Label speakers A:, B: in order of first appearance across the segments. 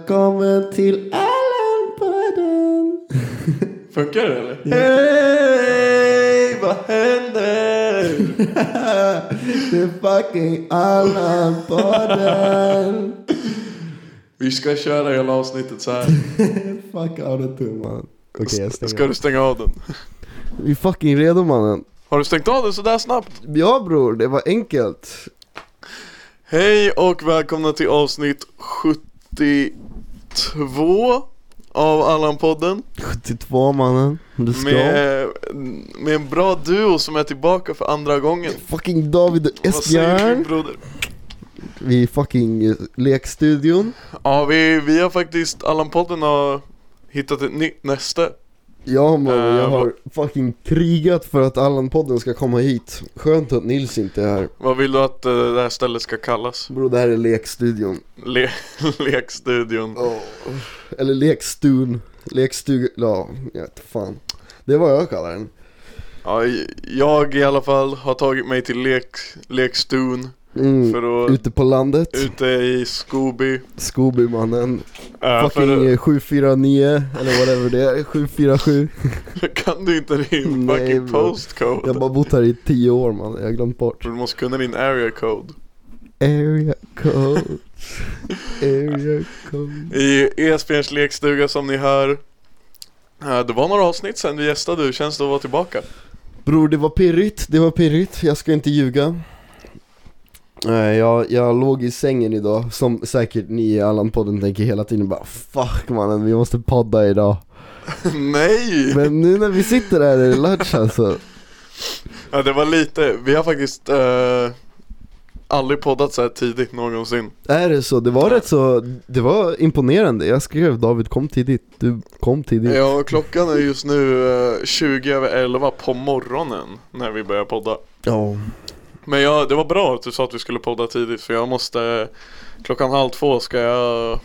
A: Välkommen till Allan-podden!
B: Funkar det eller? Hej, vad händer?
A: Det är fucking Allan-podden!
B: Vi ska köra hela avsnittet så här.
A: Fuck autotune mannen. Okej jag stänger
B: Ska du stänga av den?
A: Vi är fucking redo mannen.
B: Har du stängt av den sådär snabbt?
A: Ja bror, det var enkelt.
B: Hej och välkomna till avsnitt 72 av Allan-podden
A: 72 mannen, du ska.
B: med, med en bra duo som är tillbaka för andra gången
A: Fucking David och
B: Vad säger du
A: Esbjörn.
B: broder?
A: Vi är fucking eh, lekstudion.
B: Ja vi, vi har faktiskt, Allan-podden har hittat ett nytt näste
A: Ja mannen, jag
B: Eh,
A: har fucking krigat för att Allan-podden ska komma hit. Skönt att Nils inte är här.
B: Vad vill du att eh, det här stället ska kallas?
A: Bror det här är lekstudion.
B: Le lekstudion
A: Eller lekstun, lekstug, ja, jag vet fan. Det är vad jag kallar den.
B: Ja, jag i alla fall har tagit mig till lek, lekstun
A: Mm.
B: för att
A: Ute på landet,
B: ute i Scooby
A: Scooby-mannen,
B: Äh,
A: fucking
B: för,
A: eh, 749 eller whatever det är, 747
B: Kan du inte din
A: Nej,
B: fucking
A: bro.
B: postcode?
A: Jag har bara bott här i 10 år man, jag har glömt bort
B: Du måste kunna din area code
A: Area code, area code
B: I Esbjörns lekstuga som ni hör äh, Det var några avsnitt sen vi gästade, hur känns det att vara tillbaka?
A: Bror det var pirrigt, det var pirrigt, jag ska inte ljuga Nej, jag, jag låg i sängen idag, som säkert ni i Allan-podden tänker hela tiden bara 'Fuck mannen, vi måste podda idag'
B: Nej!
A: Men nu när vi sitter här är det lunch alltså
B: Ja, det var lite, vi har faktiskt äh, aldrig poddat så här tidigt någonsin
A: Är det så? Det var rätt så, det var imponerande Jag skrev David kom tidigt, du kom tidigt
B: Ja, klockan är just nu eh, 20 över 11 på morgonen när vi börjar podda.
A: Ja,
B: Men jag, det var bra att du sa att vi skulle podda tidigt för jag måste, klockan halv två ska jag eh,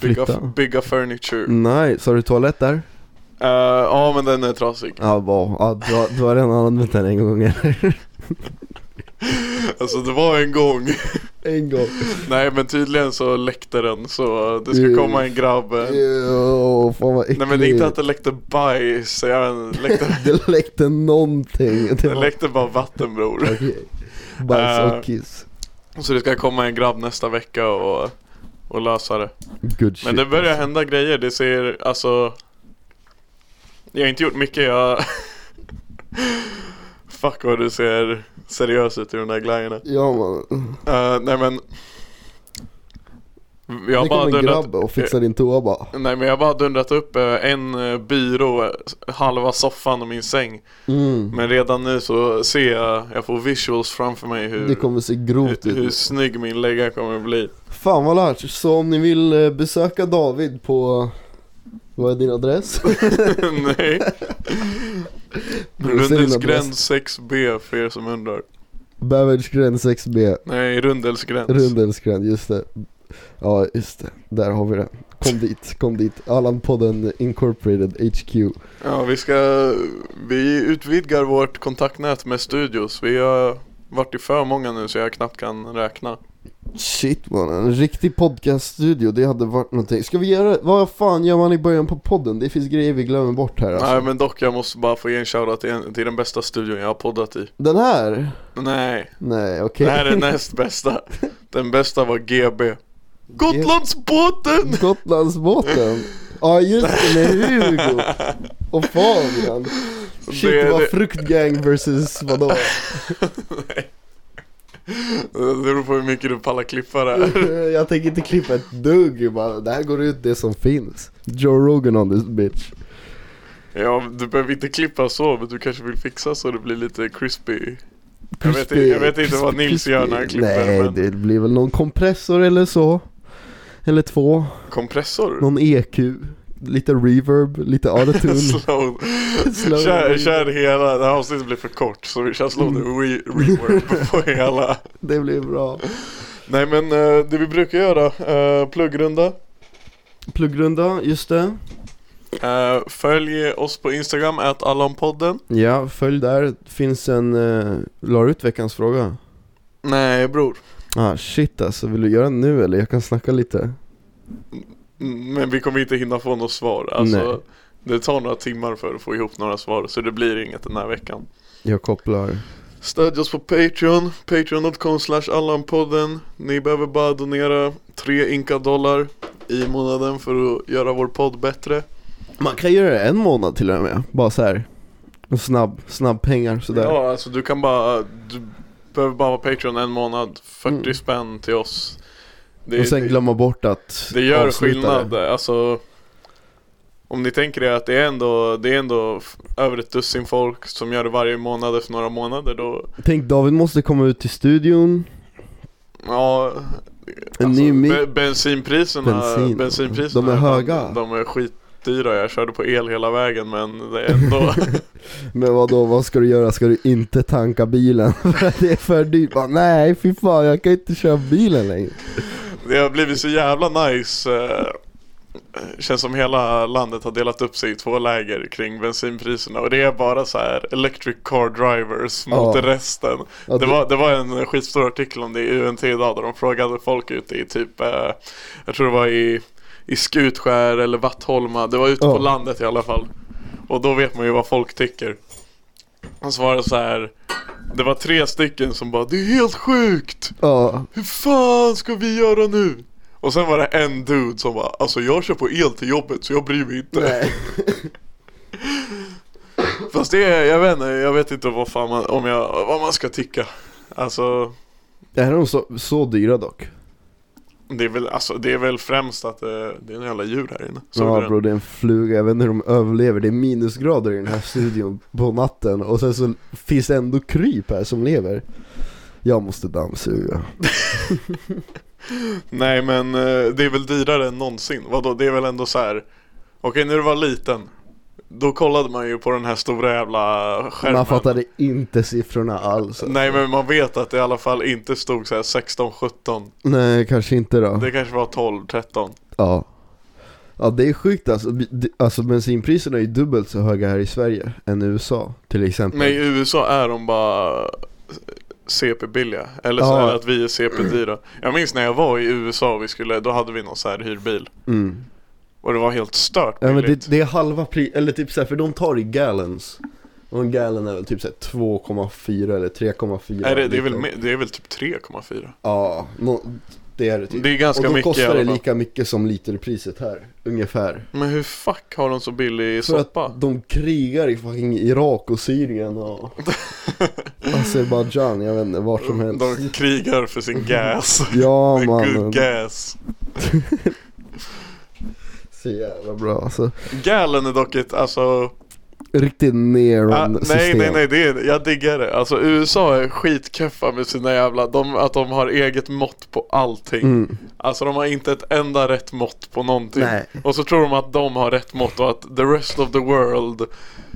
B: bygga,
A: Flytta.
B: bygga furniture.
A: nice, har du toalett där?
B: Eh, ja men den är trasig.
A: Ja, bra, ja, du, har, du har redan använt den en gång eller?
B: Alltså det var en gång.
A: En gång
B: Nej men tydligen så läckte den så det ska komma en grabb. eh.
A: Ew, fan vad äckligt
B: Nej men det är inte att det läckte bajs, jag vet inte, läckte,
A: Det läckte någonting
B: det läckte bara vatten bror.
A: Okej. Bajs
B: Eh.
A: och kiss
B: Så det ska komma en grabb nästa vecka och, och lösa det.
A: Good shit
B: Men det börjar
A: Typ,
B: hända grejer, det ser alltså Jag har inte gjort mycket, jag Fuck vad du ser seriös ut i de där glajjorna
A: Ja man,
B: Eh, Nej men Jag har
A: det
B: bara
A: kom en
B: dundrat Eh,
A: grabb och fixade din toa bara
B: Nej men jag har bara dundrat upp eh, en eh, byrå, eh, halva soffan och min säng
A: mm.
B: Men redan nu så ser jag, jag får visuals framför mig hur
A: Det kommer se grovt
B: hur,
A: ut
B: hur snygg min lägga kommer bli
A: Fan vad lärt, så om ni vill eh, besöka David på Vad är din adress?
B: Nej
A: Bror, säg din adress.
B: Rundelsgränd 6B för er som undrar
A: Bävernsgränd 6B,
B: Nej, Rundelsgräns.
A: Rundelsgränd, just det Ja just det, där har vi det Kom dit, kom dit, Allan-podden Incorporated HQ
B: Ja, vi ska, vi utvidgar vårt kontaktnät med studios. Vi har varit i för många nu så jag knappt kan räkna.
A: Shit man, en riktig podcaststudio, det hade varit någonting Ska vi göra, vad fan gör man i början på podden? Det finns grejer vi glömmer bort här alltså.
B: Nej men dock, jag måste bara få ge en shoutout till, en- till den bästa studion jag har poddat i.
A: Den här?
B: Nej,
A: Nej okej
B: det här är näst bästa. Den bästa var GB. Gotlandsbåten!
A: Gotlandsbåten? Ja just det, med Hugo och Fabian Shit
B: Det-
A: det var
B: det-
A: fruktgang versus vadå?
B: Det beror på hur mycket du pallar klippa det här.
A: Jag tänker inte klippa ett dugg bara. det här går ut det som finns Joe Rogan on this bitch
B: Ja, du behöver inte klippa så, men du kanske vill fixa så det blir lite crispy. Jag vet,
A: Crispy-
B: jag vet inte vad
A: crispy-
B: Nils gör när han klipper,
A: Nej
B: men
A: det blir väl någon kompressor eller så Eller två,
B: kompressor?
A: någon EQ Lite reverb, lite autotune
B: Slow.
A: Slow
B: Kör,
A: reverb.
B: kör Mm. hela, det här avsnittet blir för kort så vi kör slow re reverb på hela
A: Det blir bra
B: Nej men eh, det vi brukar göra, eh, pluggrunda
A: Pluggrunda, just det
B: Eh, Följ oss på Instagram, at Allanpodden
A: Ja, följ där, finns en, uh, la du ut veckans fråga?
B: Nej bror
A: Ah shit alltså, vill du göra den nu eller? Jag kan snacka lite
B: Mm, Men vi kommer inte hinna få något svar. Alltså,
A: Nej.
B: Det tar några timmar för att få ihop några svar så det blir inget den här veckan.
A: Jag kopplar
B: Stödj oss på Patreon, patreon.com slash allanpodden. Ni behöver bara donera 3 inka-dollar i månaden för att göra vår podd bättre.
A: Man kan göra det en månad till och med, bara så här. En snabb, snabb pengar sådär
B: Ja, alltså du kan bara, du behöver bara vara Patreon en månad, 40
A: Mm.
B: spänn till oss. Det,
A: Och sen glömma bort att
B: det gör
A: avsluta
B: skillnad,
A: det.
B: alltså om ni tänker er att det är ändå, det är ändå f- över ett dussin folk som gör det varje månad efter några månader då,
A: Tänk David måste komma ut till studion
B: ja
A: En ny mick.
B: Alltså, be- bensinpriserna,
A: Bensin.
B: bensinpriserna
A: De är höga.
B: De är skitdyra, jag körde på el hela vägen men det är ändå
A: Men vad då vad ska du göra? Ska du inte tanka bilen? För att det är för dyrt? Bara, nej fy fan jag kan inte köra bilen längre
B: Det har blivit så jävla nice eh, Känns som hela landet har delat upp sig i två läger kring bensinpriserna och det är bara så här electric car drivers mot
A: Ja.
B: resten.
A: Ja,
B: det,
A: det-
B: var, det var en skitstor artikel om det i UNT idag där de frågade folk ute i typ, eh, jag tror det var i, i Skutskär eller Vattholma, det var ute
A: Ja.
B: på landet i alla fall. Och då vet man ju vad folk tycker. Han svarade så här, det var tre stycken som bara det är helt sjukt!
A: Ja,
B: Hur fan ska vi göra nu? Och sen var det en dude som bara Alltså jag kör på el till jobbet så jag bryr mig inte
A: nej
B: Fast det är, jag vet inte, jag vet inte vad fan man, om jag, vad man ska tycka Alltså
A: Det här är de så, så dyra dock
B: det är väl, alltså, det är väl främst att det, det är en jävla djur här inne Såg du
A: Ja
B: den?
A: bror det är en fluga, jag vet inte hur de överlever Det är minusgrader i den här studion på natten Och sen så finns det ändå kryp här som lever Jag måste dammsuga
B: Nej men eh, det är väl dyrare än någonsin Vadå, det är väl ändå så här. Okej när du var liten Då kollade man ju på den här stora jävla skärmen
A: Man fattade inte siffrorna alls
B: Nej men man vet att det i alla fall inte stod så här 16-17
A: Nej kanske inte då
B: Det kanske var 12-13
A: Ja Ja det är sjukt alltså, Det- alltså bensinpriserna är ju dubbelt så höga här i Sverige än i USA till exempel
B: Men i USA är de bara CP-billiga, eller så
A: Ja.
B: är det att vi är CP-dyra Jag minns när jag var i USA, och vi skulle, då hade vi någon så här hyrbil
A: mm.
B: Och det var helt stört
A: Ja men
B: billigt.
A: det, det är halva pris, eller typ såhär för de tar i gallons Och en gallon är väl typ såhär 2,4 eller 3,4
B: är det, det, är väl,
A: liter.
B: mer- det är väl typ 3,4
A: Ja, nå- det är det typ
B: Det är ganska
A: Och då
B: mycket i
A: kostar
B: alla
A: det
B: fall.
A: lika mycket som literpriset här, ungefär
B: Men hur fuck har de så billig
A: För
B: soppa?
A: att de krigar i fucking Irak och Syrien och Azerbaijan, jag vet inte, vart som helst
B: De krigar för sin gas
A: Ja
B: The
A: mannen,
B: Good gas
A: så jävla bra alltså
B: Galen är dock ett, alltså
A: Riktigt neron
B: Ah, nej
A: system
B: nej nej, det är, jag diggar det. Alltså USA är skitkeffa med sina jävla, de, att de har eget mått på allting.
A: Mm.
B: Alltså de har inte ett enda rätt mått på någonting.
A: Nej.
B: Och så tror de att de har rätt mått och att the rest of the world,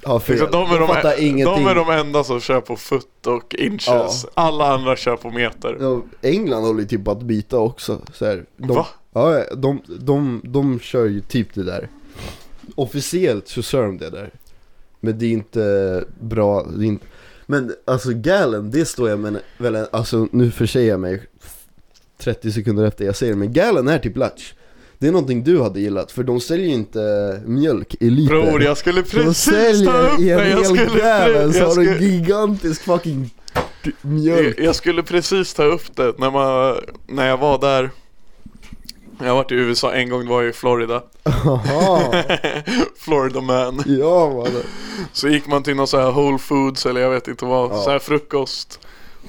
A: Ja, fel.
B: liksom, de, är de,
A: fattar ingenting
B: de är de enda som kör på foot och inches. Alla andra kör på meter.
A: Ja, England håller ju typ på att byta också så här. De,
B: Va?
A: Ja, ja, de, de, de kör ju typ det där Officiellt så kör de det där Men det är inte bra, det är inte... Men alltså galen, det står jag men väl, alltså nu försäger jag mig 30 sekunder efter jag säger det, men galen är typ latch Det är någonting du hade gillat, för de säljer ju inte mjölk i liter
B: Bror jag skulle
A: De
B: precis ta upp
A: säljer i en
B: det. Jag skulle,
A: hel galen,
B: pre-
A: så
B: jag,
A: har de en
B: skulle,
A: gigantisk fucking mjölk
B: jag, jag skulle precis ta upp det när, man, när jag var där. Jag har varit i USA en gång, det var jag i Florida.
A: Aha.
B: Florida man.
A: Ja mannen.
B: Så gick man till någon så här Whole Foods eller jag vet inte vad,
A: Ja.
B: så här frukost.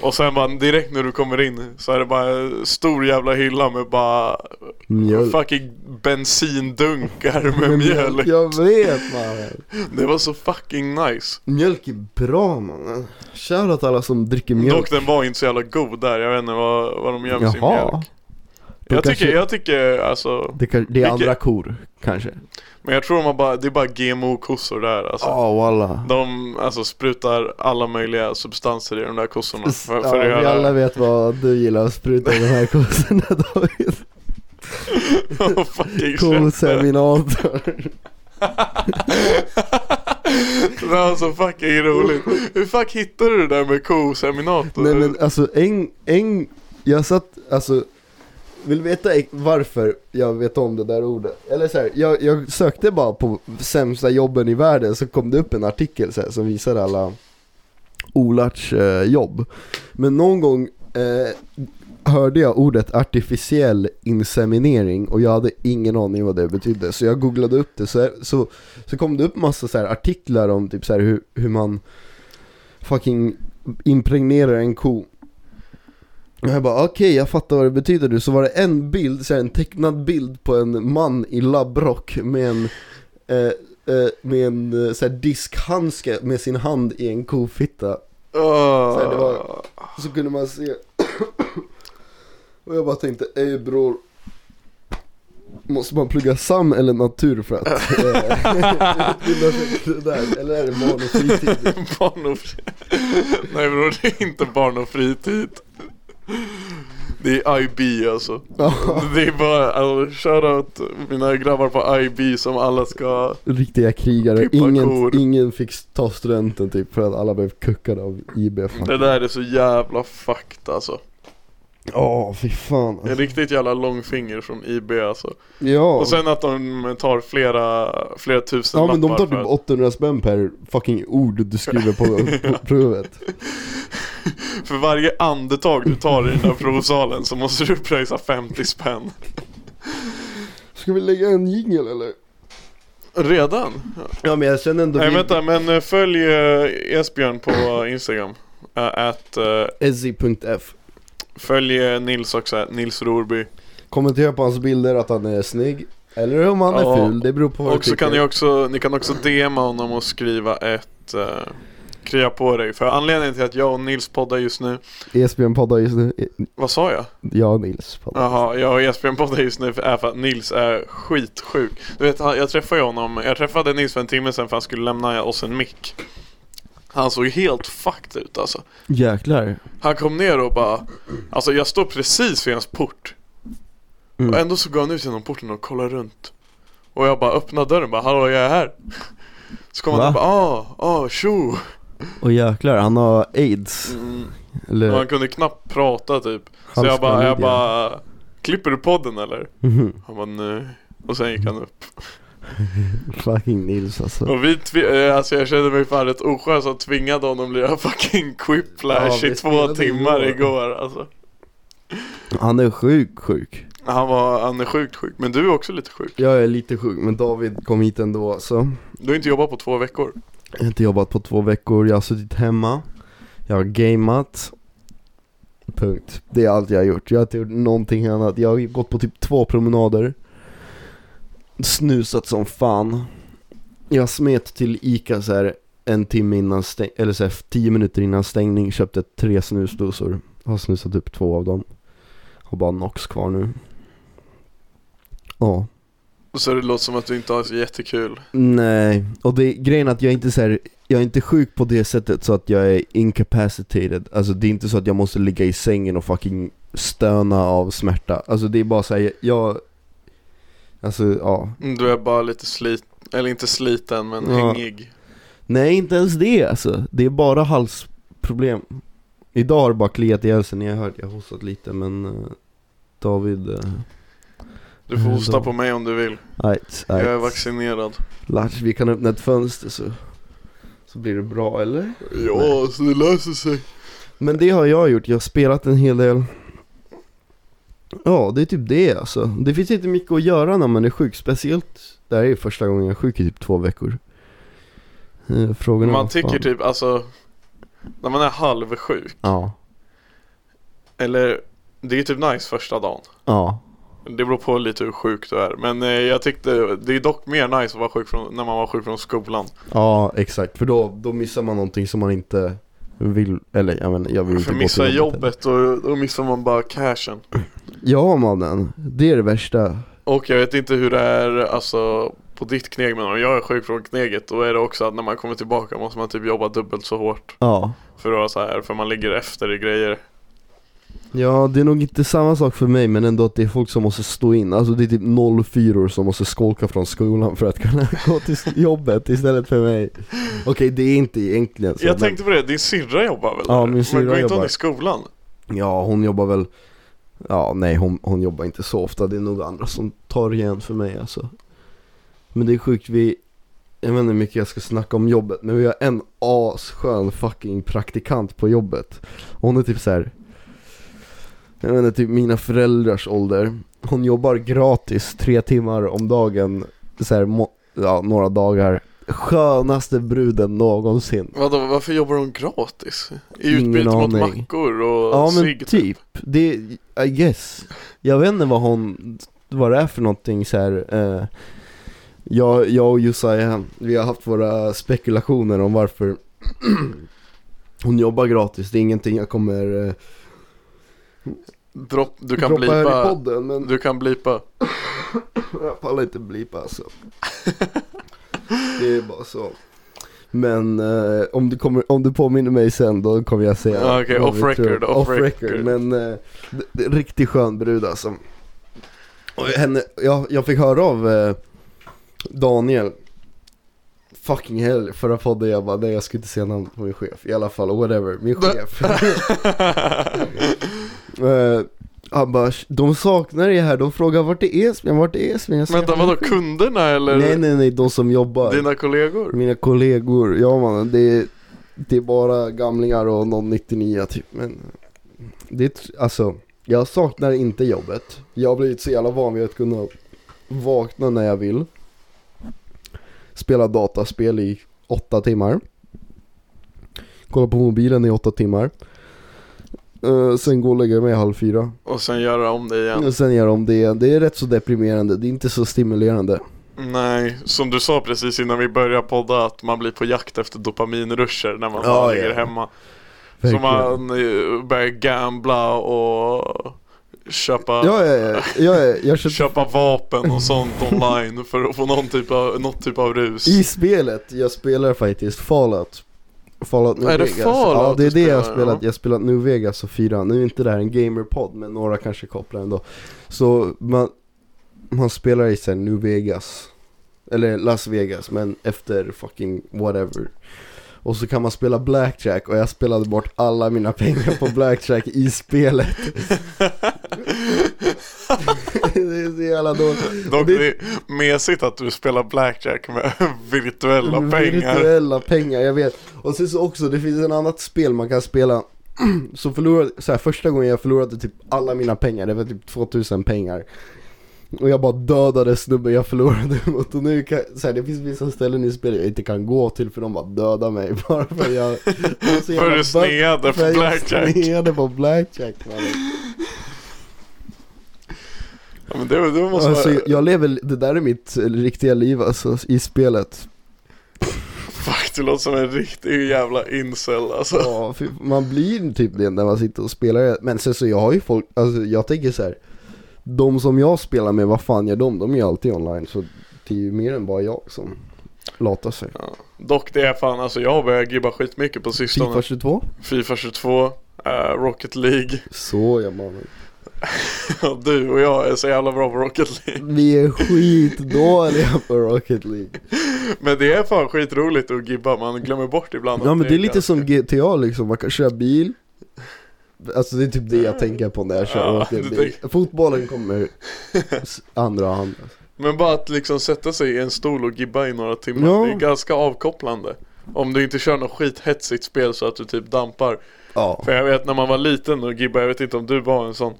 B: Och sen bara direkt när du kommer in så är det bara en stor jävla hylla med bara
A: Mjölk.
B: fucking bensindunkar med, mjölk.
A: Jag vet mannen.
B: Det var så fucking nice.
A: Mjölk är bra mannen. Shoutout alla som dricker mjölk.
B: Dock den var inte så jävla god där, jag vet inte vad, vad de gör med sin mjölk.
A: Då
B: Jag
A: kanske-
B: tycker, jag tycker alltså,
A: Det, kan, det är
B: Vilket-
A: andra kor kanske.
B: men jag tror de har bara, det är bara GMO-kossor där alltså.
A: Ja walla.
B: De alltså sprutar alla möjliga substanser i de där kossorna för, för att
A: ja, vi
B: göra
A: alla vet vad du gillar att spruta i de här kossorna David.
B: och fucking köpa.
A: Koseminator.
B: Det var alltså fucking roligt. Hur fuck hittade du det där med koseminator?
A: Nej men alltså en, en, jag satt, alltså Vill du veta ex- varför jag vet om det där ordet? Eller så här, jag, jag sökte bara på sämsta jobben i världen så kom det upp en artikel så här, som visar alla Olarts eh, jobb Men någon gång eh, hörde jag ordet artificiell inseminering och jag hade ingen aning vad det betydde Så jag googlade upp det så, här, så, så kom det upp massa så här, artiklar om typ så här, hur, hur man fucking impregnerar en ko och jag bara okej jag fattar vad det betyder nu, så var det en bild, så här, en tecknad bild på en man i labbrock med en eh, eh, Med en eh, så här, diskhandske med sin hand i en kofitta
B: Åh.
A: här, det var- Så kunde man se Och jag bara tänkte, ey bror Måste man plugga SAM eller natur för att eh, utbilda sig till det där? Eller är det barn och fritid?
B: barn och fri... Nej bror, det är inte barn och fritid. Det är IB alltså.
A: Ja,
B: Det är bara, alltså, shoutout mina grabbar på IB som alla ska
A: Riktiga krigare,
B: Pippa
A: ingen,
B: kor.
A: ingen fick ta studenten typ för att alla blev kuckade av IB
B: Det där är så jävla fucked alltså.
A: Ja, fy fan alltså.
B: En riktigt jävla långfinger från IB alltså.
A: Ja,
B: Och sen att de tar flera, flera tusen
A: ja men de tar
B: lappar för
A: typ
B: att-
A: 800 spänn per fucking ord du skriver på, på provet
B: För varje andetag du tar i den här provsalen så måste du pröjsa 50 spänn.
A: Ska vi lägga en jingel eller?
B: Redan?
A: Ja men jag känner ändå
B: Nej vänta, men eh, följ eh, Esbjörn på Instagram. Eh, Att, eh,
A: Ezzy.f
B: följ eh, Nils också, att Nils Rorby.
A: Kommentera på hans bilder att han är snygg Eller om han är
B: Ja.
A: ful, det beror på vad du
B: Och så
A: tycker.
B: kan ni också, ni kan också DMa honom och skriva ett eh, krya på dig. För anledningen till att jag och Nils poddar just nu,
A: Esbjörn poddar just nu, E-
B: vad sa jag?
A: jag och Nils poddar
B: Jaha, jag och Esbjörn poddar just nu för- är för att Nils är skitsjuk. Du vet, han- jag träffade ju honom, jag träffade Nils för en timme sedan för han skulle lämna oss en mick. Han såg helt fucked ut alltså.
A: Jäklar
B: Han kom ner och bara, alltså jag står precis vid hans port.
A: Mm.
B: Och ändå så går han ut genom porten och kollar runt. Och jag bara öppnar dörren och bara, hallå jag är här. Så kom han
A: Va?
B: och bara, ah, ah, tjo.
A: Och jäklar, han har aids
B: Mm.
A: Eller
B: Och han kunde knappt prata typ. Så
A: Hans
B: jag bara, jag
A: klamydia.
B: bara, klipper du podden eller?
A: Mhm.
B: Han bara, nej. Och sen gick han upp.
A: fucking Nils alltså
B: Och vi, tvi- eh, alltså jag kände mig fan rätt oskön som tvingade honom att göra fucking
A: Ja,
B: quiplash
A: vi
B: i två
A: spelade
B: timmar
A: igår.
B: igår alltså.
A: Han är sjuk sjuk
B: Han var, han är sjukt sjuk. Men du är också lite sjuk.
A: Jag är lite sjuk men David kom hit ändå så
B: Du har inte jobbat på två veckor.
A: Jag har inte jobbat på två veckor, jag har suttit hemma Jag har gamat Punkt. Det är allt jag har gjort. Jag har inte gjort någonting annat. Jag har gått på typ två promenader Snusat som fan Jag smet till Ica så här en timme innan stäng- eller så här tio minuter innan stängning köpte tre snusdosor Har snusat upp två av dem Har bara Nox kvar nu Ja
B: Så det låter som att du inte har så jättekul.
A: Nej, och det, grejen är att jag är inte så här, jag är inte sjuk på det sättet så att jag är incapacitated Alltså det är inte så att jag måste ligga i sängen och fucking stöna av smärta Alltså det är bara såhär, jag Alltså ja
B: Mm, Du är bara lite slit, eller inte sliten men
A: Ja.
B: hängig.
A: Nej inte ens det alltså, det är bara halsproblem Idag har det bara kliat i halsen, jag har hört, jag har hostat lite men eh, David, eh,
B: Du får
A: Mm,
B: hosta
A: då.
B: på mig om du vill.
A: ajt,
B: Jag är
A: ajt.
B: vaccinerad.
A: Lars, vi kan öppna ett fönster så Så blir det bra eller?
B: Ja, så det löser sig.
A: Men det har jag gjort, jag har spelat en hel del Ja, det är typ det alltså. Det finns inte mycket att göra när man är sjuk, speciellt Det här är ju första gången jag är sjuk i typ två veckor Eh, Frågan är
B: Man
A: vad
B: tycker
A: fan-
B: typ alltså, när man är halvsjuk,
A: Ja,
B: eller det är typ nice första dagen.
A: ja
B: Det beror på lite hur sjuk du är. Men eh, jag tyckte det är dock mer nice att vara sjuk från, när man var sjuk från skolan.
A: Ja, exakt, för då, då missar man någonting som man inte vill, eller jag menar, jag vill inte
B: För
A: gå
B: missar
A: till jobbet
B: jobbet och då missar man bara cashen.
A: Ja mannen, det är det värsta
B: Och jag vet inte hur det är alltså på ditt kneg men om jag är sjuk från kneget då är det också att när man kommer tillbaka måste man typ jobba dubbelt så hårt.
A: Ja
B: För att vara så här, för man ligger efter i grejer.
A: Ja, det är nog inte samma sak för mig men ändå att det är folk som måste stå in, alltså det är typ 04 som måste skolka från skolan för att kunna gå till jobbet istället för mig Okej, det är inte egentligen så
B: jag
A: men-
B: tänkte på det, din syrra jobbar väl?
A: Ja,
B: där?
A: min syrra
B: men går inte hon
A: jobbar.
B: i skolan?
A: Ja, hon jobbar väl Ja, nej hon, hon jobbar inte så ofta, det är nog andra som tar igen för mig alltså. Men det är sjukt, vi, jag vet inte hur mycket jag ska snacka om jobbet, men vi har en asskön fucking praktikant på jobbet. Hon är typ så här. jag vet inte, typ mina föräldrars ålder. Hon jobbar gratis tre timmar om dagen, så här, må, ja, några dagar. Skönaste bruden någonsin.
B: Vadå, varför jobbar hon gratis? I
A: Ingen
B: utbyte mot
A: aning.
B: mackor och
A: Ja men
B: cigg
A: typ, det, I guess Jag vet inte vad hon, vad det är för någonting så här. Eh, jag, jag och Josiah, vi har haft våra spekulationer om varför hon jobbar gratis, det är ingenting jag kommer eh,
B: Dropp, du kan
A: droppa här i
B: blipa.
A: podden men
B: Du kan blipa.
A: jag pallar inte blipa alltså Det är bara så men eh, om, du kommer, om du påminner mig sen då kommer jag säga
B: Ja, okej,
A: vad
B: off
A: vi tror.
B: record, off
A: off record.
B: record.
A: Men eh, det, det är riktigt skön brud alltså och henne, jag, jag fick höra av eh, Daniel Fucking hell, förra podden jag bara nej jag skulle inte säga namnet på min chef I alla fall, whatever, min chef eh, Han bara, de saknar er här, de frågar vart är Esbjörn, vart är Esbjörn? Jag sa,
B: Vänta, vadå kunderna eller?
A: Nej nej nej, de som jobbar
B: Dina kollegor?
A: mina kollegor, ja mannen det är, det är bara gamlingar och någon 99 typ men Det är, tr- alltså, jag saknar inte jobbet Jag har blivit så jävla van vid att kunna vakna när jag vill Spela dataspel i åtta timmar Kolla på mobilen i åtta timmar Eh, Sen gå och lägga mig halv fyra
B: Och sen göra om det igen?
A: Och sen gör de det igen, det är rätt så deprimerande, det är inte så stimulerande
B: Nej, som du sa precis innan vi började podda att man blir på jakt efter dopaminrusher när man
A: Ja,
B: bara
A: ja.
B: ligger hemma. Så
A: Verkligen.
B: man eh, börjar gambla och köpa,
A: Ja, ja, ja, ja, ja, jag köpte
B: köpa vapen och sånt online för att få någon typ av, något typ av rus.
A: I spelet, jag spelar faktiskt Fallout Fallout New
B: Är det
A: Vegas
B: Fallout
A: Ja det
B: du
A: är det jag har
B: spelar,
A: spelat,
B: ja.
A: jag har spelat New Vegas och 4 Nu är inte det här en gamerpodd men några kanske kopplar ändå Så man, man spelar i sen New Vegas Eller Las Vegas men efter fucking whatever och så kan man spela blackjack och jag spelade bort alla mina pengar på blackjack i spelet Det är så jävla dåligt
B: Dock
A: Och det-
B: det är mesigt att du spelar blackjack med virtuella pengar.
A: Mm, Virtuella pengar, jag vet. Och sen så också, det finns ett annat spel man kan spela. Så förlorade, så här, första gången jag förlorade typ alla mina pengar, det var typ 2000 pengar. Och jag bara dödade snubben jag förlorade mot. Och nu kan, så här, det finns vissa ställen i spelet jag inte kan gå till för de bara dödar mig bara för att jag... jag var så
B: För
A: jävla bög-
B: du sneade
A: för
B: på
A: jag
B: blackjack.
A: sneade på blackjack mannen.
B: Ja, men det, det måste
A: Alltså,
B: vara...
A: jag lever, det där är mitt eh, riktiga liv alltså, i spelet.
B: Fuck, du låter som en riktig jävla incel alltså.
A: Ja, fy- man blir typ det när man sitter och spelar Men sen så jag har ju folk, alltså jag tänker så här. De som jag spelar med, vad fan gör de? De är ju alltid online så det är ju mer än bara jag som latar sig
B: Dock det är fan, alltså jag har börjat gibba skitmycket på sistone.
A: Fifa 22?
B: Fifa, 22, eh, Rocket League.
A: Så ja mannen
B: Och du och jag är så jävla bra på Rocket League.
A: Vi är skitdåliga på Rocket League
B: Men det är fan skitroligt att gibba, man glömmer bort ibland
A: Ja
B: att
A: men det är lite
B: ganska-
A: som GTA liksom, man kan köra bil Alltså det är typ det jag tänker på när jag kör
B: Ja,
A: Rocket
B: det
A: League Fotbollen kommer s- andra hand
B: Men bara att liksom sätta sig i en stol och gibba i några timmar,
A: Ja.
B: det är ganska avkopplande. Om du inte kör något skithetsigt spel så att du typ dampar.
A: Ja
B: För jag vet när man var liten och gibba, jag vet inte om du var en sån.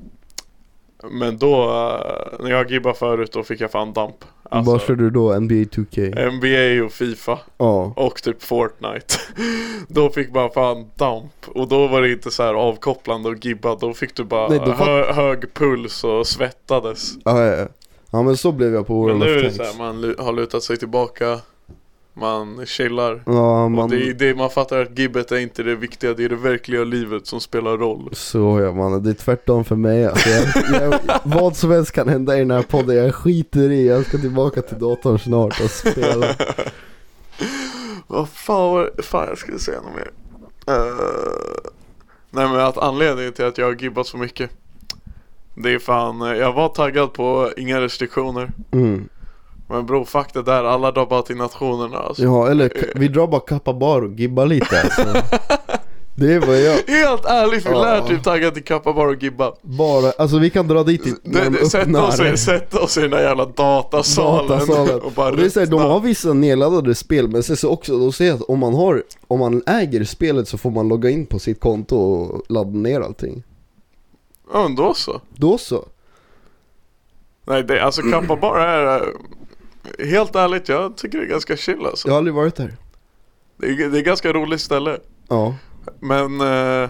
B: Men då, eh, när jag gibbade förut då fick jag fan damp. Alltså,
A: Vad kör du då? NBA 2K?
B: NBA och FIFA
A: Ja
B: och typ Fortnite Då fick man fan damp och då var det inte så här avkopplande och gibba Då fick du bara
A: Nej, då fatt-
B: hö- hög puls och svettades
A: Ja, ja, ja. ja men så blev jag på World
B: Men nu är det
A: of
B: så här,
A: Tanks
B: man lu- har lutat sig tillbaka Man chillar
A: Ja
B: man...
A: man,
B: Och det är det man fattar att gibbet är inte det viktiga Det är det verkliga livet som spelar roll
A: så ja man, det är tvärtom för mig alltså, jag, jag, Vad som helst kan hända i den här podden, jag skiter i, jag ska tillbaka till datorn snart och spela
B: Vad fan var det? Fan jag skulle säga något mer Eh, Nej men att anledningen till att jag har gibbat så mycket Det är fan, eh, jag var taggad på inga restriktioner
A: mm.
B: Men bro fuck det där, alla drar bara till nationerna alltså.
A: Ja eller k- vi drar bara kappa bar och gibba lite alltså. Det var jag
B: Helt ärligt, vi
A: Ja.
B: lär typ tagga till Kappabara och Gibba
A: bara, alltså vi kan dra dit i- när
B: Det-
A: de
B: det- Sätta oss, i-
A: öppnar
B: sätta oss i den där jävla datasalen,
A: datasalen.
B: och bara
A: Och det är så här, de
B: ruttna.
A: har vissa nedladdade spel men sen så också, de säger att om man har, om man äger spelet så får man logga in på sitt konto och ladda ner allting.
B: Ja men då så
A: Då så.
B: Nej det, alltså Kappabara är eh, Helt ärligt, jag tycker det är ganska chill alltså
A: Jag har aldrig varit där.
B: det, är, det är ganska roligt ställe
A: Ja.
B: Men eh,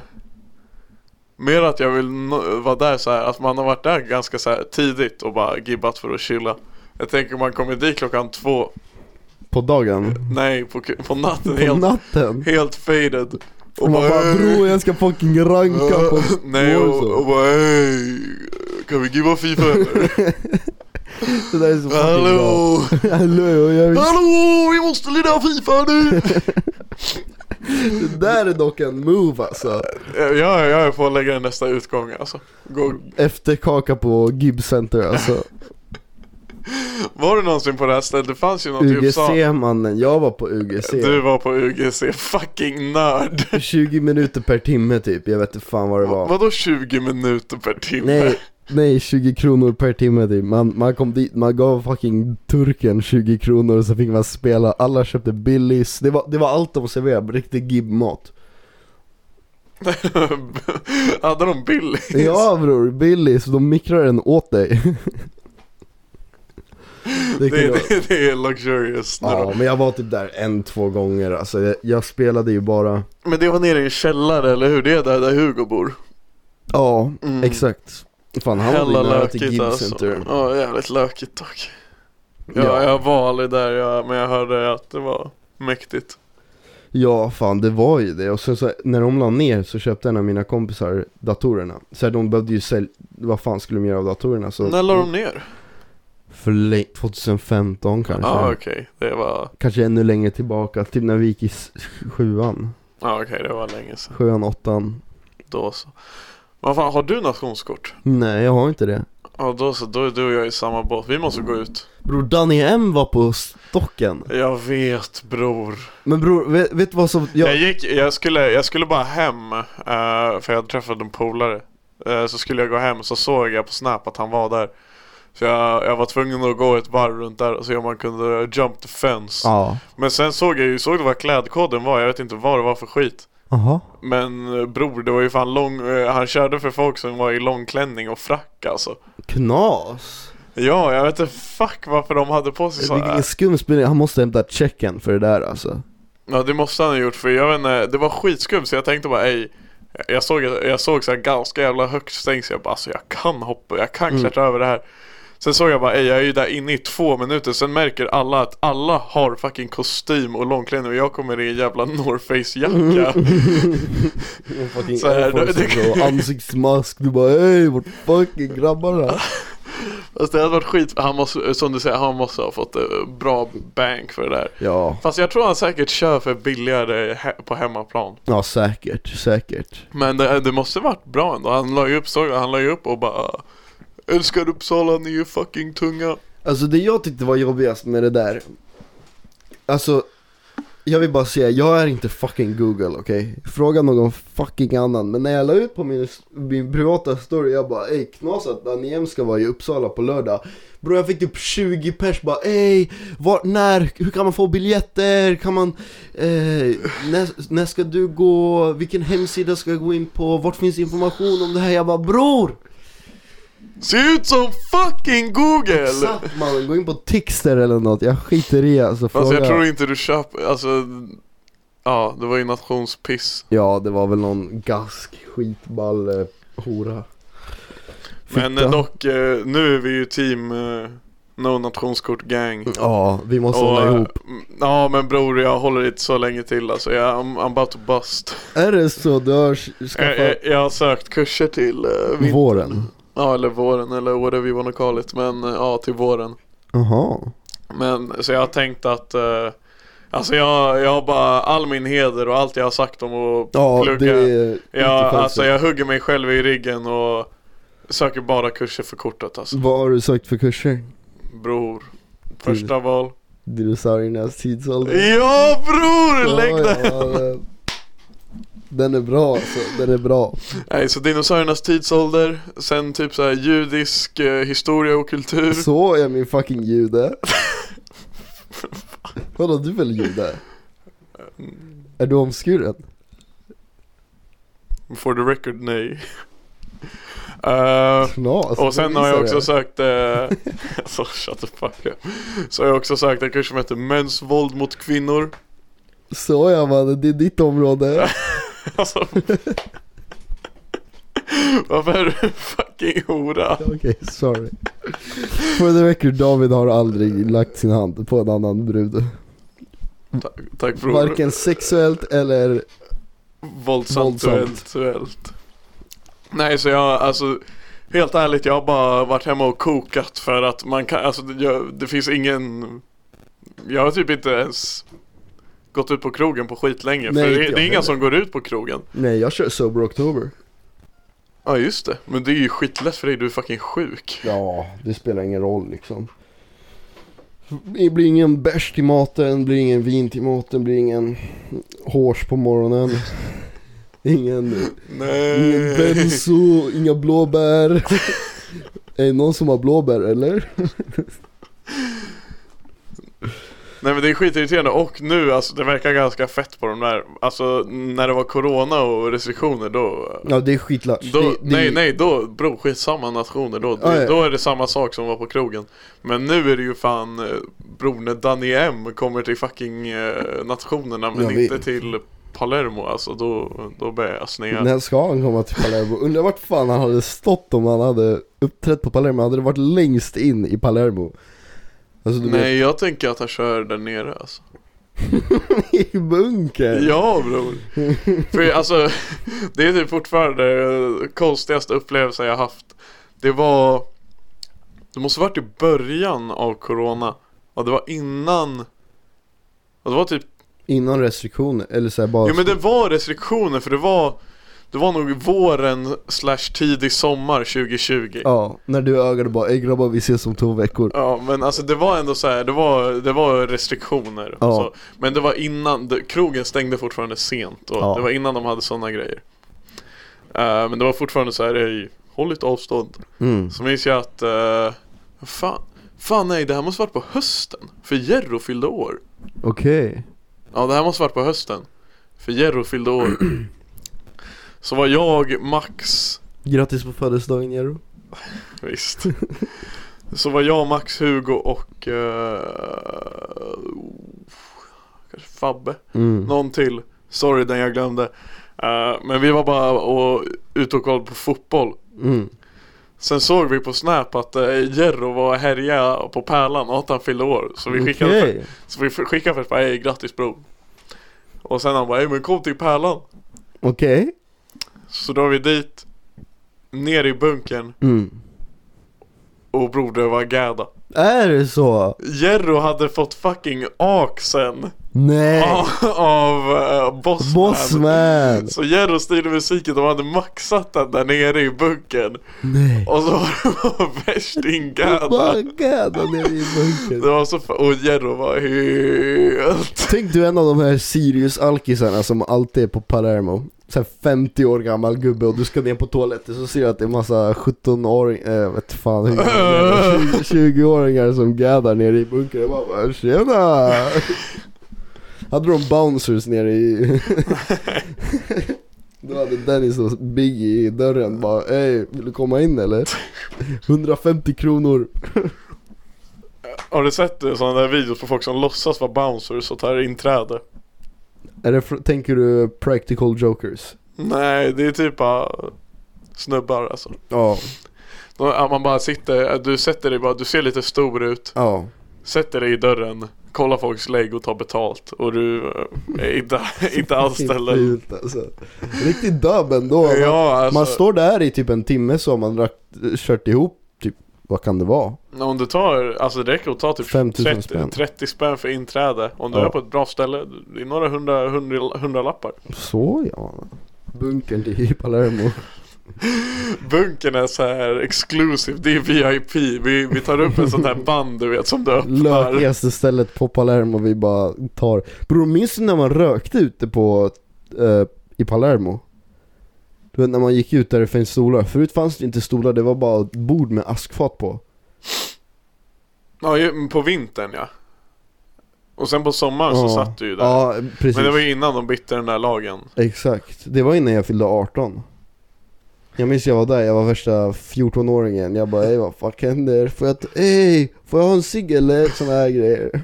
B: Mer att jag vill nå- vara där så här att man har varit där ganska så här tidigt och bara gibbat för att chilla Jag tänker man kommer dit klockan två
A: På dagen.
B: Nej, på, k- på natten
A: På
B: helt,
A: natten.
B: helt faded
A: Och man bara bror jag ska fucking ranka på
B: Nej och,
A: Warzone."
B: och bara hej, kan vi gibba FIFA eller?
A: Det där är så fucking bra.
B: Hallå!
A: Hallå, jag vill
B: Hallå, vi måste lira FIFA nu!
A: Det där är dock en move alltså.
B: jag, jag får lägga den nästa utgång alltså Gå,
A: Efter kaka på Gibbs Center alltså.
B: Var du någonsin på det här stället? Det fanns ju något i Uppsala
A: UGC mannen, jag var på UGC.
B: typ Du var på UGC, fucking nörd!
A: 20 minuter per timme typ, jag vet inte fan vad det var.
B: Vadå 20 minuter per timme?
A: Nej, nej 20 kronor per timme typ. Man, man kom dit, man gav fucking turken 20 kronor och så fick man spela, alla köpte Billys. Det var, det var allt de serverade, riktig Gibb-mat.
B: Hade de Billys?
A: Ja bror, Billys, de mikrar den åt dig.
B: det,
A: kan ju vara-
B: det, det är luxurious när de
A: Ja, men jag var typ där en, två gånger alltså. Jag, jag spelade ju bara
B: Men det var nere i en källare, eller hur? Det är där, där Hugo bor.
A: Ja,
B: Mm. alltså.
A: exakt Fan han var ju nära till Gibbs Center
B: Ja, jävligt lökigt dock. Ja,
A: ja.
B: jag var aldrig där, jag, men jag hörde att det var mäktigt.
A: ja, fan det var ju det och sen så när de la ner så köpte en av mina kompisar datorerna Så här, de behövde ju sälja, vad fan skulle de göra av datorerna så
B: När la de ner?
A: För länge, 2015
B: Ja,
A: kanske
B: ah, okej. Det var,
A: Kanske ännu längre tillbaka, typ när vi gick i s- sjuan,
B: ah, okej det var länge sedan.
A: sjuan, åttan
B: Då så. Vad fan, har du nationskort?
A: Nej jag har inte det
B: Ja, då så. Då är du och jag i samma båt. Vi måste gå ut.
A: Bror Danny M var på stocken
B: Jag vet bror.
A: Men bror, vet, vet du vad som,
B: Jag
A: jag,
B: gick, jag skulle, jag skulle bara hem, eh, för jag hade träffat en polare. Eh, så skulle jag gå hem så såg jag på Snap att han var där. Så jag, jag var tvungen att gå ett varv runt där och se om man kunde jump the fence.
A: ja,
B: Men sen såg jag ju, såg du vad klädkoden var? Jag vet inte vad det var för skit.
A: aha
B: Men eh, bror, det var ju fan lång, eh, han körde för folk som var i långklänning och frack alltså.
A: Knas!
B: Ja, jag vet inte fuck varför de hade på sig så
A: Vilken skum spelning, han måste hämta checken för det där alltså
B: Ja det måste han ha gjort för jag vet inte, det var skitskumt så jag tänkte bara ej Jag såg, jag såg så här ganska jävla högt stängsel, jag bara alltså jag kan hoppa, jag kan klättra över det här Sen såg jag bara ej jag är ju där inne i två minuter, sen märker alla att alla har fucking kostym och långklänning och jag kommer i en jävla North Face jacka
A: Mm. Fucking
B: Så här,
A: Air Force
B: det-
A: och ansiktsmask, du bara ey vart fucking grabbarna?
B: Fast det hade varit skit, han måste, som du säger, han måste ha fått eh, bra bank för det där
A: Ja,
B: Fast jag tror han säkert kör för billigare he- på hemmaplan
A: ja säkert, säkert
B: Men det, det måste varit bra ändå, han la ju upp, såg, jag, han la ju upp och bara "Ah, Älskar Uppsala, ni är fucking tunga
A: Alltså det jag tyckte var jobbigast med det där Alltså, jag vill bara säga, jag är inte fucking Google okej? Fråga någon fucking annan, men när jag la ut på min, min privata story, jag bara ey knas att Danny M ska vara i Uppsala på lördag Bror jag fick typ 20 pers bara ey, var, när, hur kan man få biljetter, kan man, eh, när, när ska du gå, vilken hemsida ska jag gå in på, vart finns information om det här? Jag bara bror!
B: Ser ut som fucking Google!
A: Exakt mannen, gå in på Tixter eller något, jag skiter i alltså fråga
B: Alltså jag tror inte du köper, alltså Ja, det var ju nationspiss
A: Ja, det var väl någon gask, skitball, eh, hora
B: Men
A: Fitta.
B: eh, dock, eh, nu är vi ju team eh, No nationskort gang
A: Ja, vi måste hålla
B: eh,
A: ihop
B: mm, Ja men bror jag håller inte så länge till alltså, jag, I'm, I'm about to bust
A: Är det så du har s-
B: jag,
A: skaffat
B: jag, jag har sökt kurser till eh, vin-
A: våren?
B: Ja eller våren eller whatever you wanna call it, men eh, ja till våren
A: Jaha
B: Men så jag har tänkt att eh, Alltså jag, jag har bara all min heder och allt jag har sagt om att
A: Ja,
B: plugga
A: det är
B: jag,
A: inte
B: Alltså
A: konstigt.
B: jag hugger mig själv i ryggen och Söker bara kurser för kortet alltså
A: Vad har du sökt för kurser?
B: Bror Första val
A: Dinosauriernas tidsålder
B: Ja bror! Lägg
A: Ja,
B: den!
A: ja, ja. Den är bra alltså, den är bra
B: Nej, så dinosauriernas tidsålder, sen typ så här judisk eh, historia och kultur.
A: Så är min fucking jude Vadå, du är väl jude?
B: Mm.
A: Är du omskuren?
B: For the record, nej. Eh,
A: Knas,
B: och sen har
A: bevisar
B: jag också
A: Alltså, det.
B: sökt, eh, alltså shut the fuck up. Så har jag också sökt en kurs som heter Mäns våld mot kvinnor.
A: Så ja mannen, det är ditt område
B: Alltså, varför är du en fucking hora?
A: Okej, sorry For the record, David har aldrig lagt sin hand på en annan brud
B: Tack, tack bror.
A: Varken sexuellt eller
B: Våldsamt
A: Våldsamt.
B: duellt Nej så jag, alltså Helt ärligt jag har bara varit hemma och kokat för att man kan, alltså det, jag, det finns ingen Jag har typ inte ens Gått ut på krogen på skitlänge
A: Nej,
B: för
A: inte
B: det,
A: jag
B: det är
A: heller.
B: inga som går ut på krogen
A: Nej, jag kör sober oktober
B: Ja just det, men det är ju skitlätt för dig, du är fucking sjuk
A: Ja, det spelar ingen roll liksom. Det blir ingen bärs till maten, blir ingen vin till maten, blir ingen hårs på morgonen. Ingen, ingen
B: Nej
A: benzo, inga blåbär. Är det någon som har blåbär eller?
B: Nej men det är skitirriterande och nu alltså det verkar ganska fett på de där Alltså när det var corona och restriktioner då
A: Ja det är skitlattj.
B: Då,
A: Det- det-
B: nej nej då, bro skitsamma nationer då,
A: Ja, ja.
B: då är det samma sak som var på krogen Men nu är det ju fan, eh, bro när Danny M kommer till fucking eh, nationerna men
A: Jag vet.
B: inte till Palermo alltså då, då börjar jag snea
A: När ska han komma till Palermo? Undrar vart fan han hade stått om han hade uppträtt på Palermo. Hade det varit längst in i Palermo? Alltså du
B: Nej jag tänker att han kör där nere alltså
A: vet, i bunkern.
B: Ja bror! För alltså, det är typ fortfarande eh, konstigaste upplevelsen jag haft Det var, det måste varit i början av corona Ja det var innan Ja det var typ
A: Innan restriktioner, eller såhär bara
B: Jo men det var restriktioner för det var Det var nog våren slash tidig sommar 2020 ja.
A: Ja, när du ögade bara "Ey grabbar vi ses om två veckor
B: men alltså det var ändå så här, det var, det var restriktioner
A: Ja.
B: så. Men det var innan, det, krogen stängde fortfarande sent och
A: Ja.
B: det var innan de hade sådana grejer Eh, Men det var fortfarande så här, "Ey, håll lite avstånd
A: mm.
B: Så minns jag att, eh, fan, fan nej det här måste varit på hösten För Jerro fyllde år
A: Okej
B: Ja det här måste varit på hösten För Jerro fyllde år Så var jag, Max
A: Grattis på födelsedagen Jero
B: Visst Så var jag, Max, Hugo och eh, Kanske Fabbe
A: mm.
B: Någon till Sorry den jag glömde Eh, Men vi var bara och, ute och kollade på fotboll
A: Mm.
B: Sen såg vi på Snap att eh, Jerro var och härjade på Pärlan och att han fyllde år Så vi skickade
A: Okej.
B: Så vi skickade först bara "Ey, grattis bro Och sen han bara "Ey, men kom till Pärlan
A: Okej
B: Så drar vi dit Ner i bunkern
A: mm.
B: och bror det var gädda
A: Är det så?
B: Jerro hade fått fucking axen
A: Nej!
B: av, av eh, Bossman.
A: Bossman!
B: Så Jerro styrde musiken, de hade maxat den där nere i bunkern
A: Nej!
B: Och så var det
A: Bara
B: värstinggädda
A: gädda nere i
B: Det
A: bunkern
B: var så fa- och Jerro var helt
A: Tänk du är en av de här Sirius-alkisarna som alltid är på Palermo Såhär 50 år gammal gubbe och du ska ner på toaletten så ser du att det är massa 17-åringar, eh, vet fan hur gamla- 20-åringar som gaddar nere i bunkern Jag bara bara tjena! Hade de bouncers nere i... Då hade Dennis och Biggie i dörren bara Ey, vill du komma in eller? 150 kronor
B: Har du sett eh, sådana där videos på folk som låtsas vara bouncers och tar inträde?
A: är det, fr- Tänker du practical jokers?
B: Nej, det är typ bara snubbar alltså
A: Ja,
B: De- att Man bara sitter, du sätter dig bara, du ser lite stor ut
A: ja
B: Sätter dig i dörren, kollar folks lägg och tar betalt och du eh, är inte, inte anställd. än.
A: Fult, alltså. Riktigt dubb ändå. Man,
B: Ja, alltså,
A: man står där i typ en timme så har man rakt, kört ihop typ, vad kan det vara?
B: om du tar, alltså det räcker att ta typ
A: 5000
B: 30,
A: spänn.
B: 30 spänn för inträde. Om du
A: Ja.
B: är på ett bra ställe, det är några hundra, hundra, hundra lappar.
A: Så ja. Bunkern till Palermo.
B: Bunkern är så här exclusive, det är VIP. Vi, vi tar upp en sån här band du vet som du öppnar.
A: Lökigaste stället på Palermo vi bara tar. Bror minns du när man rökte ute på, eh, i i Palermo Du vet när man gick ut därifrån stolar, förut fanns det inte stolar, det var bara ett bord med askfat på
B: Ja, ju- men på vintern ja. Och sen på sommaren så satt du ju där.
A: Ja, precis,
B: Men det var ju innan de bytte den där lagen.
A: exakt Det var innan jag fyllde 18 Jag minns jag var där, jag var värsta 14-åringen Jag bara ey vad fuck händer? Får jag, t- ey, får jag ha en cigg eller? Sådana här grejer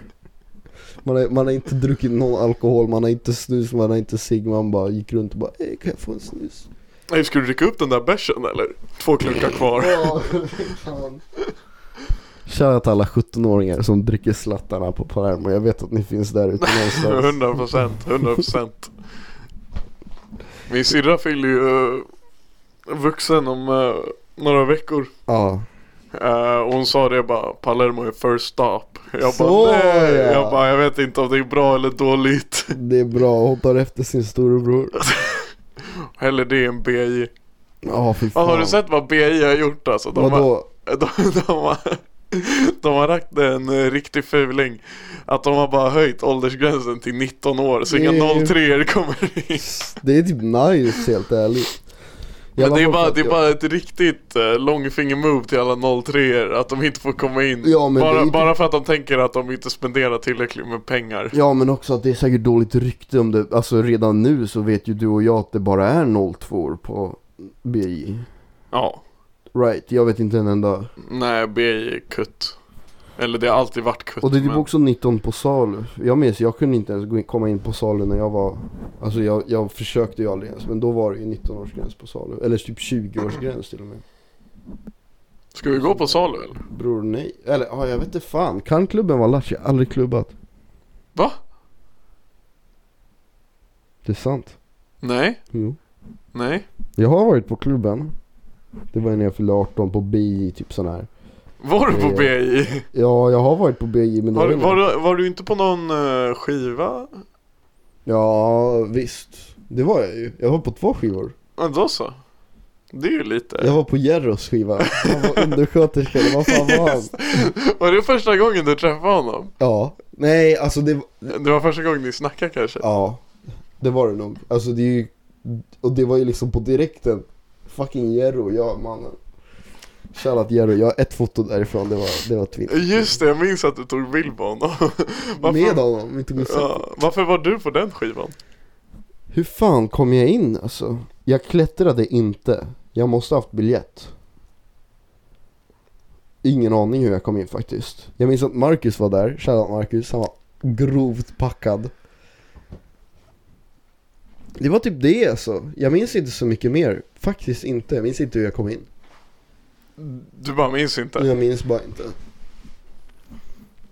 A: man har, man har inte druckit någon alkohol, man har inte snus, man har inte cigg Man bara gick runt och bara ey kan jag få en snus?
B: Nej, ska du dricka upp den där bärsen eller? Två klunkar kvar.
A: Ja, fan. Shoutout till alla 17-åringar som dricker slattarna på Palermo, jag vet att ni finns där ute någonstans
B: 100 procent, 100 procent. Min syrra fyller ju eh, vuxen om eh, några veckor.
A: Ja,
B: Eh, och hon sa det bara, Palermo är first stop. Jag
A: Så,
B: bara, nej.
A: ja.
B: Jag bara, jag vet inte om det är bra eller dåligt.
A: det är bra, hoppar efter sin storebror
B: Hellre det än BI.
A: Ja fy
B: Ja,
A: fan
B: har du sett vad BI har gjort alltså? De har,
A: Vadå?
B: de, de har, de har lagt en eh, riktig fuling. Att de har bara höjt åldersgränsen till 19 år så inga
A: Det är ju-
B: 03 kommer in.
A: Det är typ nice helt ärligt
B: Men
A: Jävla
B: det är,
A: folk
B: bara,
A: att
B: det är
A: jag-
B: bara ett riktigt uh, långfinger-move till alla 03 att de inte får komma in.
A: Ja, men det
B: bara,
A: är ju-
B: bara för att de tänker att de inte spenderar tillräckligt med pengar.
A: Ja men också att det är säkert dåligt rykte om det, alltså redan nu så vet ju du och jag att det bara är 02 på BI
B: Ja,
A: Right, jag vet inte en enda
B: nej BI är kutt. Eller det har alltid varit kutt.
A: Och det är typ
B: men-
A: också 19 på salu. Jag minns, jag kunde inte ens gå in, komma in på salu när jag var Alltså jag, jag försökte ju aldrig ens men då var det ju 19-årsgräns på salu. Eller typ 20-årsgräns till och med.
B: Ska vi gå på salu eller?
A: Bror nej. Eller ja, jag vet inte fan. Kan klubben vara lattjo? Jag har aldrig klubbat.
B: Va?
A: Det är sant.
B: Nej,
A: Jo.
B: nej.
A: Jag har varit på klubben. Det var när jag fyllde 18 på BI, typ sån här.
B: Var du på
A: Eh,
B: BI?
A: Ja, jag har varit på BI men det
B: Var,
A: var
B: var,
A: innan.
B: du- var du inte på någon eh, skiva?
A: Ja, visst. Det var jag ju. Jag var på två skivor.
B: Ja, då så. Det är ju lite.
A: Jag var på Jerros skiva. Han var undersköterska, eller vad fan var han?
B: Var det första gången du träffade honom?
A: Ja. Nej, alltså det
B: Det var första gången ni snackade kanske?
A: Ja, det var det nog. Alltså det är ju, och det var ju liksom på direkten. Fucking Jerro, ja mannen. Shoutout Jerro, jag har ett foto därifrån, det var, det var twin.
B: Just det, jag minns att du tog bild på honom.
A: Med honom, inte gå ja.
B: ja, varför var du på den skivan?
A: Hur fan kom jag in alltså? Jag klättrade inte. Jag måste haft biljett. Ingen aning hur jag kom in faktiskt. Jag minns att Marcus var där, shoutout Marcus, han var grovt packad. Det var typ det alltså. Jag minns inte så mycket mer. Faktiskt inte. Jag minns inte hur jag kom in.
B: Du bara minns inte.
A: Jag minns bara inte.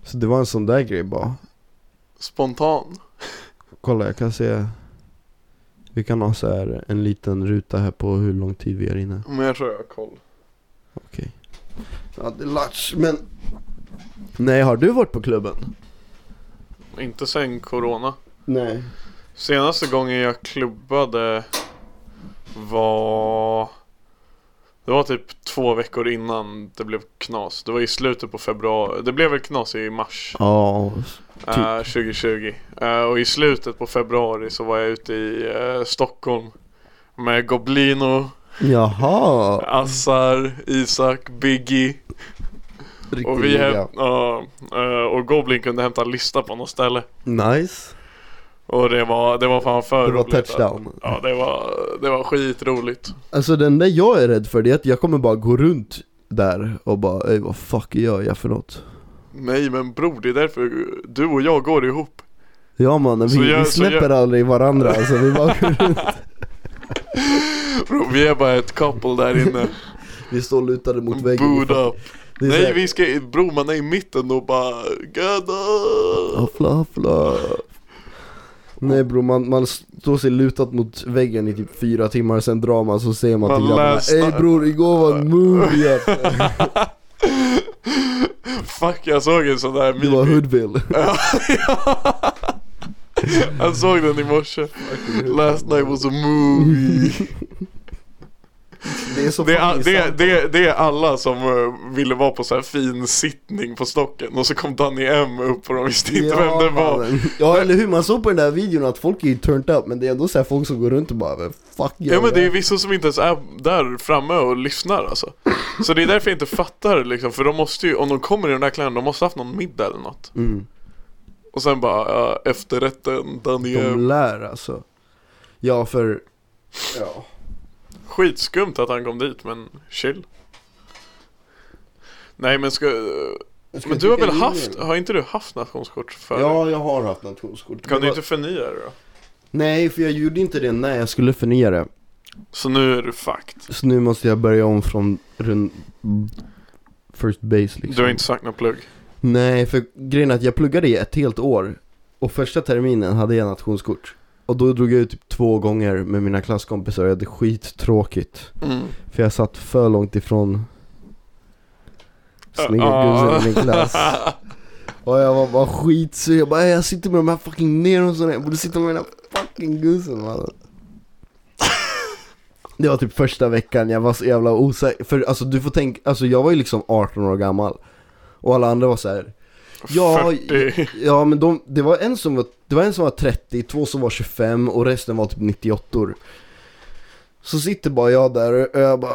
A: Så det var en sån där grej bara.
B: Spontan.
A: Kolla jag kan se. Vi kan ha så här en liten ruta här på hur lång tid vi är inne.
B: Men jag tror jag har koll.
A: Okej. Ja, det är latch, men... Nej, har du varit på klubben?
B: Inte sen corona.
A: Nej.
B: Senaste gången jag klubbade var... Det var typ två veckor innan det blev knas. Det var i slutet på februari. Det blev väl knas i mars
A: Ja, Typ.
B: eh, 2020. Eh, och i slutet på februari så var jag ute i eh, Stockholm med Goblino,
A: jaha.
B: Assar, Isak, Biggie. Och, vi
A: riktiga.
B: häm- ja, eh, och Goblin kunde hämta en lista på något ställe.
A: Nice.
B: Och det var, det var fan för
A: Det var
B: roligt. alltså.
A: touchdown.
B: Ja, det var, det var skitroligt.
A: Alltså den där jag är rädd för, det är att jag kommer bara gå runt där och bara Ey, vad fuck gör jag för något?
B: Nej men bror, det är därför du och jag går ihop.
A: Ja mannen,
B: Så
A: vi,
B: jag-
A: vi
B: så
A: släpper aldrig varandra alltså, vi bara går runt.
B: Bror, vi är bara ett couple där inne.
A: Vi står lutade mot väggen
B: Boot up.
A: Det är
B: Nej
A: såhär,
B: vi ska, bror man är i mitten och bara God up.
A: Haffla haffla Nej bror, man, man står sig lutat mot väggen i typ fyra timmar, sen drar man så säger man
B: Man
A: till grabbarna
B: läsnar.
A: Ey bror, igår var en movie alltså.
B: Fuck jag såg en sån där
A: Det var
B: meme.
A: Hoodville
B: Jag såg den i morse. Last night was a movie.
A: det är så
B: Det är,
A: fucking
B: det,
A: sant.
B: det, det är alla som eh, ville vara på så här fin sittning på stocken och så kom Danny M upp och de visste inte vem det var.
A: mannen. Ja eller hur, man såg på den där videon att folk är ju turned up men det är ändå så här folk som går runt och bara "Vem fuck
B: Ja
A: gör
B: men det är
A: här?"
B: vissa som inte ens är där framme och lyssnar alltså. Så det är därför jag inte fattar liksom, för de måste ju, om de kommer i de där kläderna, de måste ha haft någon middag eller något.
A: mm.
B: Och sen bara, ja, efterrätten, Danny
A: De
B: M.
A: lär alltså Ja för, ja
B: Skitskumt att han kom dit men chill. Nej men ska,
A: Ska
B: men
A: jag
B: du har
A: trycka
B: väl
A: in
B: haft,
A: den?
B: har inte du haft nationskort för?
A: Ja jag har haft nationskort
B: Kan
A: Det
B: du
A: var-
B: inte förnya det då?
A: Nej för jag gjorde inte det när jag skulle förnya det
B: Så nu är du fucked.
A: Så nu måste jag börja om från rund... First base liksom
B: Du har inte sagt något plugg.
A: Nej, för grejen är att jag pluggade i ett helt år och första terminen hade jag nationskort. Och då drog jag ut typ två gånger med mina klasskompisar och jag hade skittråkigt. För jag satt för långt ifrån
B: Ja.
A: snickargussen i min klass. Och jag var bara skitsur, jag bara "Ey, jag sitter med de här fucking neronsen, jag borde sitta med den här fucking gussen mannen. Det var typ första veckan, jag var så jävla osäker, för alltså du får tänka, alltså jag var ju liksom 18 år gammal. Och alla andra var så här. Ja,
B: 40.
A: ja men de, det, var en som var, det var en som var 30, två som var 25 och resten var typ 98 år. Så sitter bara jag där och jag bara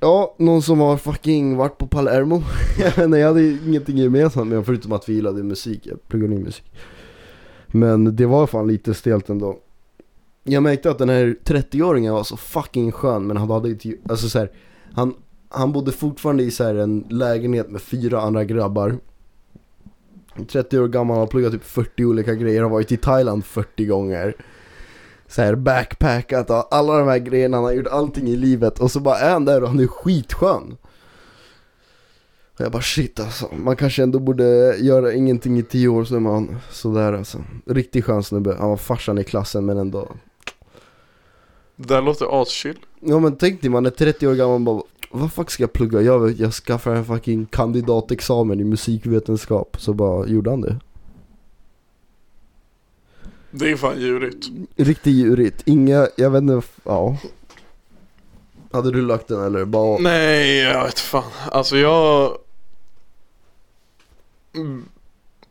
A: Ja, någon som har fucking varit på Palermo Jag vet inte, jag hade ingenting gemensamt med dem förutom att vi gillade musik, jag pluggade in musik Men det var fan lite stelt ändå Jag märkte att den här 30-åringen var så fucking skön men han hade inte, alltså så här, han, han bodde fortfarande i så här en lägenhet med fyra andra grabbar 30 år gammal, har pluggat typ 40 olika grejer, har varit i Thailand 40 gånger så här backpackat och alla de här grejerna, han har gjort allting i livet och så bara är han där och han är skitskön. Och jag bara shit alltså, man kanske ändå borde göra ingenting i 10 år så är man sådär alltså. Riktig skön snubbe, han var farsan i klassen men ändå.
B: Det där låter aschill.
A: Ja men tänk dig man är 30 år gammal och bara vad fuck ska jag plugga? Jag, vet, jag skaffar en fucking kandidatexamen i musikvetenskap. Så bara gjorde han det.
B: Det är fan djurigt.
A: Riktigt djurigt, inga, jag vet inte, ja. Hade du lagt den eller? Bara,
B: Nej, jag vet fan. Alltså jag... Mm,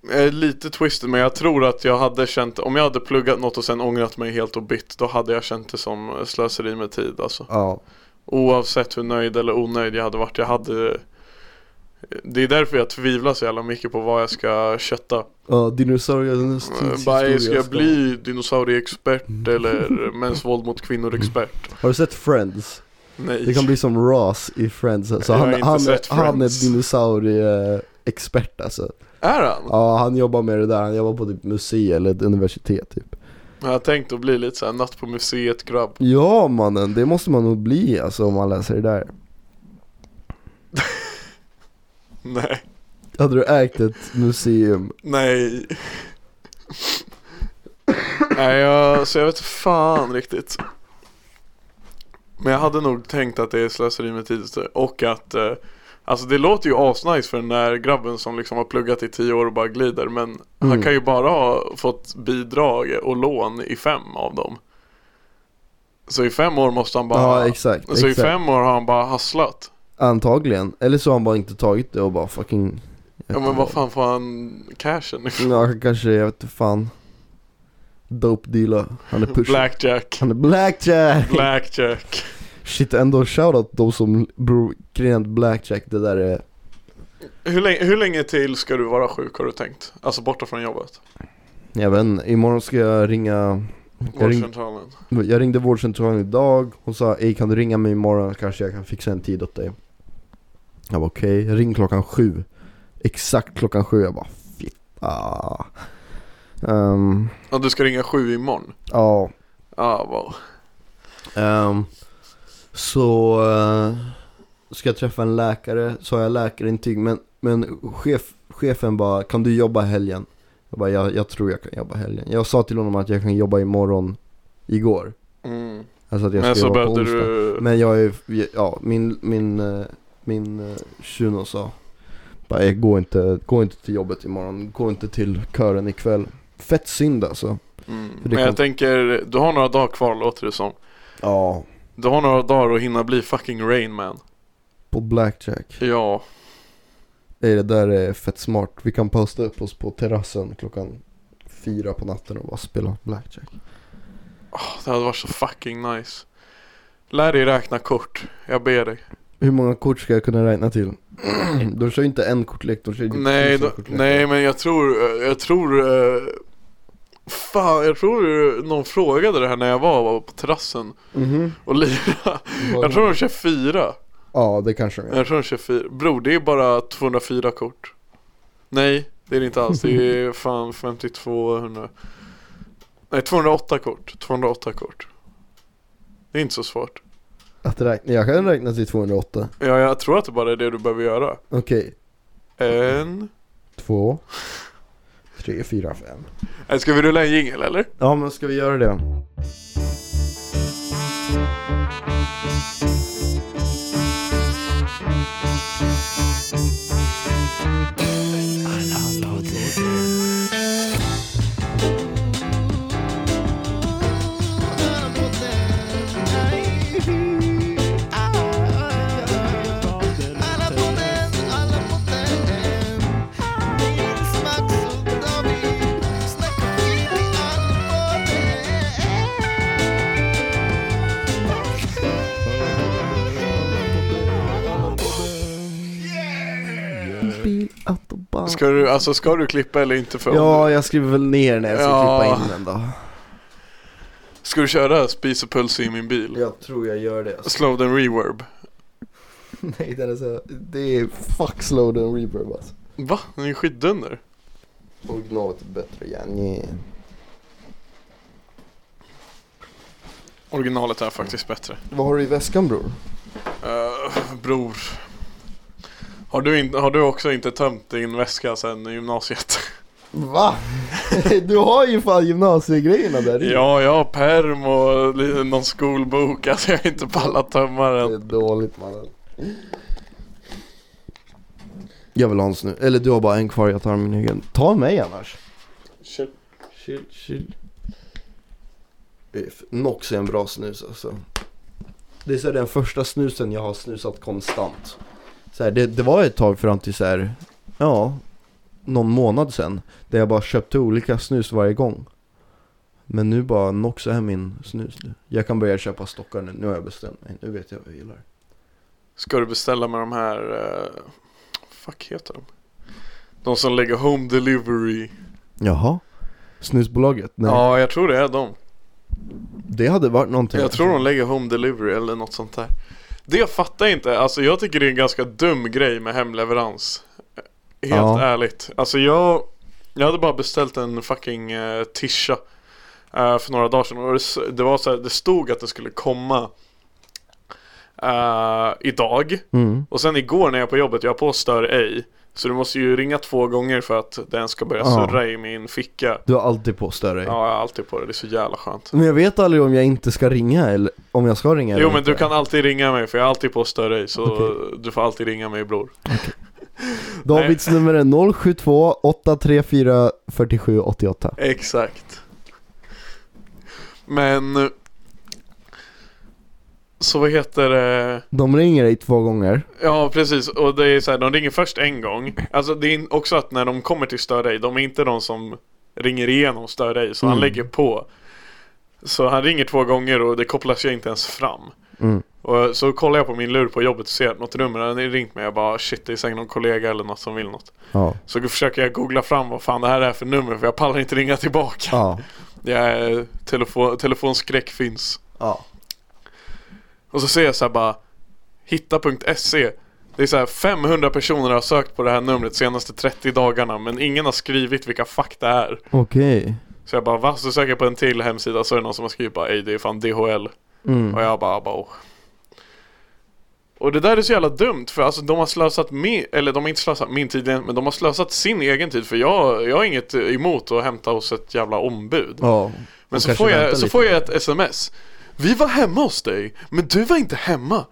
B: Jag är lite twisted men jag tror att jag hade känt, om jag hade pluggat något och sen ångrat mig helt och bytt, då hade jag känt det som slöseri med tid alltså.
A: ja.
B: Oavsett hur nöjd eller onöjd jag hade varit, jag hade... Det är därför jag tvivlar så jävla mycket på vad jag ska kötta.
A: Ja, dinosauriernas
B: Eh,
A: tidshistoria
B: Bara, ska jag
A: ska- Mm.
B: bli dinosaurieexpert eller mäns våld mot kvinnor-expert?
A: Har du sett Friends?
B: Nej.
A: Det kan bli som Ross i Friends alltså,
B: Jag har
A: han,
B: inte
A: han,
B: sett
A: han är
B: Friends.
A: dinosaurieexpert alltså
B: Är han?
A: Ja, han jobbar med det där, han jobbar på typ museum eller ett universitet typ
B: Jag har tänkt att bli lite såhär natt på museet grabb
A: Ja mannen, det måste man nog bli alltså om man läser det där
B: Nej,
A: Hade du ägt ett museum?
B: nej Nej jag, så jag vet fan riktigt Men jag hade nog tänkt att det är slöseri med tid och att eh, Alltså det låter ju asnice för den där grabben som liksom har pluggat i tio år och bara glider men han
A: Mm.
B: kan ju bara ha fått bidrag och lån i fem av dem Så i fem år måste han bara
A: ja exakt,
B: Så i
A: exakt.
B: fem år har han bara hasslat
A: Antagligen, eller så har han bara inte tagit det och bara fucking
B: Ja men vad fan får han cashen ifrån?
A: Ja kanske, jag vet inte fan Dope dealer, han är push
B: Blackjack
A: Han är blackjack!
B: Blackjack
A: Shit ändå shoutout de som, bror, rent blackjack det där är
B: hur länge, hur länge till ska du vara sjuk har du tänkt? Alltså borta från jobbet?
A: Jag vet inte, imorgon ska jag ringa jag, ring,
B: Vårdcentralen?
A: jag ringde vårdcentralen idag, hon sa Ey kan du ringa mig imorgon kanske jag kan fixa en tid åt dig Jag var okej, ring klockan sju Exakt klockan sju, jag bara fitta Ehm,
B: Ja du ska ringa sju imorgon?
A: Ja,
B: Ah, wow.
A: Ehm, så eh, ska jag träffa en läkare, så har jag läkarintyg men, men chef, chefen bara kan du jobba helgen? Jag bara jag, jag tror jag kan jobba helgen. Jag sa till honom att jag kan jobba imorgon igår.
B: mm.
A: Alltså att jag
B: Men
A: ska
B: så
A: jobba på
B: behövde
A: onsdag.
B: du...
A: Men jag är, ja min, min, eh, min eh, shuno sa bara jag går inte, går inte till jobbet imorgon, går inte till kören ikväll. Fett synd alltså.
B: Mm.
A: det
B: Men jag
A: kom-
B: tänker, du har några dagar kvar låter det som
A: Ja.
B: Du har några dagar att hinna bli fucking Rain Man.
A: På blackjack
B: Ja,
A: Ey det där är fett smart, vi kan posta upp oss på terrassen klockan fyra på natten och bara spela blackjack
B: åh, det hade varit så fucking nice. Lär dig räkna kort, jag ber dig.
A: Hur många kort ska jag kunna räkna till? de kör ju inte en kortlek, de kör ju typ
B: Nej,
A: tusen
B: då,
A: kortlekar.
B: nej men jag tror, jag tror eh, Fan, jag tror eh, någon frågade det här när jag var på terrassen
A: Mhm.
B: och lirade Jag tror de kör fyra
A: Ja det kanske de gör
B: Jag tror de kör fyra Bror, det är bara 204 kort Nej, det är det inte alls Det är fan 52, 100 Nej, 208 kort 208 kort Det är inte så svårt
A: Att räkna, jag kan räkna till 208
B: Ja, jag tror att det bara är det du behöver göra
A: Okej,
B: En
A: två, tre, fyra, fem
B: Nej, Ska vi rulla en jingel eller?
A: Ja men ska vi göra det? Autobahn.
B: Ska du, alltså ska du klippa eller inte för
A: Ja jag skriver väl ner när jag ska
B: Ja.
A: klippa in den då
B: Ska du köra Spis och puls i min bil?
A: Jag tror jag gör det
B: Slow den reverb
A: Nej den är så, det är fuck slow den reverb alltså
B: Va? Den är skitdunder
A: Originalet är bättre igen
B: Originalet är faktiskt bättre
A: Vad har du i väskan bror?
B: Eh, Bror har du, in, har du också inte tömt din väska sen gymnasiet?
A: Va? du har ju fan gymnasiegrejerna där i.
B: ja, jag har perm och li- någon skolbok Alltså jag har inte pallat tömma
A: Det
B: den
A: är dåligt mannen Jag vill ha en snu, eller du har bara en kvar, jag tar min egen Ta mig annars Chill, chill Nox är en bra snus alltså Det är så här, den första snusen jag har snusat konstant så här, det, det var ett tag fram till så här, ja, någon månad sen Där jag bara köpte olika snus varje gång Men nu bara, Nox är min snus nu Jag kan börja köpa stockar nu, nu har jag bestämt mig, nu vet jag vad jag gillar
B: Ska du beställa med de här, eh, fuck heter de? De som lägger home delivery
A: Jaha? Snusbolaget? Nej,
B: Ja, jag tror det är de
A: det hade varit någonting
B: Jag tror de lägger home delivery eller något sånt där Det fattar jag inte, alltså jag tycker det är en ganska dum grej med hemleverans Helt
A: Ja.
B: ärligt Alltså jag Jag hade bara beställt en fucking eh, tisha eh, För några dagar sedan och det, s- det var så här, det stod att det skulle komma eh, Idag
A: mm.
B: Och sen igår när jag är på jobbet, jag har på stör ej Så du måste ju ringa två gånger för att den ska börja
A: Ja.
B: surra i min ficka
A: Du har alltid på större
B: Ja, jag har alltid på det, det är så jävla skönt
A: Men jag vet aldrig om jag inte ska ringa eller om jag ska ringa
B: Jo
A: eller
B: men
A: inte.
B: du kan alltid ringa mig för jag har alltid postar dig så
A: Okej.
B: du får alltid ringa mig bror
A: Davids nummer är 072 834 4788
B: Exakt Men Så vad heter det
A: De ringer dig två gånger
B: Ja precis och det är så här, de ringer först en gång Alltså det är också att när de kommer till stör dig, de är inte de som ringer igenom stör dig så han
A: Mm.
B: lägger på Så han ringer två gånger och det kopplas ju inte ens fram
A: mm.
B: Och så kollar jag på min lur på jobbet och ser att något nummer har ringt mig Jag bara shit det är säkert någon kollega eller något som vill något
A: Ja,
B: Så försöker jag googla fram vad fan det här är för nummer för jag pallar inte ringa tillbaka.
A: ja,
B: Jag är, telefon, telefonskräck finns.
A: ja
B: Och så ser jag så här bara hitta.se. E. Det är så här 500 personer har sökt på det här numret de senaste 30 dagarna men ingen har skrivit vilka fuck det är.
A: Okej
B: Så jag bara va? Så söker jag på en till hemsida så är det någon som har skrivit bara ej det är fan DHL.
A: mm.
B: Och jag bara bara oh. Och det där är så jävla dumt för alltså de har slösat min, eller de har inte slösat min tid än, men de har slösat sin egen tid för jag, jag har inget emot att hämta hos ett jävla ombud.
A: Ja,
B: men
A: och
B: så
A: kanske
B: får,
A: vänta
B: jag, så
A: lite.
B: får jag ett sms. Vi var hemma hos dig, men du var inte hemma.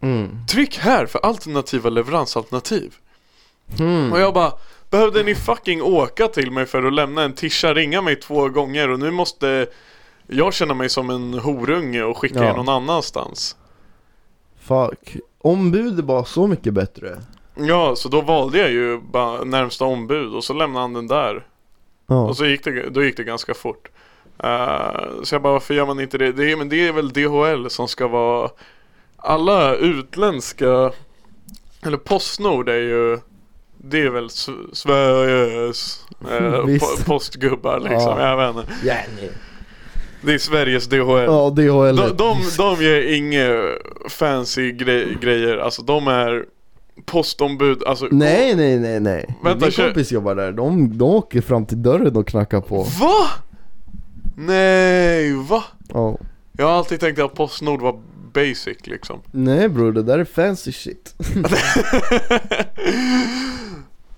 A: mm.
B: Tryck här för alternativa leveransalternativ.
A: Mm.
B: Och jag bara, behövde ni fucking åka till mig för att lämna en tisha, ringa mig två gånger och nu måste Jag känner mig som en horunge och skickar
A: Ja.
B: er någon annanstans.
A: Fuck. Ombud är bara så mycket bättre.
B: Ja, så då valde jag ju bara närmsta ombud och så lämnade han den där.
A: Ja.
B: Och så gick det, då gick det ganska fort. Eh, så jag bara, varför gör man inte det? det? är- Men det är väl DHL som ska vara Alla utländska Eller Postnord är ju Det är väl Sv- Sveriges eh,
A: Visst.
B: po- postgubbar liksom,
A: Ja.
B: jag vet inte.
A: Ja,
B: Det är Sveriges DHL
A: ja DHL.
B: de, de, de ger inga fancy gre- grejer, alltså de är postombud, alltså
A: Nej, nej, nej, nej.
B: Vänta,
A: Min
B: kör-
A: kompis jobbar där. De, de åker fram till dörren och knackar på.
B: Va? Nej, va?
A: Ja.
B: Jag har alltid tänkt att Postnord var basic liksom
A: Nej bror, det där är fancy shit.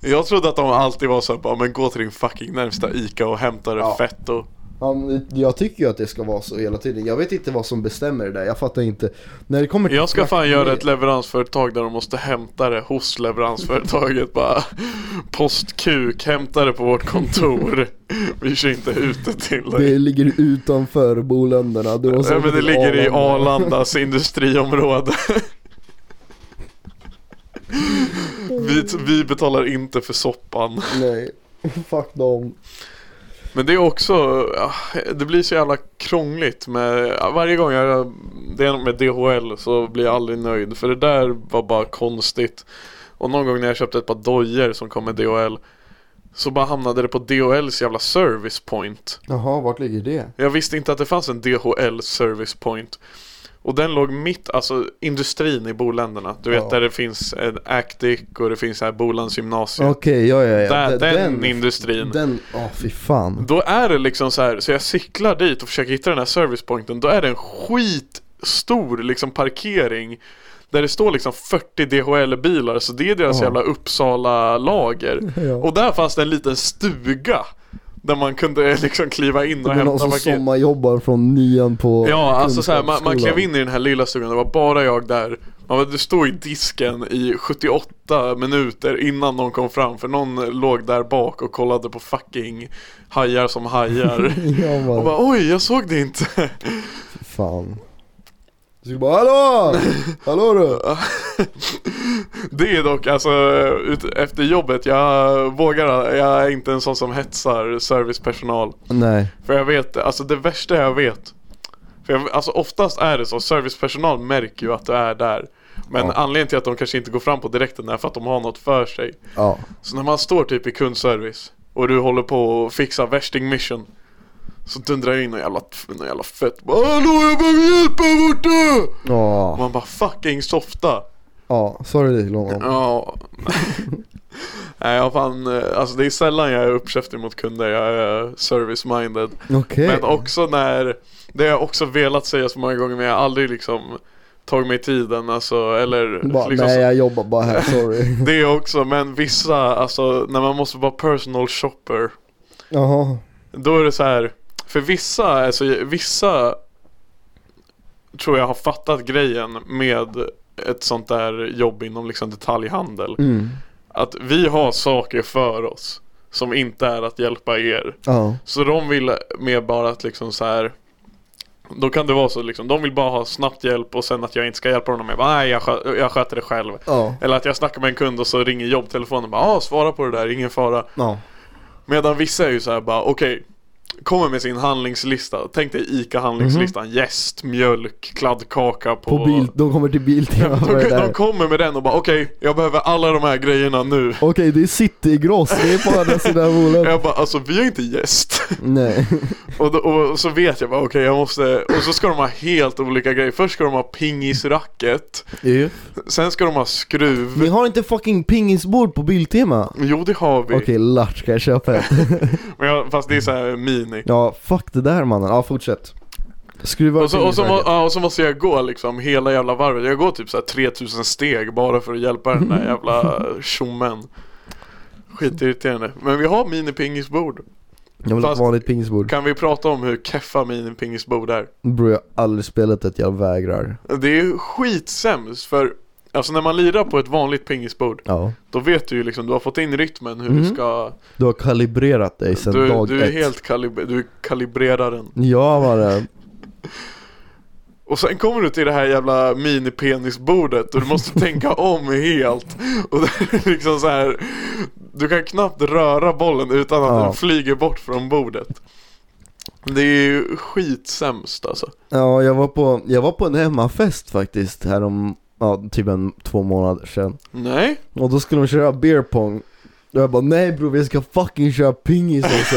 B: Jag trodde att de alltid var såhär bara, men gå till din fucking närmsta ICA och hämta det
A: Ja.
B: fett och
A: Ja, men jag tycker ju att det ska vara så hela tiden. Jag vet inte vad som bestämmer det där. Jag fattar inte. När det kommer till
B: Jag ska fan
A: frakt-
B: göra ett leveransföretag där de måste hämta det hos leveransföretaget bara Postkuk, hämta det på vårt kontor Vi kör inte ute till dig
A: Det ligger utanför boländerna. Det, var
B: Nej, men
A: säkert
B: det
A: en
B: ligger i Arlandas industriområde. Vi, vi betalar inte för soppan.
A: Nej, fuck dem.
B: Men det är också, ah, det blir så jävla krångligt med, varje gång jag, det är med DHL så blir jag aldrig nöjd. För det där var bara konstigt. Och någon gång när jag köpte ett par dojor som kom med DHL så bara hamnade det på DHLs jävla service point.
A: Jaha, vart ligger det?
B: Jag visste inte att det fanns en DHL Service Point. Och den låg mitt, alltså industrin i boländerna. Du vet
A: Ja.
B: där det finns en Actic och det finns här Bolands gymnasium.
A: Okej, ja ja ja.
B: Där,
A: D-
B: den, industrin.
A: Den, åh fy fan.
B: Då är det liksom så här, så jag cyklar dit och försöker hitta den här service pointen. Då är det en skitstor liksom parkering. Där det står liksom 40 DHL-bilar, så det är deras
A: Ja.
B: jävla Uppsala-lager.
A: Ja.
B: Och där fanns det en liten stuga. Där man kunde liksom kliva in och
A: Det är någon
B: hämta
A: som
B: paket.
A: sommarjobbar från nian på
B: Ja, alltså så här, man, man klev
A: kunskapsskolan.
B: in i den här lilla stugan, det var bara jag där. Man bara, du stod i disken i 78 minuter innan någon kom fram för någon låg där bak och kollade på fucking hajar som hajar.
A: Ja
B: och
A: man,
B: bara oj, jag såg det inte.
A: fan. Du skulle bara hallå! Hallå du!
B: det är dock alltså, ut, efter jobbet, jag vågar, jag är inte en sån som hetsar servicepersonal.
A: Nej.
B: För jag vet, alltså det värsta jag vet för jag, Alltså oftast är det så, servicepersonal märker ju att du är där Men
A: Ja.
B: anledningen till att de kanske inte går fram på direkten är för att de har något för sig
A: Ja.
B: Så när man står typ i kundservice och du håller på att fixa värsting mission Så dundrar jag in någon jävla, någon jävla fett bara, Hallå jag behöver hjälp här borta! Och
A: Ja.
B: man bara fucking softa
A: Ja, sorry till honom.
B: Ja Nej jag fan, eh, alltså det är sällan jag är uppkäftig mot kunder, jag är service-minded
A: Okej.
B: men också när, det har jag också velat säga så många gånger men jag har aldrig liksom tagit mig tiden alltså eller
A: Bara,
B: liksom,
A: nej jag jobbar bara här, sorry.
B: Det också men vissa alltså när man måste vara personal shopper
A: Jaha.
B: Då är det så här för vissa, alltså vissa tror jag har fattat grejen med ett sånt där jobb inom liksom detaljhandel
A: Mm.
B: Att vi har saker för oss som inte är att hjälpa er
A: Ja.
B: så de vill mer bara att liksom så här. Då kan det vara så liksom, de vill bara ha snabbt hjälp och sen att jag inte ska hjälpa dem. Jag bara, nej jag, skö- jag sköter det själv.
A: Ja.
B: Eller att jag snackar med en kund och så ringer jobbtelefonen och bara, ah, svara på det där, ingen fara.
A: Ja.
B: Medan vissa är ju så här bara, okej. kommer med sin handlingslista. Tänk dig ICA-handlingslistan. Jäst, mjölk, kladdkaka på...
A: Mhm. På bil, de kommer till
B: De,
A: biltillverkare där.
B: de kommer med den och bara, okej, jag behöver alla de här grejerna nu.
A: Okej, det är citygross, det är på andra sidan volen.
B: Jag bara, alltså vi är inte gäst.
A: Nej.
B: Och, då, och så vet jag bara okej jag måste Och så ska de ha helt olika grejer Först ska de ha pingisracket
A: Jo.
B: Sen ska de ha skruv
A: Ni har inte fucking pingisbord på Biltema?
B: Jo det har vi
A: Okej, lart ska jag köpa ett?
B: men jag, Fast det är så här mini
A: ja, fuck det där mannen. Ja, fortsätt. Skruva
B: och så, och, så, må-
A: pingisracket.
B: ja, och så måste jag gå liksom hela jävla varvet Jag går typ så här 3000 steg bara för att hjälpa den där jävla tjommen Skitirriterande Men vi har minipingisbord
A: Jag vill ha ett
B: fast-
A: vanligt pingisbord.
B: Kan vi prata om hur keffa minipingisbord är?
A: Bror jag har aldrig spelat ett, jag vägrar.
B: Det är skitsämst för Alltså när man lirar på ett vanligt pingisbord
A: Ja.
B: Då vet du ju liksom, du har fått in rytmen hur du
A: Mhm.
B: ska
A: Du har kalibrerat dig sedan
B: du,
A: dag
B: du är
A: ett.
B: helt kalib du kalibrerar den
A: Ja mannen.
B: Och sen kommer du till det här jävla minipenisbordet och du måste tänka om helt Och det är liksom så här. Du kan knappt röra bollen utan att
A: Ja.
B: den flyger bort från bordet Det är ju skitsämst alltså
A: Ja jag var på, jag var på en hemmafest faktiskt härom, ja typ en två månader sedan.
B: Nej,
A: Och då skulle de köra beer pong. Och jag bara nej bror vi ska fucking köra pingis alltså.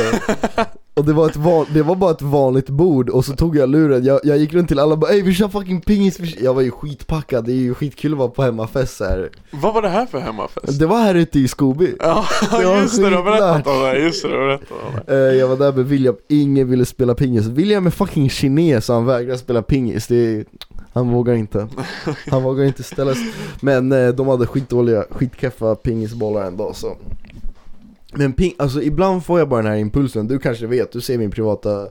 A: Och det var, ett van, det var bara ett vanligt bord och så tog jag luren, jag, jag gick runt till alla och bara ey vi kör fucking pingis, vi kör-" jag var ju skitpackad, det är ju skitkul att vara på hemmafest så här.
B: vad var det här för hemmafest?
A: Det var här ute i Skoby
B: Ja
A: var
B: just det, du har berättat om det, just det, du har berättat om det
A: Eh, Jag var där med William, ingen ville spela pingis William är fucking kines så han vägrar spela pingis det är, Han vågar inte Han vågar inte ställa sig Men eh, de hade skitdåliga, skitkeffa pingisbollar en dag så Men ping, alltså ibland får jag bara den här impulsen Du kanske vet, du ser min privata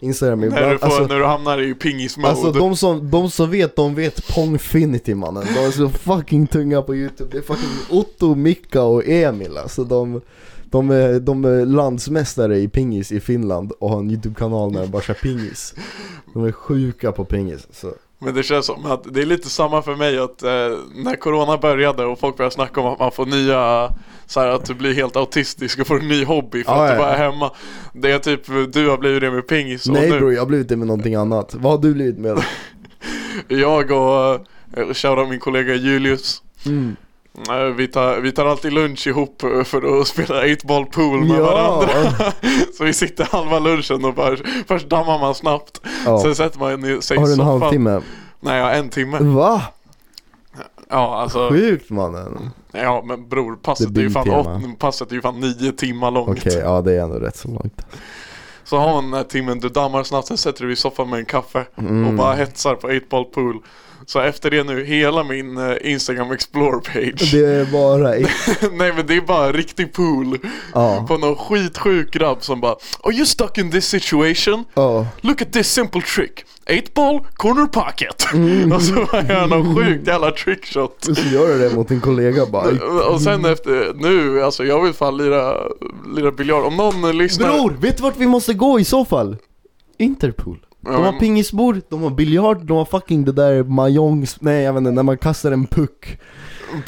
A: Instagram ibland
B: När du, får,
A: alltså,
B: när du hamnar i pingismode
A: Alltså de som, de som vet, de vet Pongfinity mannen De är så fucking tunga på youtube Det är fucking Otto, Mika och Emil alltså de, de, är, de är landsmästare i pingis i Finland och har en youtube-kanal när de bara kör pingis De är sjuka på pingis så.
B: Men det känns som att det är lite samma för mig att eh, när corona började och folk började snacka om att man får nya så här, att du blir helt autistisk och får en ny hobby för
A: Ja,
B: att du
A: ja,
B: bara är
A: ja.
B: hemma Det är typ, du har blivit det med pingis och
A: Nej
B: nu,
A: bror, jag har blivit det med någonting annat Vad har du blivit med?
B: jag och eh, shoutout min kollega Julius
A: Mm.
B: eh, vi tar, vi tar alltid lunch ihop eh, för att spela 8-ball pool med
A: Ja.
B: varandra Så vi sitter halva lunchen och bara, först dammar man snabbt
A: Ja.
B: Sen sätter man sig i
A: Har du en
B: soffan
A: halvtimme?
B: Nej, ja, en timme
A: Va?
B: Ja, alltså
A: Sjukt mannen!
B: Ja men bror,
A: Det
B: passet är
A: blir
B: ju fan,
A: tema.
B: åt, passet är ju fan nio timmar långt
A: Okej, ja det är ändå rätt så långt
B: Så har man den här timmen, du dammar snabbt, sen sätter du dig i soffan med en kaffe och
A: Mm.
B: bara hetsar på 8-ball pool Så efter det nu, hela min eh, Instagram explore page
A: Det är bara ett,
B: Nej men det är bara riktig pool
A: ja,
B: På någon skitsjuk grabb som bara Are you stuck in this situation?
A: ja
B: Look at this simple trick 8-ball corner pocket
A: Mm.
B: Och så bara gör han någon sjukt jävla trickshot
A: Och så gör du det mot din kollega bara
B: Och sen efter, nu alltså jag vill fan lira, lira biljard Om någon eh, lyssnar
A: Bror, vet du vart vi måste gå i så fall? Interpol. De
B: Ja,
A: har
B: men-
A: pingisbord, de har biljard, de har fucking det där majongs, nej jag vet inte, när man kastar en puck.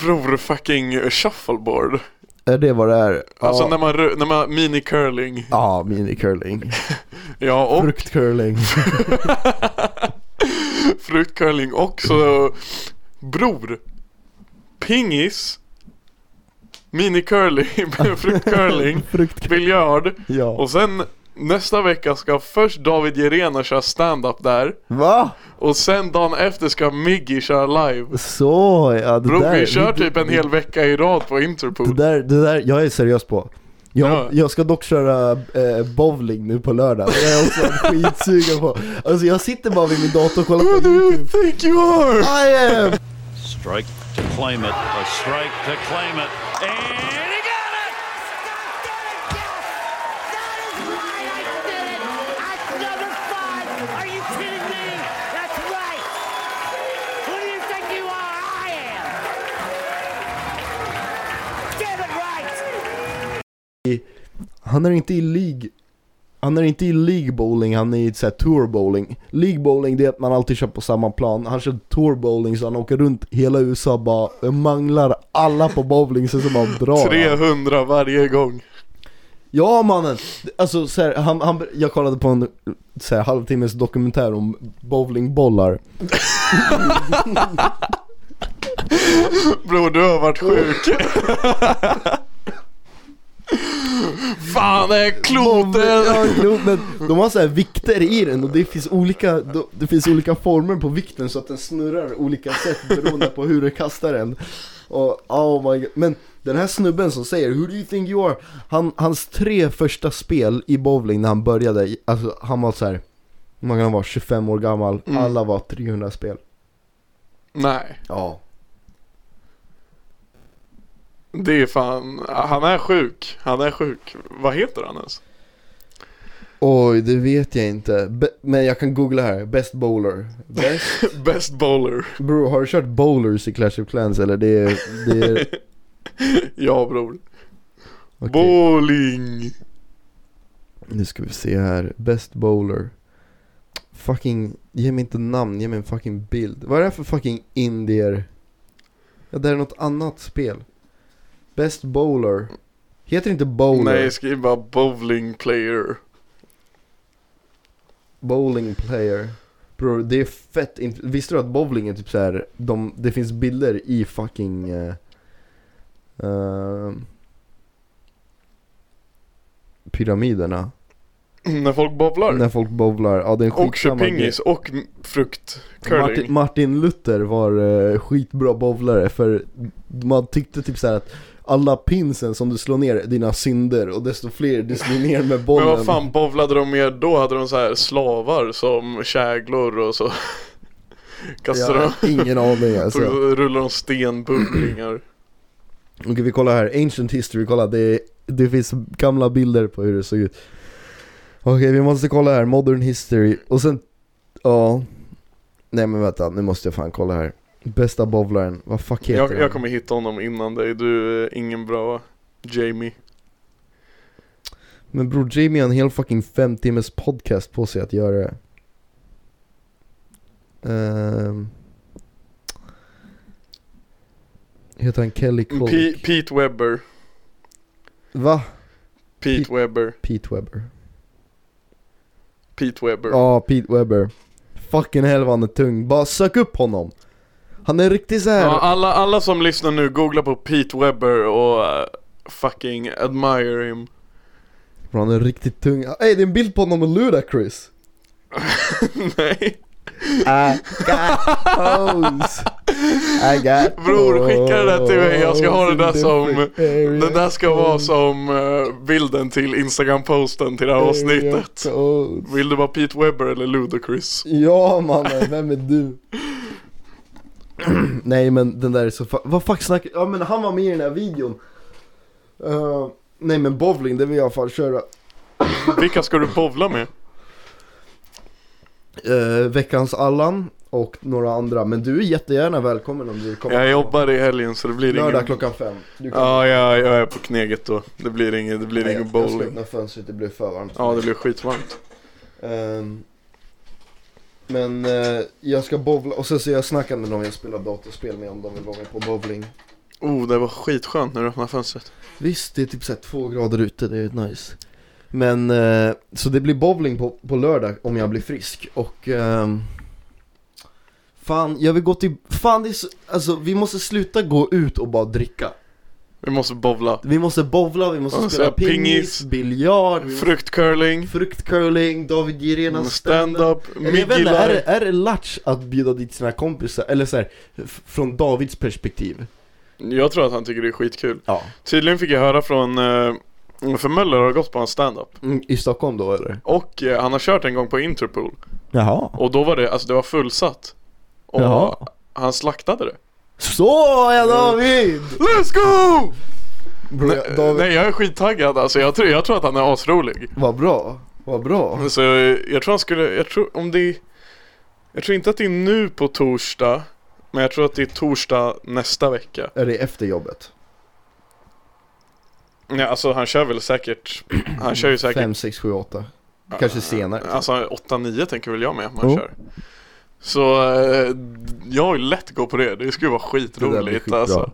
B: Bror fucking shuffleboard
A: Är det vad det är?
B: Alltså
A: ja,
B: när man, rö- när man, mini-curling
A: ja minicurling.
B: Ja och
A: Fruktcurling.
B: fruktcurling också Bror Pingis Mini-curling, fruktcurling,
A: Frukt...
B: biljard
A: Ja.
B: Och sen nästa vecka ska först David Gerena köra stand-up där
A: Va?
B: Och sen dagen efter ska Miggy köra live
A: Så ja, det
B: Bror
A: där.
B: vi kör typ en hel vecka i rad på
A: Det
B: Interpol
A: där, det där, jag är seriös på. Jag,
B: Ja.
A: jag ska dock köra eh, bowling nu på lördag, det är jag också skitsugen på. Alltså jag sitter bara vid min dator och kollar
B: Who
A: på
B: do you
A: YouTube.
B: think you are?
A: I am!
C: Strike to claim it. A strike to claim it. And he got it!
D: That is right, I did it! That's number five! Are you kidding me? That's right! Who do you think you are? I am! Damn it right!
A: Han är inte i League Han är inte i League bowling, han är i så här Tour bowling League bowling det är att man alltid kör på samma plan Han kör Tour bowling så han åker runt hela USA bara manglar alla på bowling sen så bara drar han.
B: 300 varje gång
A: Ja mannen! Alltså så här, han, han, jag kollade på en så här, halvtimmes dokumentär om bowlingbollar
B: Bror du har varit sjuk Fan det är
A: Ja,
B: kloten!
A: jo, men de har så här vikter i den och det finns, olika, de- det finns olika former på vikten så att den snurrar olika sätt beroende på hur du kastar den. Och, oh my God. Men den här snubben som säger 'Who do you think you are?' Han, hans tre första spel i bowling när han började, alltså han var så här. hur många han var 25 år gammal,
B: Mm.
A: alla var 300 spel.
B: Nej,
A: Ja.
B: det är fan, han är sjuk, han är sjuk Vad heter han ens?
A: Oj, det vet jag inte. Be- men jag kan googla här. Best bowler. Best?
B: Best bowler.
A: Bro, har du kört bowlers i Clash of Clans eller? Det är... Det är
B: Ja bror.
A: okej.
B: Bowling.
A: Nu ska vi se här. Best bowler. Fucking... Ge mig inte namn, ge mig en fucking bild. Vad är det här för fucking indier? Ja, det här är något annat spel. Best bowler. Heter inte bowler?
B: Nej skriv bara bowling player.
A: Bowling player. Bror, det är fett int- Visste du att bowling är typ så här, de, det finns bilder i fucking... eh, eh, pyramiderna.
B: När folk bowlar.
A: När folk bowlar. Ja, det är en
B: och kör
A: skitsamma
B: pingis och m- frukt. Curling.
A: Martin, Martin Luther var eh, skitbra bowlare för man tyckte typ så här att alla pinsen som du slår ner är dina synder och desto fler du slår ner med bollen.
B: Men vad fan bowlade de med då? Hade de så här slavar som käglor och så kastade
A: Jag
B: de,
A: har ingen aning alltså.
B: tog, rullade de stenbubblingar.
A: Okej vi kollar här, ancient history, kolla det, det finns gamla bilder på hur det såg ut Okej vi måste kolla här, modern history och sen, ja Nej men vänta, nu måste jag fan kolla här Bästa bowlaren, vad fuck heter
B: Jag,
A: han?
B: jag kommer hitta honom innan dig, du är ingen bra Jamie.
A: Men bror Jamie har en hel fucking fem timmes podcast på sig att göra det Ehm. Heter han Kelly
B: P-
A: Kolik?
B: Mm, Pete Webber.
A: Va?
B: Pete,
A: Pete-
B: Webber.
A: Pete Webber
B: Pete Webber.
A: Ja, Pete Webber. Fucking helvete han är tung. Bara sök upp honom. Han är riktigt såhär...
B: Ja,
A: Ja,
B: alla, alla som lyssnar nu, googla på Pete Webber och eh, fucking admire him.
A: Han är riktigt tung. Ey, det är en bild på honom med Ludacris.
B: Nej.
A: I got hoes. I got
B: Bror, skicka det där till mig. Jag ska ha det där
A: hoes in
B: som-
A: different areas.
B: Den där ska vara som eh, bilden till Instagram-posten till det här avsnittet.
A: Area codes.
B: Vill du vara Pete Webber eller Ludacris?
A: Ja mannen, vem är du? Nej men den där är så fa- vad fuck snackar Ja men han var med i den här videon. Eh, nej men bowling, det vill jag fan köra.
B: Vilka ska du bowla med?
A: eh, veckans Allan och några andra. Men du är jättegärna välkommen om du kommer.
B: Jag jobbar i helgen så det blir
A: Lördag
B: ingen...
A: klockan fem. Du kan...
B: Ja, jag, jag är på kneget då. Det blir ingen, det blir
A: Nej,
B: ingen
A: Jag ska
B: bowling.
A: öppna fönstret, det blir för varmt.
B: Ja, det blir skitvarmt.
A: Ehm, men eh, jag ska bowla och sen så jag snackar med någon jag spelar datorspel med om de vill vara med på bowling.
B: Oh, det var skitskönt när du öppnade fönstret.
A: Visst, det är typ såhär två grader ute, det är ju nice. Men, eh, så det blir bowling på, på lördag om jag blir frisk och ehm, Fan, jag vill gå till, fan det är så, alltså vi måste sluta gå ut och bara dricka
B: Vi måste bowla.
A: Vi måste bowla, vi måste
B: Ja, så
A: spela
B: här,
A: pingis,
B: pingis,
A: biljard, vi måste-
B: Fruktcurling,
A: fruktcurling, David Girena stand-up
B: Mm, stand-up,
A: Eller jag vet inte, är, det-
B: miggilar.
A: är det latch att bjuda dit sina kompisar? Eller så här, f- från Davids perspektiv
B: Jag tror att han tycker det är skitkul.
A: Ja
B: Tydligen fick jag höra från, eh, för Möller har gått på hans stand-up.
A: mm, I Stockholm då eller?
B: Och eh, han har kört en gång på Interpol.
A: Jaha
B: Och då var det, alltså det var fullsatt. Och
A: Jaha.
B: han slaktade det.
A: Så ja David!
B: Let's go!
A: Bro, jag, David,
B: Nej jag är skittaggad alltså, jag tror, jag tror att han är asrolig.
A: vad bra, vad bra
B: Så eh, jag tror han skulle, jag tror om det är, Jag tror inte att det är nu på torsdag Men jag tror att det är torsdag nästa vecka
A: Är det efter jobbet?
B: Nej alltså han kör väl säkert Han kör ju säkert
A: fem sex sju åtta Kanske senare
B: Alltså 8-9 tänker väl jag med om han
A: Jo.
B: kör Så eh, jag vill lätt gå på det, det skulle vara
A: Det där blir
B: skitroligt
A: skitbra.
B: alltså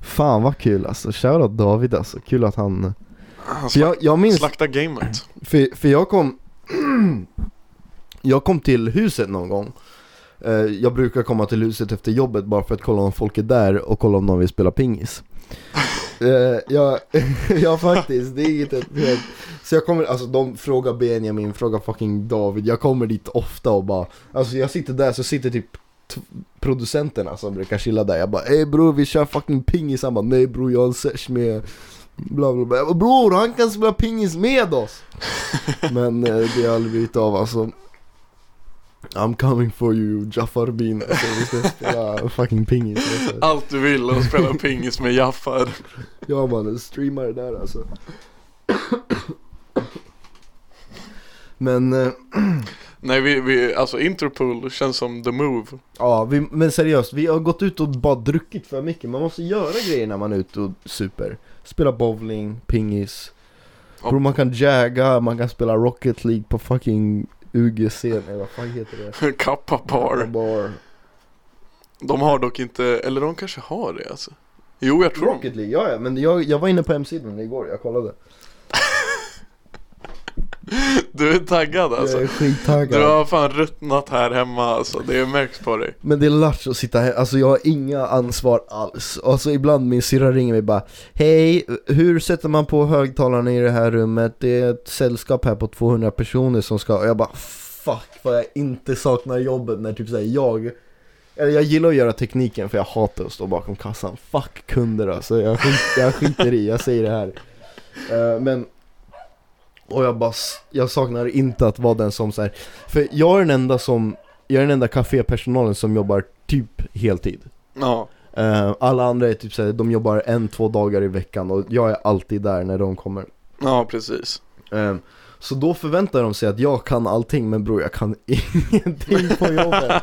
A: Fan vad kul alltså, shoutout David alltså, kul att han...
B: Han
A: För jag, jag minns
B: Slakta gamet
A: För, för jag kom Jag kom till huset någon gång Eh, Jag brukar komma till huset efter jobbet bara för att kolla om folk är där och kolla om de vill spela pingis Eh, jag, ja faktiskt, det är inget helt- Så jag kommer, alltså de frågar Benjamin, frågar fucking David Jag kommer dit ofta och bara Alltså jag sitter där så sitter typ t- producenterna som brukar chilla där Jag bara ey bror vi kör fucking pingis Han bara nej bror jag har en sesh med Bla bla bla, jag bara, bror han kan spela pingis med oss! Men eh, det har aldrig blivit av alltså I'm coming for you Jafar Bin alltså, vi ska spela fucking pingis alltså.
B: Allt du vill och spela pingis med Jaffar
A: Ja mannen, streama det där alltså Men, eh,
B: Nej vi, vi, alltså Interpol känns som the move
A: ja, vi, men seriöst, vi har gått ut och bara druckit för mycket Man måste göra grejer när man är ute och super Spela bowling, pingis
B: Ja.
A: Bror man kan jagga, man kan spela Rocket League på fucking UGC, nej vad fan heter det?
B: Kappa bar
A: Bar.
B: De har dock inte, eller de kanske har det alltså Jo jag tror de-
A: Rocket League, ja, ja men jag, jag var inne på hemsidan igår, jag kollade
B: Du är taggad
A: Jag
B: alltså
A: är skittaggad
B: Du har fan ruttnat här hemma alltså, det märks på dig
A: Men det är lattjo att sitta här, alltså jag har inga ansvar alls. Alltså ibland min syrra ringer mig bara Hej, hur sätter man på högtalarna i det här rummet? Det är ett sällskap här på 200 personer som ska... Och jag bara fuck vad jag inte saknar jobbet när typ såhär jag... Eller jag gillar att göra tekniken för jag hatar att stå bakom kassan. Fuck kunder alltså, jag, skit, jag skiter i, jag säger det här. Eh, men... Och jag bara, s- jag saknar inte att vara den som så här. För jag är den enda som jag är den enda kafépersonalen som jobbar typ heltid
B: Ja,
A: Eh, Alla andra är typ såhär, de jobbar en, två dagar i veckan och jag är alltid där när de kommer
B: ja precis
A: Eh, Så då förväntar de sig att jag kan allting, men bror jag kan ingenting på jobbet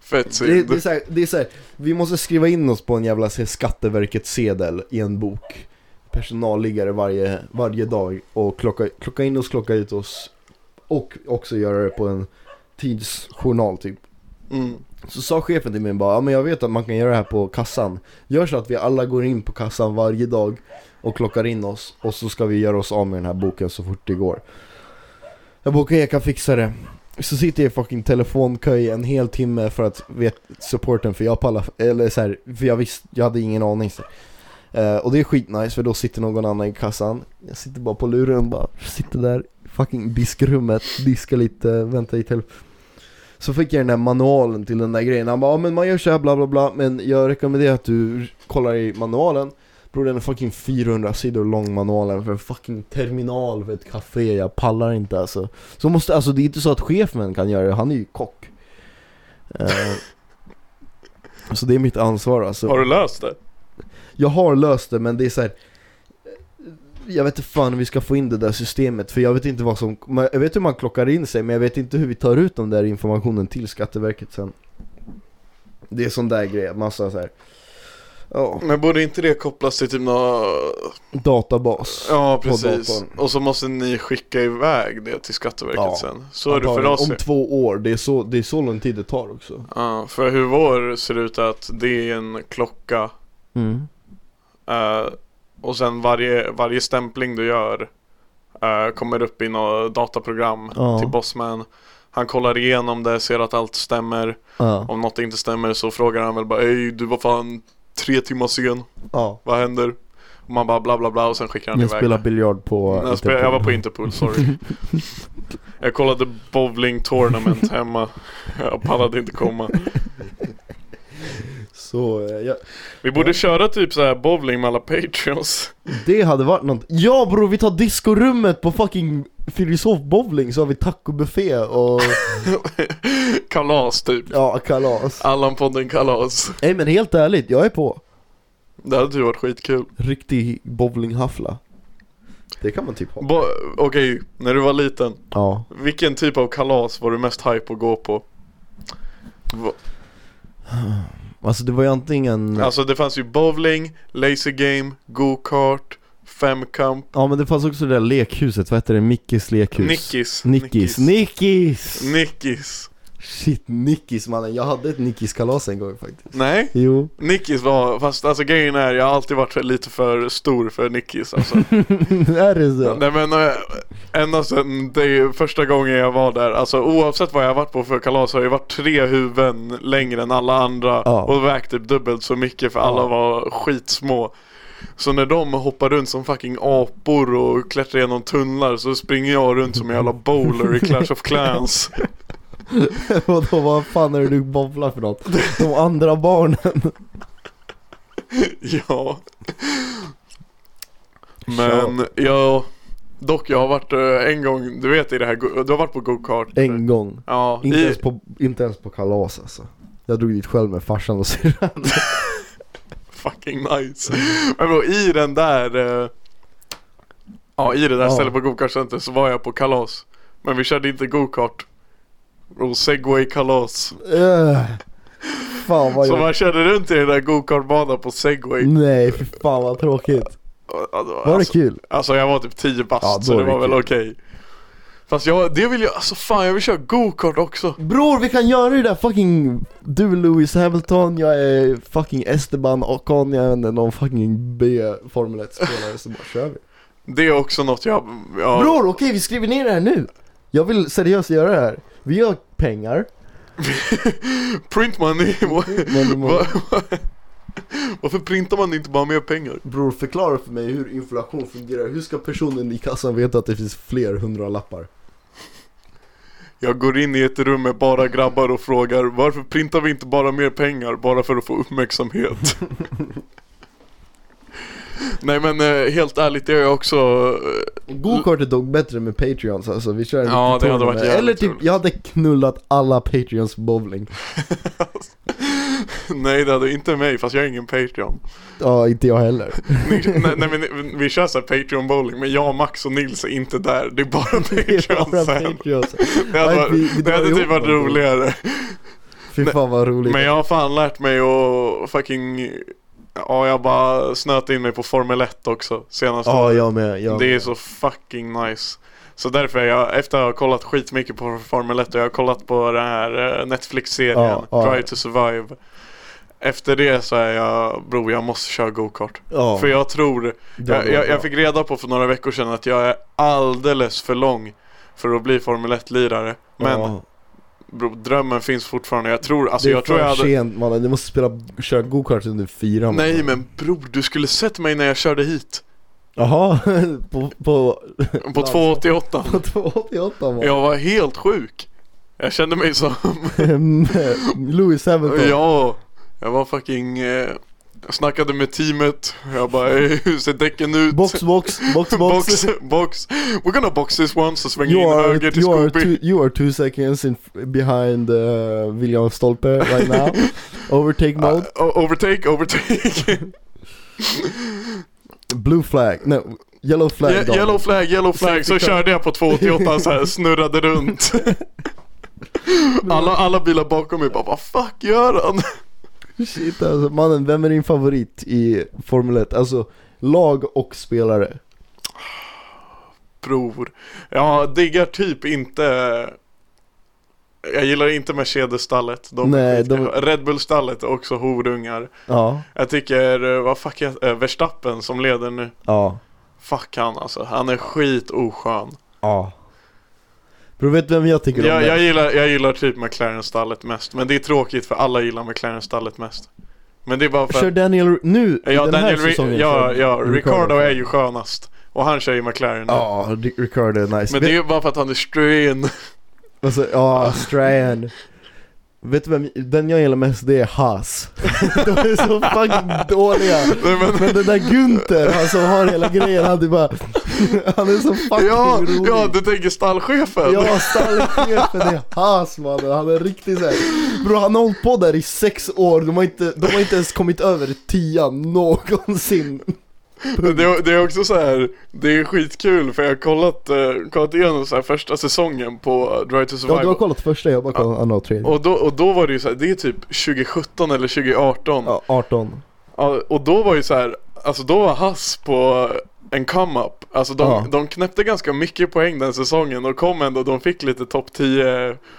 B: Fett
A: Det, det är
B: synd
A: såhär, det är såhär, vi måste skriva in oss på en jävla se- Skatteverket-sedel i en bok Personalliggare varje, varje dag och klocka, klocka in oss, klocka ut oss Och också göra det på en tidsjournal typ
B: mm.
A: Så sa chefen till mig bara, ja men jag vet att man kan göra det här på kassan Gör så att vi alla går in på kassan varje dag och klockar in oss och så ska vi göra oss av med den här boken så fort det går Jag bara okej, jag kan fixa det Så sitter jag i fucking telefonkö i en hel timme för att vet supporten för jag pallar, eller så här, för jag visste, jag hade ingen aning så. Eh, och det är skitnice för då sitter någon annan i kassan Jag sitter bara på luren bara, sitter där i fucking diskrummet, diskar lite, väntar i telefonen så fick jag den här manualen till den där grejen, han bara ja, men man gör så här bla bla bla Men jag rekommenderar att du kollar i manualen Bror den är fucking 400 sidor lång manualen för en fucking terminal för ett café, jag pallar inte alltså Så måste, alltså det är inte så att chefen kan göra det, han är ju kock Eh, Så det är mitt ansvar alltså
B: Har du löst det?
A: jag har löst det men det är så här. Jag vet inte fan hur vi ska få in det där systemet för jag vet inte vad som man- Jag vet hur man klockar in sig men jag vet inte hur vi tar ut den där informationen till Skatteverket sen Det är sån där grej, massa så här. Ja,
B: Men borde inte det kopplas till typ nå...
A: databas
B: Ja
A: på
B: precis
A: datorn.
B: Och så måste ni skicka iväg det till Skatteverket
A: Ja.
B: sen Så är det för
A: Antagligen.
B: oss
A: Om två år, det är, så, det är så lång tid det tar också
B: Ja, för hur vår ser ut att det är en klocka eh, och sen varje, varje stämpling du gör eh, kommer upp i något dataprogram
A: Ja.
B: till Bossman. Han kollar igenom det, ser att allt stämmer.
A: Ja,
B: Om något inte stämmer så frågar han väl bara Ey du var fan tre timmar sen,
A: ja.
B: vad händer? Och man bara bla bla bla och sen skickar han
A: Jag
B: iväg
A: spelar
B: det.
A: biljard på
B: Nej, jag, spelar, jag var på Interpol, sorry. jag kollade bowling tournament hemma. Jag pallade inte komma.
A: Så, eh, jag,
B: Vi borde köra typ så här bowling med alla patreons
A: Det hade varit något. Ja bro, vi tar diskorummet på fucking filosofbowling så har vi tacobuffé och
B: Kalas typ
A: ja, kalas.
B: Allan-podden kalas
A: Nej men helt ärligt, jag är på.
B: Det hade ju varit skitkul
A: Riktig bowlinghaffla. Det kan man typ ha.
B: Bo- Okej, när du var liten
A: Ja.
B: Vilken typ av kalas var du mest hype att gå på? Va-
A: Alltså det var ju antingen,
B: Alltså det fanns ju bowling, laser game, go-kart, femkamp
A: ja men det fanns också det där lekhuset, vad hette det? Mickis lekhus?
B: Nickis
A: Nickis, Nickis!
B: Nickis
A: Shit, Nickis mannen, jag hade ett Nickis-kalas en gång faktiskt.
B: Nej,
A: Jo.
B: Nickis var, fast alltså grejen är jag har alltid varit så- lite för stor för Nickis alltså
A: är det så?
B: Nej men eh, ända sedan det är ju första gången jag var där, alltså oavsett vad jag har varit på för kalas har jag ju varit tre huvuden längre än alla andra
A: Ja.
B: och vägt typ dubbelt så mycket för alla var skitsmå. Så när de hoppar runt som fucking apor och klättrar genom tunnlar så springer jag runt som en jävla bowler i Clash of Clans.
A: Vadå, vad fan är det du bowlar för något? De andra barnen?
B: ja. Men jag, dock jag har varit eh, en gång, du vet i det här, go- du har varit på go-kart?
A: En gång.
B: Ja,
A: Inte,
B: i-
A: ens på, inte ens på kalas alltså. Jag drog dit själv med farsan och syrran.
B: Fucking nice. Men bro, i den där eh, Ja, i det där
A: Ja.
B: stället på gokartcenter så var jag på kalas. Men vi körde inte gokart. Och segway kalas.
A: Öh. Fan vad
B: Eh. Så
A: jobbigt.
B: man körde runt i den där gokartbanan på segway.
A: Nej fy fan vad tråkigt.
B: Ja, det var,
A: Mm. Var det
B: alltså,
A: kul?
B: Alltså jag var typ 10 bast
A: Ja, då
B: så
A: är
B: det
A: det
B: var väl
A: kul.
B: okej. Fast jag, det vill jag, alltså fan jag vill köra gokart också.
A: Bror vi kan göra det där fucking Du Lewis Hamilton, jag är fucking Esteban Ocon, jag är inte någon fucking B Formel 1 spelare så bara kör vi
B: Det är också något jag, jag
A: Bror okej vi skriver ner det här nu! Jag vill seriöst göra det här, vi gör pengar
B: print money.
A: money.
B: Va- va- Varför printar man inte bara mer pengar?
A: Bror förklara för mig hur inflation fungerar, hur ska personen i kassan veta att det finns fler hundra lappar?
B: Jag går in i ett rum med bara grabbar och frågar varför printar vi inte bara mer pengar bara för att få uppmärksamhet? Nej men eh, helt ärligt det är jag också eh,
A: Gokart är dock bättre med Patreons alltså, vi kör en
B: Ja,
A: riktig
B: det hade varit
A: tournament.
B: jävligt
A: Eller typ,
B: roligt.
A: jag hade knullat alla Patreons bowling
B: eh, Nej det hade inte mig fast jag är ingen Patreon
A: Ja, inte jag heller
B: Ni, nej, nej men ni- vi kör såhär Patreon bowling men jag, Max och Nils är inte där Det är bara
A: Det är bara
B: Patreon sen
A: Patreons.
B: Det hade,
A: Nej, vi- vi drar
B: varit- det hade
A: ihop
B: typ varit
A: någonting.
B: roligare
A: Fy fan vad roligt
B: Men jag har fan lärt mig att fucking Ja jag har bara snöat in mig på Formel 1 också senaste
A: Ja,
B: året.
A: jag med. Jag
B: Det är
A: med.
B: så fucking nice Så därför är jag, efter att ha kollat skitmycket på Formel 1 och jag har kollat på den här eh, Netflix-serien
A: Ja, ja.
B: Try to survive Efter det så är jag, bro jag måste köra go-kart
A: ja.
B: För jag tror,
A: Det
B: jag,
A: var
B: jag,
A: bra.
B: jag fick reda på för några veckor sedan att jag är alldeles för lång för att bli Formel 1-lirare Men
A: Ja.
B: bro, drömmen finns fortfarande, jag tror, alltså
A: det är
B: jag tror
A: för
B: jag hade
A: sent mannen, du måste spela, köra go-kart under fyra mannen.
B: Nej men bror, du skulle sett mig när jag körde hit
A: Jaha, på, på,
B: På 288
A: på 288 mannen
B: Jag var helt sjuk Jag kände mig som,
A: Lewis Hamilton
B: ja Jag var fucking eh, Jag snackade med teamet Jag bara "Eh, hur ser däcken ut?
A: Box, box, box, box,
B: box, box. We're gonna box this one så svänger
A: You
B: in
A: are,
B: höger till
A: you, are
B: Scooby
A: two, you are two seconds in, behind uh, William Stolpe right now Overtake mode,
B: O- Overtake, overtake
A: blue flag, no, yellow flag
B: Ye-
A: Daniel.
B: Yellow flag, yellow flag Så
A: Safety car.
B: körde jag på 288 så här, snurrade runt alla, alla bilar bakom mig bara vad fuck gör han?
A: Shit alltså, mannen, vem är din favorit i Formel 1? Alltså, lag och spelare
B: Bror. Jag diggar typ inte... Jag gillar inte Mercedes-stallet. De
A: Nej,
B: Nej, de...
A: de-
B: Red Bull-stallet är också horungar.
A: Ja,
B: Jag tycker, eh, vad fuck jag, eh, Verstappen som leder nu.
A: ja,
B: Fuck han alltså. Han är skitoskön.
A: ja Bror vet du vem jag tycker om
B: Jag,
A: det?
B: jag, gillar, jag gillar typ McLaren-stallet mest. Men det är tråkigt för alla gillar McLaren-stallet mest. Men det är bara för
A: Kör
B: att...
A: Daniel nu, i
B: Ja,
A: den
B: Daniel,
A: här säsongen
B: Ri- ja,
A: kör
B: ja, Ricardo är ju skönast. Och han kör ju McLaren nu.
A: Ja, Ri- Ricardo är nice
B: Men det är ju bara för att han är strön.
A: Alltså, ja, Strahan Vet du vem, den jag gillar mest det är Haas De är så fucking dåliga
B: Nej, men-
A: Men den där Günther, han som har hela grejen, han är bara Han är så fucking
B: Ja,
A: rolig
B: ja, du tänker stallchefen?
A: Ja, stallchefen är Haas mannen, han är riktigt såhär Bro han har hållit på där i sex år, de har inte, de har inte ens kommit över tian någonsin
B: Men Det, det är också så här, det är skitkul för jag har kollat, eh, kollat igenom så här första säsongen på Drive to
A: Ja
B: Survive
A: du har kollat första, jag har bara kollat andra och tredje
B: och, då, och då var det ju så här, det är typ 2017 eller 2018 ja.
A: Ja, 18
B: Och då var ju så här, alltså då var Hass på en come-up Alltså de,
A: Ja.
B: de knäppte ganska mycket poäng den säsongen och kom ändå, de fick lite topp 10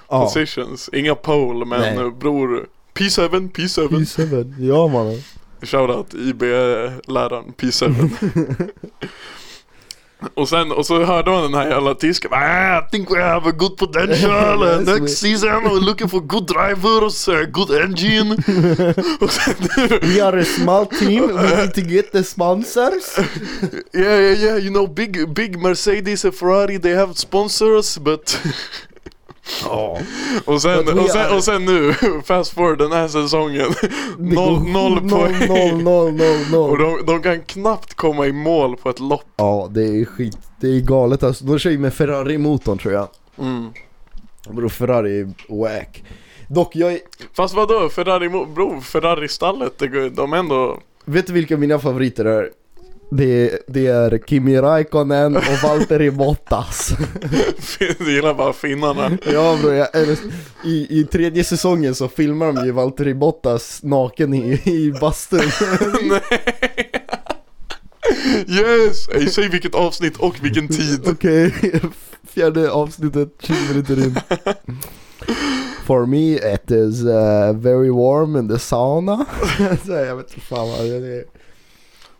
A: Ja.
B: positions Inga pole men
A: Nej.
B: eh, bror P7, P7
A: P7, ja mannen
B: Shoutout IB-läraren, P7 Och sen, och så hörde man den här jävla tysken ah, I think we have a good potential uh,
A: Yes, we-
B: Next season we're looking for good drivers, uh, good engine Och sen
A: We are a small team, we need to get the sponsors
B: Yeah yeah yeah, you know big, big Mercedes and Ferrari they have sponsors but och, sen,
A: But we
B: och, sen,
A: are-
B: och sen nu, fast forward den här säsongen Noll, noll poäng
A: Noll, noll, noll,
B: Och
A: noll
B: de, de kan knappt komma i mål på ett lopp
A: Ja det är skit, det är galet alltså, de kör ju med Ferrari-motorn tror jag
B: mm.
A: Bro Ferrari är wack Dock jag är,
B: Fast vadå, Ferrari, bro, Ferrari-stallet, det går- de är ändå
A: Vet du vilka mina favoriter är? Det, det är Kimi Raikkonen och Valtteri Bottas
B: Du gillar bara finnarna.
A: Ja bror, jag älskar, i, i tredje säsongen så filmar de ju Valtteri Bottas naken i, i bastun
B: Yes! Ey, Säg vilket avsnitt och vilken tid.
A: Okej, fjärde avsnittet, 20 minuter in For me it is uh, very warm in the sauna så Jag vet inte fan vad det är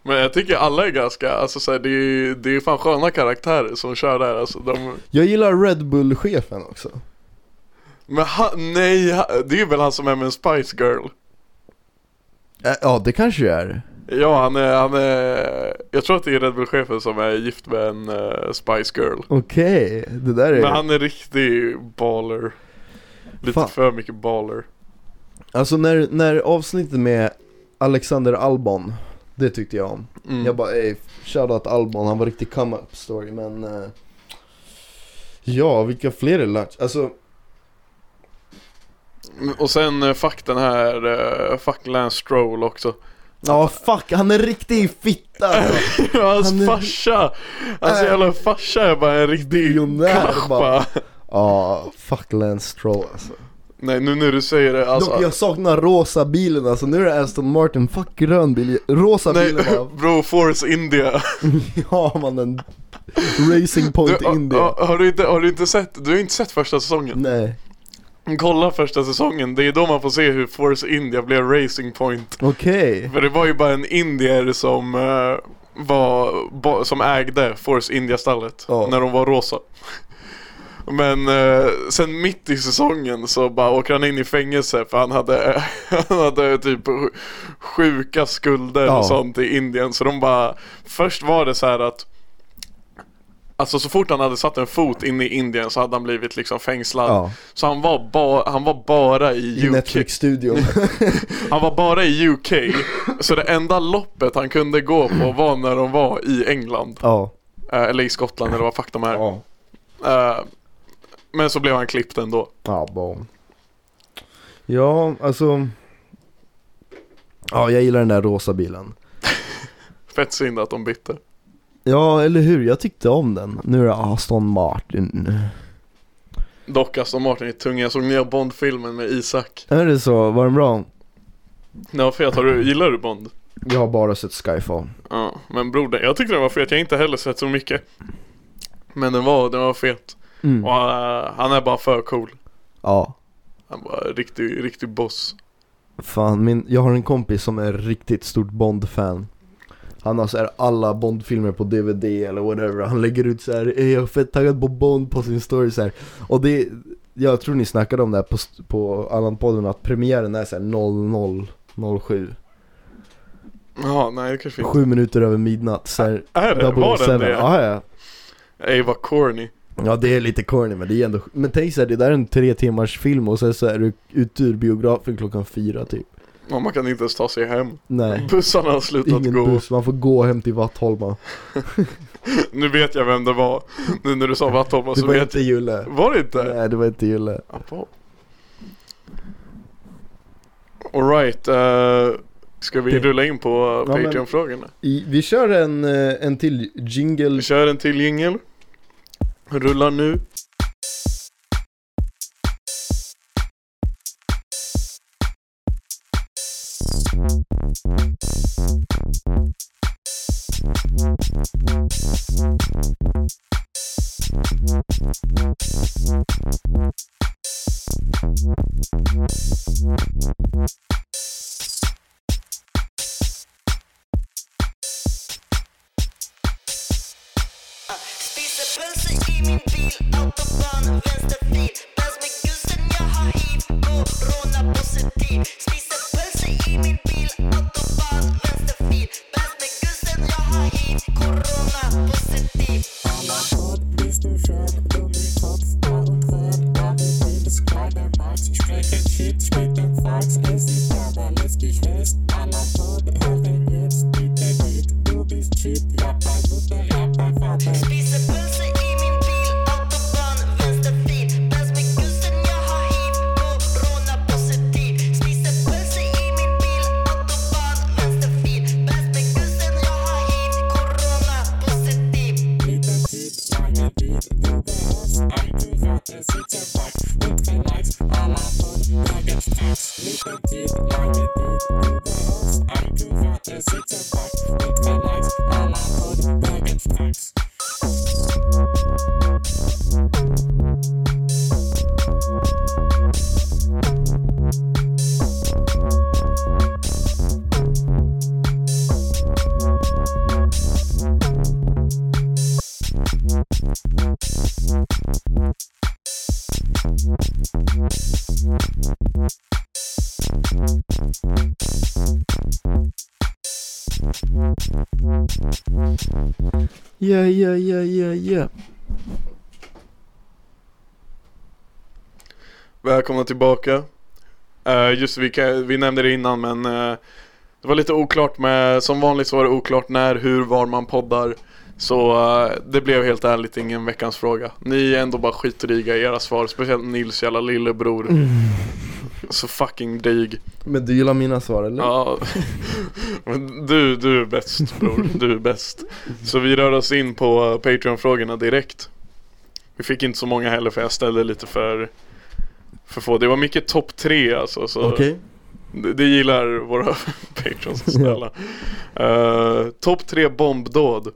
B: Men jag tycker alla är ganska, alltså så här, det, är, ju- det är fan sköna karaktärer som kör där alltså. De,
A: Jag gillar Red Bull-chefen också
B: men han, nej, ha- det är väl han som är med en Spice Girl?
A: Ä- Ja det kanske jag är
B: Ja, han är, han är, jag tror att det är Red Bull-chefen som är gift med en eh, Spice Girl.
A: Okej, det där är
B: Men han är riktig baller. Lite
A: Fan.
B: för mycket baller.
A: Alltså när, när avsnittet med Alexander Albon Det tyckte jag om
B: Mm.
A: Jag bara ey, shoutout Albon, han var riktig come up story men eh, Ja, vilka fler är lagt? Alltså,
B: Mm, Och sen eh, fuck den här, eh, fuck Lance Stroll också.
A: ja fuck, han är riktig fitta alltså.
B: Hans
A: Han är-
B: farsa! Hans
A: Äh.
B: jävla farsa är bara en riktig
A: Miljonär bara.
B: kappa.
A: Ja, fuck Lance Stroll alltså.
B: Nej nu när du säger det alltså.
A: Dock jag saknar rosa bilen alltså, nu är det Aston Martin, fuck grön bil, rosa
B: Nej
A: bilen bara,
B: bro, Force India.
A: ja man en Racing
B: Du,
A: Point
B: a-
A: India
B: a- har, du inte, har du inte sett, du har inte sett första säsongen?
A: Nej,
B: Kolla första säsongen, det är då man får se hur Force India blev Racing Point.
A: okej
B: För det var ju bara en indier som eh, var, ba, som ägde Force India-stallet
A: Ja.
B: när de var rosa. Men eh, sen mitt i säsongen så bara åker han in i fängelse för han hade, han hade typ sj- sjuka skulder
A: Ja.
B: och sånt i Indien. Så de bara, först var det så här att Alltså så fort han hade satt en fot in i Indien så hade han blivit liksom fängslad.
A: Ja.
B: Så han var, ba- han var bara i,
A: I
B: UK.
A: Netflix-studion
B: Han var bara i UK, så det enda loppet han kunde gå på var när de var i England.
A: Ja,
B: Eh, Eller i Skottland eller vad fuck de är.
A: ja,
B: Eh, Men så blev han klippt ändå.
A: ja bon. Ja, alltså Ja, jag gillar den där rosa bilen
B: Fett synd att de bytte.
A: Ja, eller hur, jag tyckte om den Nu är det Aston Martin
B: Dock Aston Martin är tung, jag såg nya Bond-filmen med Isak.
A: Är det så, var den bra?
B: Ja fet, har du, gillar du Bond?
A: Jag har bara sett Skyfall
B: Ja, men broder, jag tyckte den var fet, jag har inte heller sett så mycket. Men den var, den var fet.
A: Mm.
B: Och eh, han är bara för cool.
A: Ja,
B: Han var riktig, riktig boss.
A: fan min, jag har en kompis som är riktigt stort Bond-fan Han har såhär alla Bond-filmer på DVD eller whatever Han lägger ut såhär, "Ey, jag är fett taggad på Bond på sin story så här. Och det, jag tror ni snackade om det här på, st- på Allan-podden att premiären är såhär 0007
B: Ja, nej det kanske inte...
A: Sju minuter över midnatt såhär
B: Är det? Var den
A: 007.
B: det?
A: Ja, ja.
B: Ey vad corny.
A: ja det är lite corny men det är ändå Men tänk såhär, det där är en tre timmars film och sen så är du ute ur biografen klockan fyra typ
B: Ja, man kan inte ens ta sig hem.
A: Nej
B: Bussarna har slutat
A: Ingen
B: gå.
A: buss, man får gå hem till Vattholma
B: Nu vet jag vem det var. Nu när du sa Vattholma
A: Det
B: så
A: var
B: vet
A: inte
B: jag.
A: Julle
B: Var det inte?
A: Nej det var inte Julle
B: Alright, uh, ska vi
A: Det-
B: rulla in på eh,
A: Ja, men-
B: Patreon-frågorna?
A: I, Vi kör en, eh, en till jingle
B: Vi kör en till jingel. Rulla nu.
E: Spisa pölse i min bil, autobahn, vänsterfil Dans med gusen, jag har hiv, corona positiv Spisa pölse i min bil, autobahn, vänsterfil Dans med gusen, jag har hiv, corona positiv Spisa pölse i min bil, autobahn, vänsterfil Dans med gusen, jag har hiv, corona positiv Spisa pölse i min bil, autobahn, vänsterfil Dans med gusen, jag har hiv, corona
B: Yeah, yeah, yeah, yeah, yeah. Välkomna tillbaka. Eh, just det, vi, kan, vi nämnde det innan men eh, det var lite oklart med, som vanligt så var det oklart när, hur, var man poddar. Så eh, det blev helt ärligt ingen veckans fråga. Ni är ändå bara skitdryga i era svar, speciellt Nils jävla lillebror. Så fucking dryg.
A: Men du gillar mina svar eller?
B: Ja, men du, du är bäst bror, du är bäst. Så vi rör oss in på eh, Patreon-frågorna direkt. Vi fick inte så många heller för jag ställde lite för, för få. Det var mycket topp tre alltså. Så
A: Okej,
B: det, det gillar våra Patreons att ställa. Eh, topp tre bombdåd,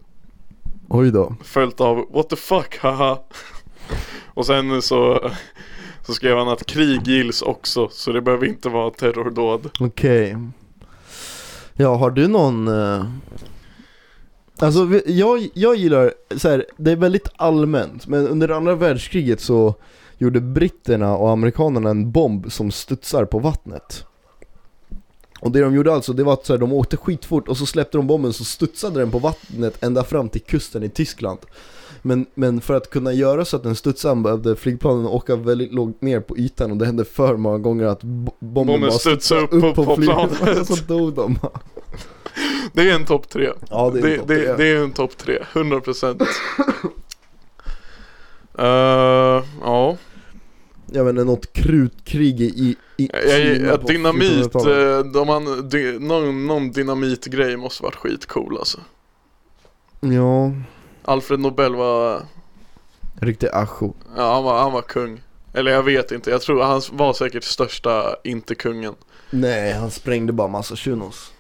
A: oj då
B: följt av what the fuck, haha. Och sen så, så skrev han att krig gills också, så det behöver inte vara terrordåd.
A: Okej Ja, har du någon... eh, Alltså, vi- jag, jag gillar, så här, det är väldigt allmänt, men under andra världskriget så gjorde britterna och amerikanerna en bomb som studsar på vattnet. Och det de gjorde alltså, det var att så här, de åkte skitfort och så släppte de bomben så studsade den på vattnet ända fram till kusten i Tyskland. Men, men för att kunna göra så att den studsade behövde flygplanen åka väldigt lågt ner på ytan och det hände för många gånger att bo- bomben,
B: Bomben
A: bara
B: studsade upp på- Alltså, på planet.
A: och så dog de.
B: Det är en topp tre.
A: Ja, det är
B: Det,
A: en topp
B: det,
A: tre.
B: det är en topp tre, 100 procent. Eh, ja,
A: Jag vet inte, något krutkrig i, i i
B: jag,
A: Kina
B: jag,
A: på
B: dynamit,
A: 1400-talet.
B: eh, de an, dy, någon, någon dynamitgrej måste varit skitcool alltså.
A: Ja,
B: Alfred Nobel var,
A: riktig ascho
B: ja han var, han var kung. Eller jag vet inte, jag tror han var säkert största inte kungen.
A: Nej, han sprängde bara massa shunos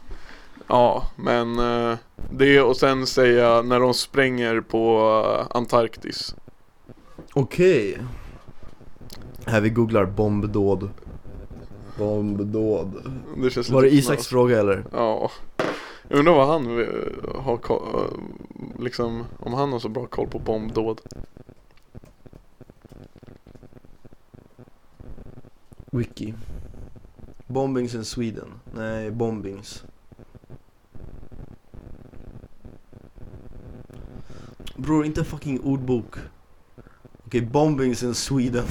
B: Ja, men eh, det och sen säga när de spränger på eh, Antarktis.
A: Okej Här vi googlar bombdåd Bombdåd
B: Det känns
A: Var det
B: lite
A: Isaks fråga eller?
B: Ja. Jag undrar vad han eh, har ko- eh, liksom, om han har så bra koll på bombdåd.
A: Wiki Bombings in Sweden Nej, bombings Bror, inte fucking ordbok Okej, bombings in Sweden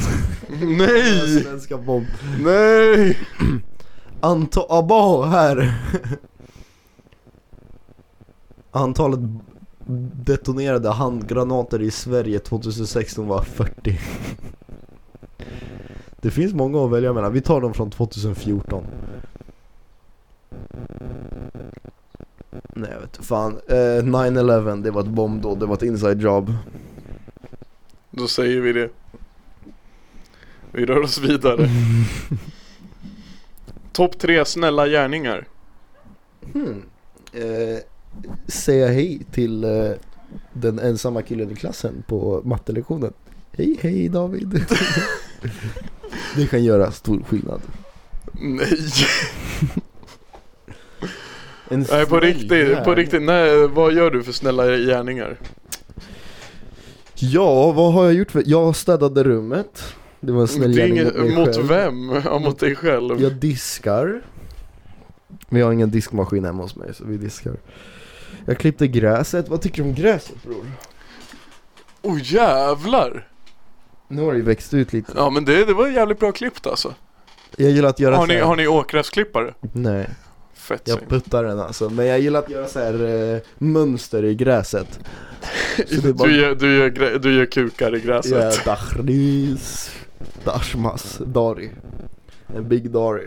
B: Nej!
A: Svenska bomb
B: Nej!
A: Antal, abo här! Antalet detonerade handgranater i Sverige 2016 var 40 Det finns många att välja mellan, vi tar dem från 2014 Nej jag vet fan, eh, 9-11 det var ett bombdåd, det var ett inside job
B: Då säger vi det. Vi rör oss vidare. Topp tre snälla gärningar.
A: eh, säga hej till eh, den ensamma killen i klassen på mattelektionen. Hej hej David. det kan göra stor skillnad.
B: Nej,
A: En
B: Nej på riktigt, på riktigt, nej vad gör du för snälla gärningar?
A: Ja, vad har jag gjort? För? Jag städade rummet. Det var en snäll
B: Det är
A: gärning
B: inget-
A: mig
B: mot
A: själv.
B: vem? Ja, mot dig själv?
A: Jag diskar. Men jag har ingen diskmaskin hemma hos mig så vi diskar. Jag klippte gräset. Vad tycker du om gräset bror?
B: Åh oh, jävlar!
A: Nu har det ju växt ut lite.
B: Ja men det, det var jävligt bra klippt alltså.
A: Jag gillar att göra
B: Har
A: så
B: ni,
A: här-
B: har ni åkgräsklippare?
A: Nej.
B: Fett
A: Jag
B: synd.
A: puttar den alltså, men jag gillar att göra så här eh, mönster i gräset Så det är bara,
B: Du gör, du, gör, grä- du gör kukar i gräset.
A: ja, dachris, dashmas, dari En big dari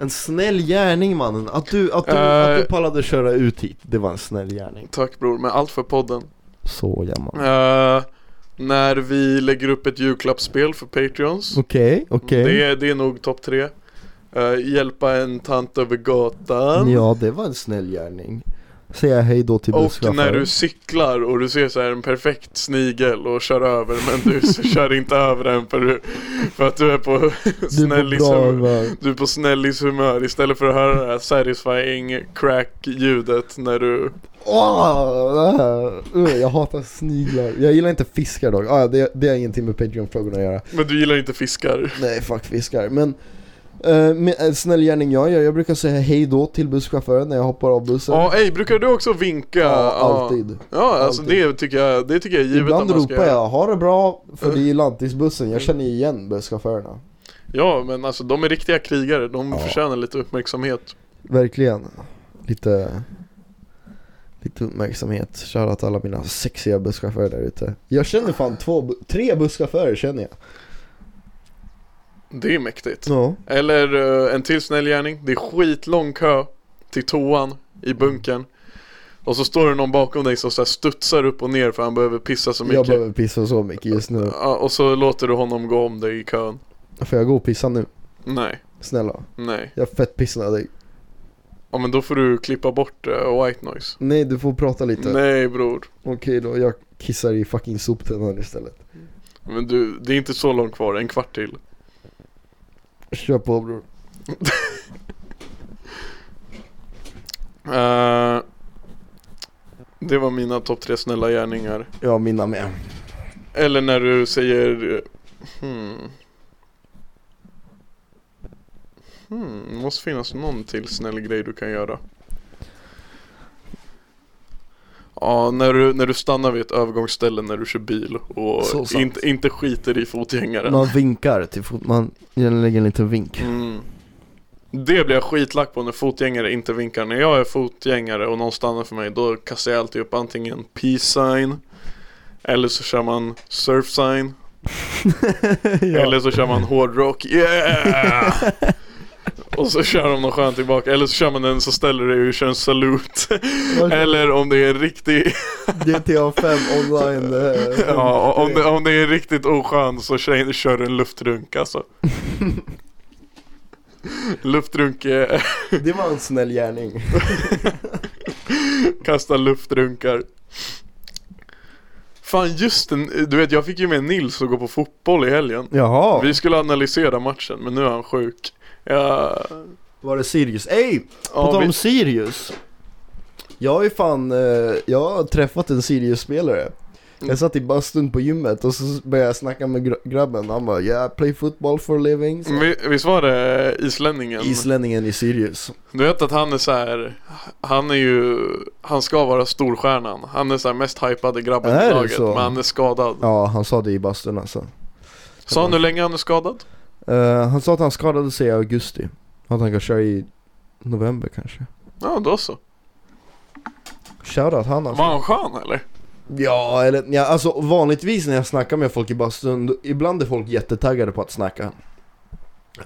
A: En snäll gärning mannen, att du, att du, att du
B: Eh.
A: pallade köra ut hit, det var en snäll gärning
B: Tack bror, men allt för podden.
A: Så ja man
B: Eh, när vi lägger upp ett julklappsspel för Patreons.
A: Okej, okej
B: Det, är- det är nog topp tre. Eh, hjälpa en tant över gatan.
A: Ja det var en snäll gärning Säga hej då till
B: Och när du
A: busschauffören
B: cyklar och du ser så här en perfekt snigel och kör över men du så kör inte över den för, du, för att du är på
A: Du är på
B: snällis
A: bra
B: humör.
A: humör
B: Du är på snällis humör istället för att höra det här satisfying crack ljudet när du
A: Åh, äh, Jag hatar sniglar, jag gillar inte fiskar dock, ah, det, det har ingenting med Patreon-frågorna att göra
B: Men du gillar inte fiskar
A: Nej fuck fiskar, men eh, med en snäll gärning jag gör, jag brukar säga hej då till busschauffören när jag hoppar av bussen
B: Ja, ey, brukar du också vinka?
A: Ja, alltid
B: Ja, alltså
A: Alltid.
B: det tycker jag, det tycker jag är givet
A: Ibland
B: att man ska
A: ropar
B: göra. Eh.
A: jag 'ha det bra' för det är ju lantisbussen, jag känner ju igen busschaufförerna
B: Ja, men alltså de är riktiga krigare, de
A: Ja.
B: förtjänar lite uppmärksamhet
A: Verkligen, lite, lite uppmärksamhet, shoutout alla mina sexiga busschaufförer där ute Jag känner fan två, bu- tre busschaufförer känner jag
B: Det är mäktigt
A: Ja,
B: Eller eh, en till snäll gärning. Det är skitlång kö till toan i bunkern. Och så står det någon bakom dig som så här studsar upp och ner för han behöver pissa så
A: jag
B: mycket.
A: behöver pissa så mycket just nu
B: Ja, och så låter du honom gå om dig i kön.
A: Får jag gå och pissa nu?
B: Nej,
A: Snälla,
B: nej.
A: jag är fett pissnödig
B: Ja men då får du klippa bort eh, white noise.
A: Nej du får prata lite
B: Nej bror.
A: Okej då, jag kissar i fucking soptunnan istället
B: Men du, det är inte så långt kvar, en kvart till.
A: Kör på bror
B: Eh, det var mina topp tre snälla gärningar.
A: Ja mina med
B: Eller när du säger eh, hmm. Hmm, det måste finnas någon till snäll grej du kan göra. Ja, när du, när du stannar vid ett övergångsställe när du kör bil och
A: Så sant.
B: inte, inte skiter i fotgängaren.
A: Man vinkar till fot, man lägger en liten vink
B: Mm. Det blir jag skitlack på när fotgängare inte vinkar. När jag är fotgängare och någon stannar för mig då kastar jag alltid upp antingen peace sign eller så kör man surf sign. Eller så kör man hårdrock, yeah! Och så kör de någon skön tillbaka, eller så kör man den så ställer du dig och kör en salut Eller om det är en riktig,
A: GTA 5 online eh,
B: ja om det, om det är riktigt oskön så kör, kör du en luftrunk alltså Luftrunk, eh, är-
A: Det var en snäll gärning
B: kasta luftrunkar Fan just den, du vet jag fick ju med Nils att gå på fotboll i helgen
A: Jaha,
B: Vi skulle analysera matchen men nu är han sjuk Ja,
A: var det Sirius? Ey! På
B: ja,
A: tal
B: vi-
A: om Sirius Jag har ju fan, eh, jag har träffat en Sirius-spelare
B: Mm.
A: jag satt i bastun på gymmet och så började jag snacka med gra- grabben, han bara 'Yeah, I play football for a living' så.
B: Vi- Visst var det islänningen?
A: Islänningen i Sirius
B: Du vet att han är så här. Han är ju Han ska vara storstjärnan Han är så här mest hypade grabben
A: Är
B: i
A: det
B: laget
A: så?
B: Men han är skadad
A: Ja, han sa det i bastun alltså
B: Sa han hur länge han är skadad?
A: Eh, Han sa att han skadade sig i augusti Att han kan köra i november kanske
B: Ja då så
A: Shoutout han alltså
B: Var han skön eller?
A: Ja eller, ja, alltså vanligtvis när jag snackar med folk i bastun då- Ibland är folk jättetaggade på att snacka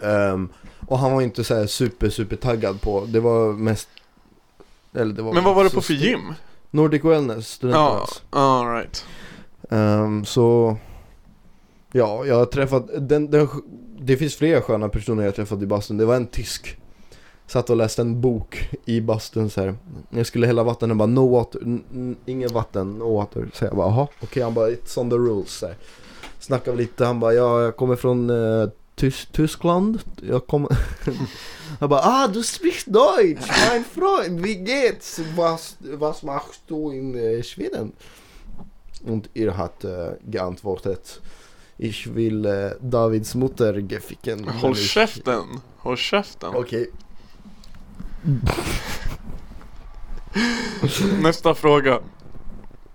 A: Ehm, Och han var inte så här super super taggad på Det var mest eller det var
B: Men vad var det på
A: så
B: för
A: styrt.
B: gym?
A: Nordic Wellness
B: Ja,
A: studenternas
B: alright
A: Ehm, så Ja, jag har träffat den, den, Det finns flera sköna personer jag har träffat i bastun Det var en tysk Satt och läste en bok i bastun så här. Jag skulle hälla vatten och bara no water n- n- Ingen vatten, no water Så jag bara jaha, okej han bara it's on the rules så här. Snackade vi lite, han bara ja jag kommer från eh, Tys- Tyskland Jag kommer Han bara ah du spricht Deutsch mein Freund wie geht's was, was machst du in eh, Schweden und ihr hat äh, geantwortet, ich will äh, Davids Mutter geficken.
B: Håll käften Håll käften
A: Okej,
B: Nästa fråga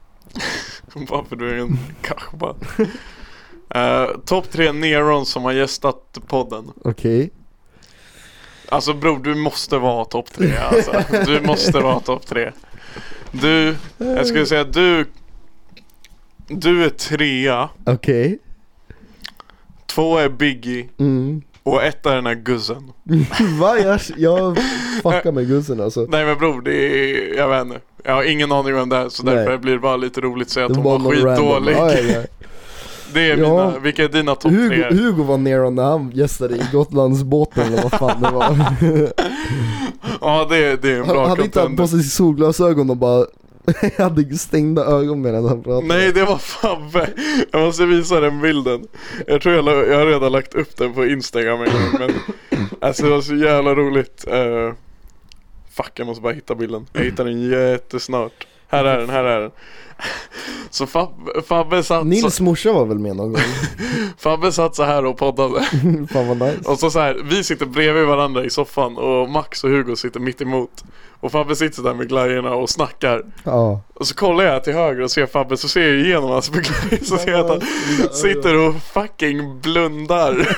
B: Varför du är en kachba uh, Topp tre neron som har gästat podden
A: okej.
B: Alltså bror, du måste vara topp tre alltså. Du måste vara topp tre Du, jag skulle säga du Du är trea
A: Okej.
B: Två är Biggie
A: Mm.
B: och ett är den här guzzen
A: Va? Jag, jag fuckar med gussen alltså.
B: Nej men bror, det är, jag vet inte Jag har ingen aning om det är så
A: Nej.
B: därför blir det bara lite roligt att säga att
A: Det
B: hon
A: var
B: var
A: någon random.
B: skitdålig
A: Ja, ja, ja.
B: Det är
A: Ja.
B: mina, vilka är dina topp tre?
A: Hugo, Hugo var ner när han gästade i Gotlandsbåten eller vad fan det var
B: Ja det, det är en
A: Han
B: bra
A: hade inte haft
B: contender
A: på sig solglasögon och bara hade stängda ögon medan han pratade
B: Nej det var Fabbe, jag måste visa den bilden Jag tror jag, la, jag har redan lagt upp den på instagram en gång men Alltså det var så jävla roligt Eh, Fuck jag måste bara hitta bilden, jag hittar den jättesnart Här är den, här är den Så Fabbe, Fabbe, satt,
A: Nils
B: så,
A: morsa var väl med någon gång?
B: Fabbe satt så här och poddade
A: Fan vad nice
B: Och så, så här, vi sitter bredvid varandra i soffan och Max och Hugo sitter mitt emot Och Fabbe sitter där med glajjorna och snackar
A: Ja
B: Och så kollar jag till höger och ser Fabbe så ser jag igenom hans beglajjor så ser jag att han sitter och fucking blundar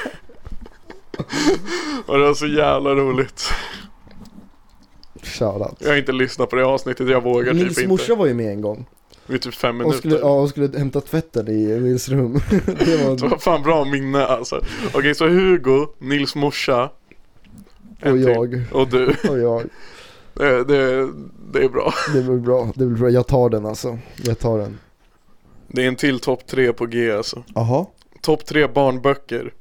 B: Och det var så jävla roligt
A: shoutout
B: Jag har inte lyssnat på det avsnittet, jag vågar
A: Nils
B: typ
A: morsa
B: inte
A: var ju med en gång
B: Det är typ fem
A: Hon
B: minuter
A: skulle, ja, hon skulle hämta tvätten i Nils rum Det
B: Det
A: var
B: var fan bra minne alltså Okej så Hugo, Nils morsa en
A: Och
B: till.
A: jag.
B: Och du,
A: och jag
B: det, det, det är bra
A: Det blir bra, det blir bra, jag tar den alltså Jag tar den
B: Det är en till topp tre på G alltså.
A: Jaha
B: Topp tre barnböcker.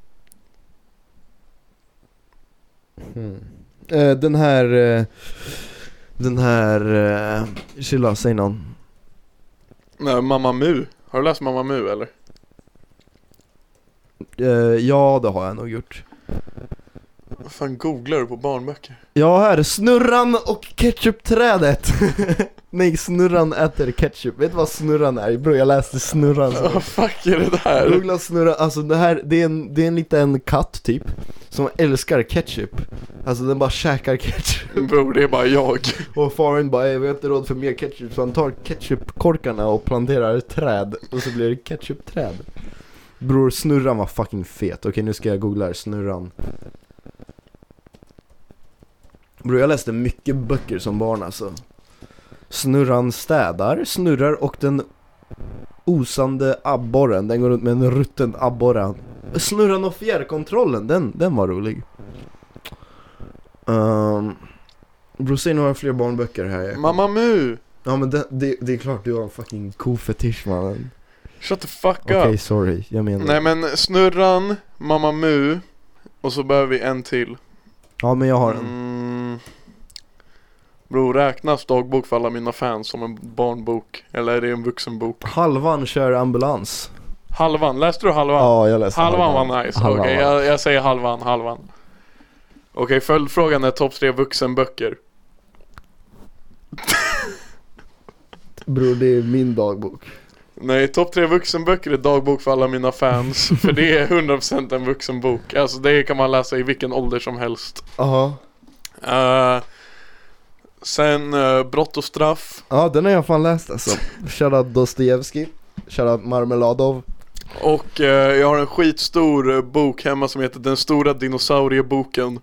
A: Eh, den här, eh, den här, eh, chilla, säg någon
B: Nej, Mamma Mu. Har du läst Mamma Mu eller?
A: eh, Ja det har jag nog gjort
B: Vad fan googlar du på barnböcker?
A: Ja här, snurran och ketchupträdet Nej snurran äter ketchup, vet du vad snurran är? Bror jag läste snurran så.
B: Vad fuck är det där?
A: Googla snurra, alltså det här, det är, en, det är en liten katt typ Som älskar ketchup Alltså den bara käkar ketchup
B: Bror det är bara jag.
A: Och faren bara "Ey, vi har inte råd för mer ketchup Så han tar ketchupkorkarna och planterar träd Och så blir det ketchupträd Bror snurran var fucking fet, okej nu ska jag googla här, snurran Bror jag läste mycket böcker som barn alltså Snurran städar, snurrar och den osande abborren, den går runt med en rutten abborre Snurran och fjärrkontrollen, den, den var rolig um, Bror säg några fler barnböcker här
B: Mamma Mu!
A: Ja men det, det, det är klart du har en fucking kofetisch mannen
B: Shut the fuck
A: Okej
B: up.
A: sorry, jag menar
B: Nej men Snurran, Mamma Mu och så behöver vi en till.
A: Ja men jag har en
B: Mm. Bror räknas dagbok för alla mina fans som en barnbok? Eller är det en vuxenbok?
A: Halvan kör ambulans
B: Halvan, läste du Halvan?
A: Ja jag läste
B: Halvan var nice, okej
A: Halvan var-
B: jag, jag säger halvan, halvan Okej följdfrågan är topp tre vuxenböcker
A: Bror det är min dagbok
B: Nej, topp tre vuxenböcker är dagbok för alla mina fans För det är 100% en vuxenbok Alltså det kan man läsa i vilken ålder som helst
A: Jaha
B: Eh, Sen eh, Brott och straff
A: Ja den har jag fan läst alltså Shoutout Dostojevskij Shoutout Marmeladov
B: Och eh, jag har en skitstor eh, bok hemma som heter Den stora dinosaurieboken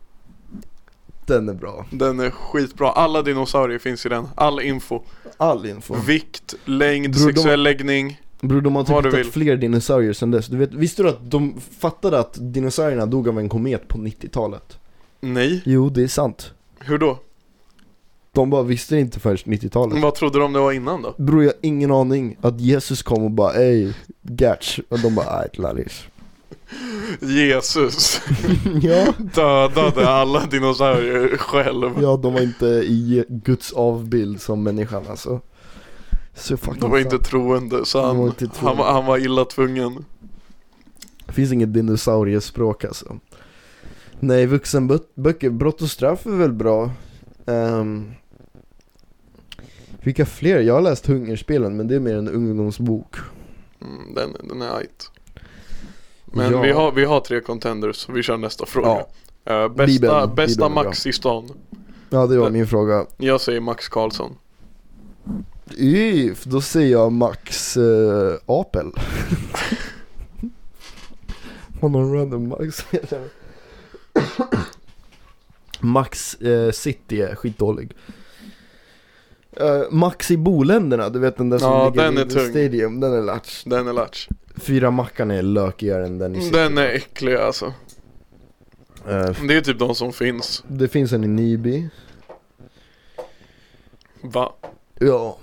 A: Den är bra
B: Den är skitbra, alla dinosaurier finns i den All info
A: All info
B: Vikt, längd,
A: Bror, de-
B: sexuell läggning
A: Bror de har
B: Vad
A: typ
B: du
A: hittat
B: vill.
A: fler dinosaurier sen dess du vet, Visste du att de fattade att dinosaurierna dog av en komet på 90-talet?
B: Nej,
A: Jo det är sant
B: hur då?
A: De bara visste det inte förrän 90-talet
B: Vad trodde de det var innan då?
A: Bror jag har ingen aning att Jesus kom och bara ey, gatch Och de bara nej, lallis
B: Jesus
A: ja.
B: dödade alla dinosaurier själv.
A: ja, de var inte i Guds avbild som människan alltså Så fucking
B: De var inte
A: sant.
B: troende så han,
A: De var
B: var
A: inte troende.
B: Han, var- han var illa tvungen.
A: Det finns inget dinosauriespråk alltså Nej, vuxenböcker, brott och straff är väl bra Ehm, Vilka fler? Jag har läst Hungerspelen men det är mer en ungdomsbok
B: Mm, den, den är ajt. Men
A: Ja.
B: vi, har, vi har tre contenders så vi kör nästa fråga.
A: Ja.
B: Eh, bästa
A: Bibeln.
B: bästa
A: Bibeln är
B: Max i stan.
A: Ja, det var
B: Det-
A: min fråga
B: Jag säger Max Karlsson.
A: If, då säger jag Max eh, Apel Har någon random Max? Max eh, City är skitdålig Eh, Max i Boländerna, du vet den där som
B: Ja,
A: ligger
B: den
A: i
B: är
A: The
B: tung.
A: Stadium, den är latch
B: Den är latch.
A: Fyra Mackan är lökigare än den i City
B: Den är äcklig alltså.
A: Eh,
B: Det är typ de som finns.
A: Det finns en i Nyby
B: Va?
A: Ja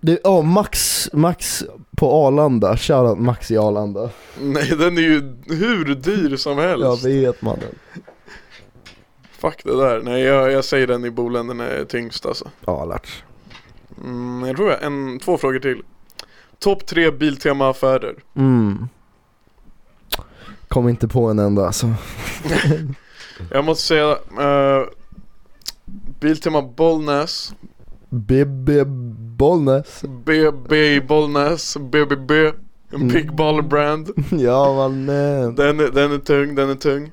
A: Det, ja, Max, Max på Arlanda, shoutout Max i Arlanda
B: Nej den är ju hur dyr som
A: Jag
B: helst
A: vet mannen
B: Fuck det där, nej jag, jag säger den i Bolän, den är tyngst alltså
A: Ja Lars
B: mm, Jag tror jag, en, två frågor till Topp tre Biltema-affärer
A: mm. Kom inte på en enda alltså
B: Jag måste säga eh, Biltema Bollnäs
A: Bibbi Bollnäs
B: BB i Bollnäs BBB En Big Baller Brand
A: Ja mannen
B: Den, är- den är tung, den är tung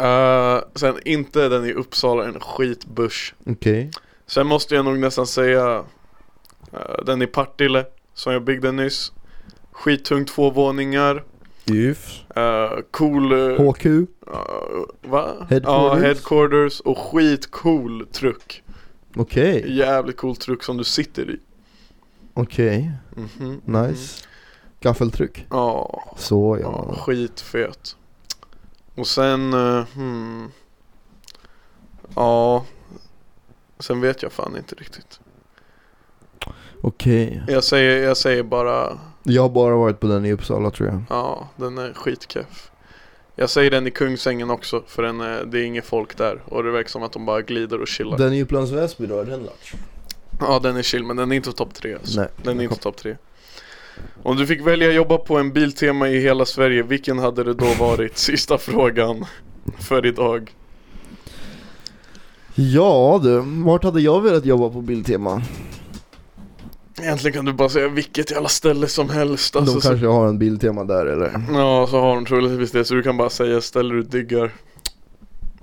B: Eh, Sen inte den i Uppsala, en skitbusch
A: Okej
B: Sen måste jag nog nästan säga eh, Den i Partille Som jag byggde nyss Skittung två våningar
A: Yf
B: eh, Cool eh,
A: HQ
B: eh, Va?
A: Headquarters.
B: Ja, headquarters och skitcool truck
A: Okej
B: Jävligt cool truck som du sitter i
A: Okej
B: Mhm.
A: Nice Gaffeltryck
B: Ja,
A: Så ja
B: ja,
A: mannen.
B: skitfet Och sen, eh, hmm Ja Sen vet jag fan inte riktigt
A: Okej
B: Jag säger, jag säger bara
A: Jag har bara varit på den i Uppsala tror jag
B: Ja, den är skitkeff. Jag säger den i Kungsängen också, för den är, det är inget folk där. Och det verkar som att de bara glider och chillar.
A: Den i Upplands Väsby då, är den Lars?
B: Ja, den är chill, men den är inte topp tre alltså.
A: Nej.
B: Den är inte topp tre. Om du fick välja jobba på en Biltema i hela Sverige, vilken hade det då varit? Sista frågan för idag.
A: Ja du, vart hade jag velat jobba på Biltema?
B: Egentligen kan du bara säga vilket jävla ställe som helst.
A: De
B: Alltså,
A: kanske har en Biltema där eller?
B: så, ja, så har de troligtvis det, så du kan bara säga ställe du diggar.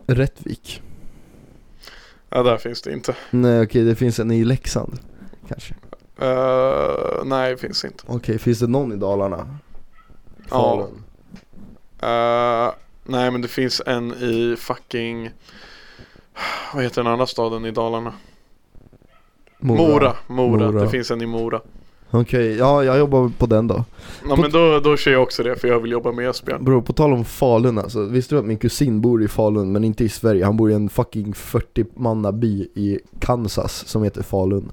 A: Rättvik?
B: Ja, där finns det inte.
A: Nej okej, det finns en i Leksand Kanske
B: Eh, nej, det finns inte.
A: Okej, finns det någon i Dalarna?
B: Ja,
A: Falun.
B: Eh, nej men det finns en i fucking Vad heter den andra staden i Dalarna? Mora Mora,
A: Mora.
B: det finns en i Mora
A: Okej, ja jag jobbar på den då
B: Ja men då, då kör jag också det för jag vill jobba med Esbjörn
A: Bro, på tal om Falun alltså Visste du att min kusin bor i Falun men inte i Sverige? Han bor i en fucking 40 manna by i Kansas som heter Falun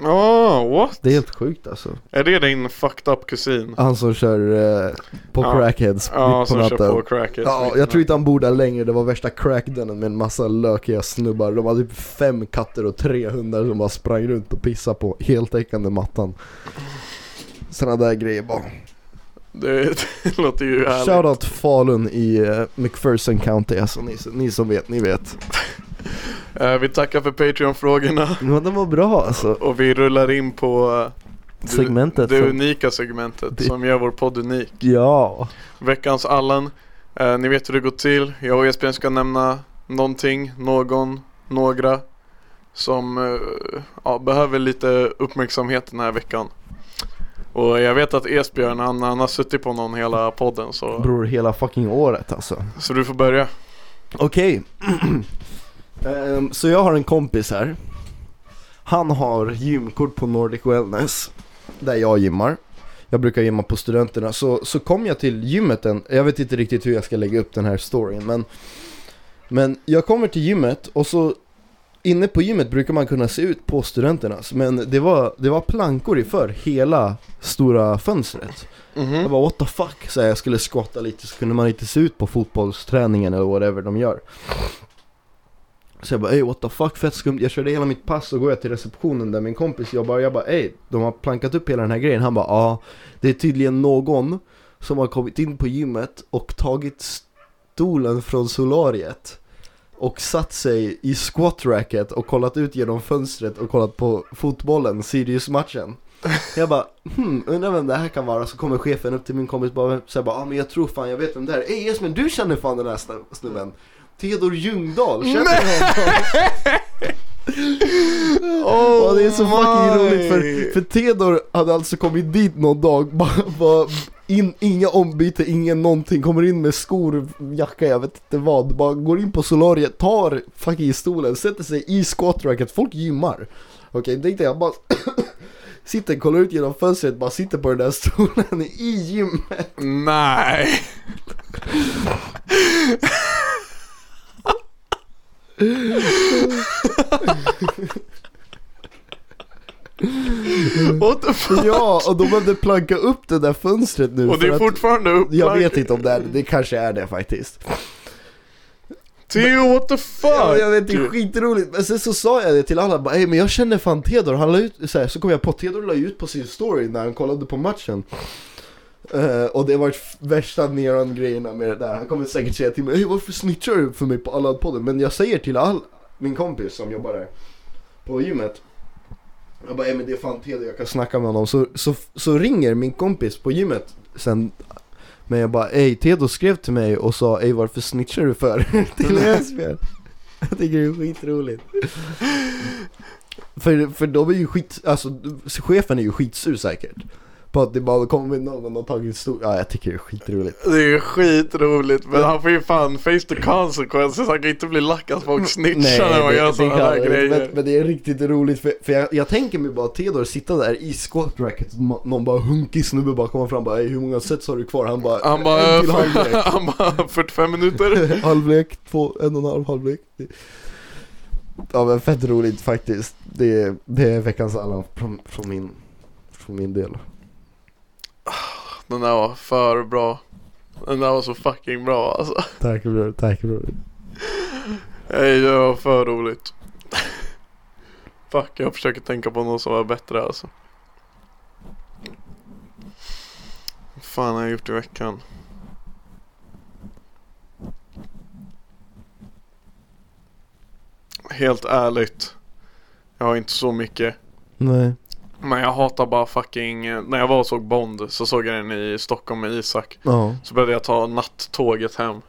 B: Åh, what?
A: Det är helt sjukt alltså
B: Är det din fucked up kusin?
A: Han som kör eh, på
B: Ja.
A: crackheads
B: Ja,
A: mitt på
B: som
A: natten
B: kör på cracket
A: Ja, jag tror inte han bor där längre, det var värsta crackdenen med en massa lökiga snubbar De hade typ fem katter och tre hundar som bara sprang runt och pissade på heltäckande mattan Såna där grejer bara
B: det, det låter ju härligt
A: Shoutout Falun i eh, McPherson County alltså, ni, ni som vet, ni vet
B: Eh, Vi tackar för Patreon-frågorna
A: Men den var bra alltså,
B: Och vi rullar in på eh, det-
A: segmentet
B: Det
A: som,
B: unika segmentet
A: Det-
B: som gör vår podd unik
A: Ja,
B: Veckans Allan. Eh, ni vet hur det går till. Jag och Esbjörn ska nämna någonting, någon, några som eh, ja, behöver lite uppmärksamhet den här veckan. Och jag vet att Esbjörn, han, han har suttit på någon hela podden så,
A: bror hela fucking året alltså
B: så du får börja.
A: Okej. Ehm, så jag har en kompis här. Han har gymkort på Nordic Wellness. Där jag gymmar. Jag brukar gymma på studenterna. Så, så kom jag till gymmet en, jag vet inte riktigt hur jag ska lägga upp den här storyn men Men jag kommer till gymmet och så Inne på gymmet brukar man kunna se ut på studenternas men det var, det var plankor i för hela stora fönstret jag bara what the fuck, så här, jag skulle skotta lite så kunde man inte se ut på fotbollsträningen eller whatever de gör Så jag bara ey what the fuck, fett skumt, jag körde hela mitt pass och går jag till receptionen där min kompis jobbar Jag bara ey, de har plankat upp hela den här grejen Han bara ja, det är tydligen någon som har kommit in på gymmet och tagit stolen från solariet och satt sig i squat racket och kollat ut genom fönstret och kollat på fotbollen, Sirius-matchen jag bara, hmm, undrar vem det här kan vara. Så kommer chefen upp till min kompis bara, så jag bara, ah, men jag tror fan jag vet vem det här är. Ey Esmen, du känner fan den här snu- snubben. Theodor Ljungdahl, känner du honom?
B: Oh
A: Och det är så fucking
B: my.
A: roligt för, för Theodor hade alltså kommit dit någon dag, bara, bara in, inga ombyte, ingen någonting, kommer in med skor, jacka, jag vet inte vad, bara går in på solariet, tar fucking stolen, sätter sig i squatracket, folk gymmar. Okej, tänkte jag bara sitter, kollar ut genom fönstret, bara sitter på den där stolen i gymmet.
B: Nej. What the fuck?
A: Ja, och de behövde planka upp det där fönstret nu
B: Och det
A: för
B: är
A: att-
B: fortfarande
A: Jag
B: upplag-
A: vet inte om det är det, det kanske är det faktiskt
B: Theo, what the fuck? typ.
A: Ja, jag vet, det är skitroligt. Men sen så sa jag det till alla, bara, "Ey, men jag känner fan Theodor, han la ut, så, här, så kom jag på, Theodor la ut på sin story när han kollade på matchen. Eh, och det var värsta neon grejerna med det där, han kommer säkert säga till mig, "Ey, varför snitchar du för mig på alla podden? Men jag säger till all min kompis som jobbar där på gymmet. Jag bara, "Ey, men det är fan Theodor, jag kan snacka med honom. Så, så, så ringer min kompis på gymmet sen men jag bara, ey Theodor skrev till mig och sa, ey varför snitchar du för? till Esbjörn. Jag tycker det är skitroligt. för, för de är ju skit, alltså chefen är ju skitsur säkert. På att det bara kommer någon och tagit stor, ja jag tycker det är skitroligt.
B: Det är skitroligt men han får ju fan face the consequences, han kan inte bli lack att
A: Mm,
B: folk snitchar när man gör sådana
A: kan
B: där
A: jag inte.
B: grejer.
A: men, men det är riktigt roligt för, för jag, jag tänker mig bara Theodor sitta där i squat racket, ma- någon bara hunkig snubbe bara kommer fram bara, ey hur många sets har du kvar? Han bara,
B: Han bara,
A: en till halvlek.
B: han bara 45 minuter.
A: halvlek, två, en och en halv halvlek Ja men fett roligt faktiskt Det är, det är veckans Allan från, från, min, från min del
B: Den där var för bra. Den där var så fucking bra alltså.
A: Tack bror, tack bror
B: Nej, det var för roligt. Fuck, jag försöker tänka på någon som var bättre alltså. Vad fan har jag gjort i veckan? Helt ärligt. Jag har inte så mycket.
A: Nej
B: Men jag hatar bara fucking... När jag var och såg Bond så såg jag den i Stockholm med Isak.
A: Ja
B: Så började jag ta nattåget hem.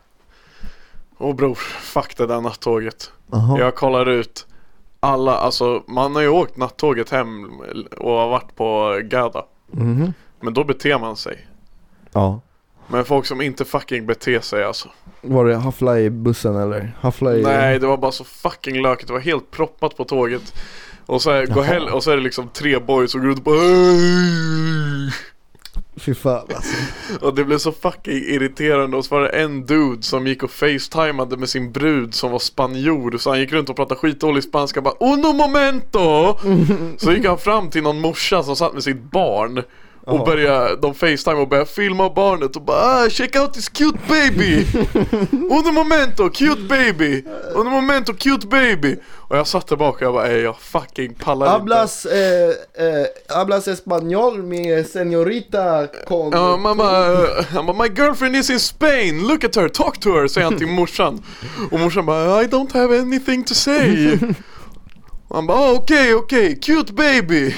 B: Och bror, fuck det där nattåget.
A: Aha.
B: Jag kollar ut alla, alltså man har ju åkt nattåget hem och har varit på Gada.
A: Mhm.
B: Men då beter man sig.
A: Ja
B: Men folk som inte fucking beter sig alltså.
A: Var det Hafla i bussen eller? Hafla i...
B: Nej, det var bara så fucking lökigt. Det var helt proppat på tåget. Och så, här, gå
A: Jaha.
B: hel- och så är det liksom tre boys som går ut och bara
A: Fy fan alltså.
B: Och det blev så fucking irriterande och så var det en dude som gick och facetimade med sin brud som var spanjor Så han gick runt och pratade skitdålig spanska bara Uno momento! Så gick han fram till någon morsa som satt med sitt barn och
A: Ja.
B: började, de facetime och började filma barnet och bara ah, check out this cute baby! Uno momento, cute baby! Uno momento, cute baby! Och jag satt tillbaka och jag bara ey jag fucking pallar inte
A: Hablas, eh, eh, hablas español med señorita con...
B: Ja, man bara, eh, han bara, my girlfriend is in Spain, look at her, talk to her, säger han till morsan. Och morsan bara, I don't have anything to say. Och han bara, "Ah, okej, okej, cute baby.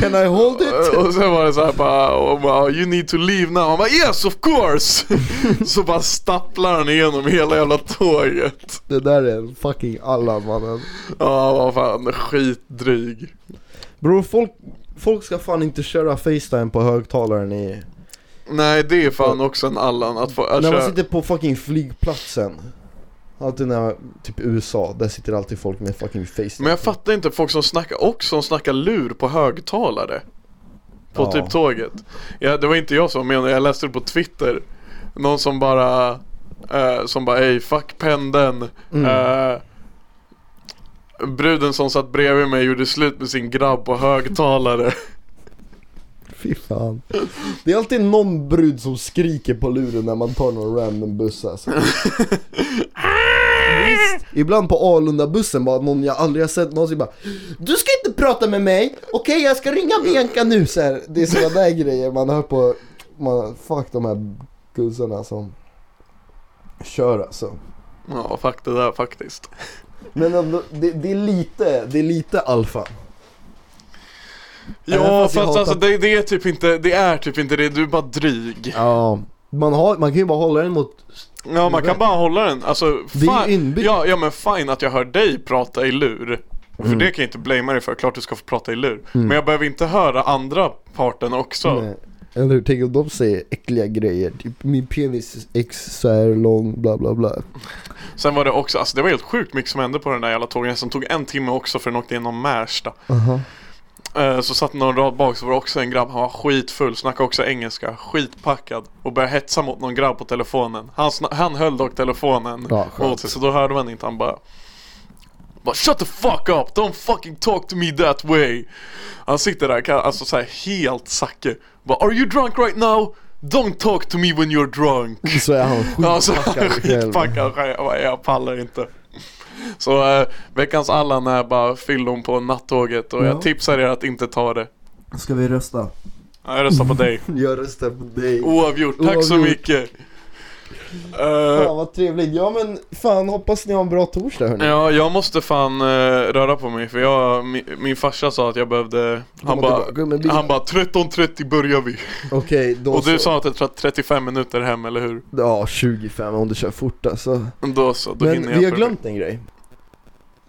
A: Can I hold it?
B: Och sen var det så här bara, och bara, you need to leave now. Han bara, yes of course. Så bara stapplar han igenom hela jävla tåget.
A: Det där är en fucking Allan mannen
B: Ja, vad fan, skitdryg.
A: Bror folk, folk ska fan inte köra Facetime på högtalaren i...
B: Nej, det är fan också en Allan att få, alltså- att
A: när man
B: köra-
A: sitter på fucking flygplatsen Alltid när, typ USA, där sitter alltid folk med fucking Facetime
B: Men jag fattar inte folk som snackar och som snackar lur på högtalare På
A: Ja.
B: typ tåget ja, Det var inte jag som menade, jag läste det på Twitter Någon som bara eh, Som bara ey fuck pendeln
A: Mm.
B: eh, Bruden som satt bredvid mig gjorde slut med sin grabb på högtalare
A: Fy fan Det är alltid någon brud som skriker på luren när man tar någon random buss alltså Visst, Ibland på Arlunda-bussen bara någon jag aldrig har sett någonsin bara Du ska inte prata med mig! Okej jag ska ringa Bianca nu så här. Det är sådana där grejer man hör på man, Fuck de här gussarna som Kör alltså
B: Ja fuck det där faktiskt
A: Men ändå, det, det är lite, det är lite alfa Även
B: Ja
A: fast jag
B: fast
A: hatar-
B: alltså det, det är typ inte, det är typ inte det, du är bara dryg
A: Ja man, har, man kan ju bara hålla den mot
B: Ja man kan bara hålla den, alltså
A: Det är ju
B: fan-
A: inbyggt.
B: ja, ja men fine att jag hör dig prata i lur För
A: Mm.
B: det kan jag inte blamea dig för, klart du ska få prata i lur Men jag behöver inte höra andra parten också
A: Nej. Eller hur, tänk om de säger äckliga grejer, typ min penis är x så här lång bla bla bla
B: Sen var det också, alltså det var helt sjukt mycket som hände på den där jävla tågen som tog en timme också för den åkte genom Märsta Eh, Så satt någon rad bak så var det också en grabb, han var skitfull, snackade också engelska, skitpackad Och började hetsa mot någon grabb på telefonen Han, sna- han höll dock telefonen
A: Ja, skönt.
B: mot sig så då hörde man inte, han bara Bara shut the fuck up, don't fucking talk to me that way Han sitter där, kan- alltså såhär helt sacke Bara are you drunk right now? Don't talk to me when you're drunk
A: Så är han
B: Ja, så han är
A: skitpackad själv
B: skitpackad själv. Jag bara, Jag pallar inte. Så eh, veckans Allan är bara fyllon på nattåget och jag
A: Ja.
B: tipsar er att inte ta det.
A: Ska vi rösta?
B: Ja, Jag röstar på dig.
A: Jag röstar på dig
B: Oavgjort, tack så
A: Oavgjort.
B: mycket. Eh,
A: Fan vad trevligt, ja men fan hoppas ni har en bra torsdag hörni
B: ja, jag måste fan eh, röra på mig för jag, min, min farsa sa att jag behövde... Han bara,
A: tillbaka med bilen.
B: han bara 13.30 börjar vi.
A: Okej, då
B: Och du
A: så.
B: sa att det tar 35 minuter hem, eller hur?
A: Ja, 25 om du kör fort alltså
B: Då så, då
A: Men
B: hinner jag.
A: vi har
B: perfekt.
A: glömt en grej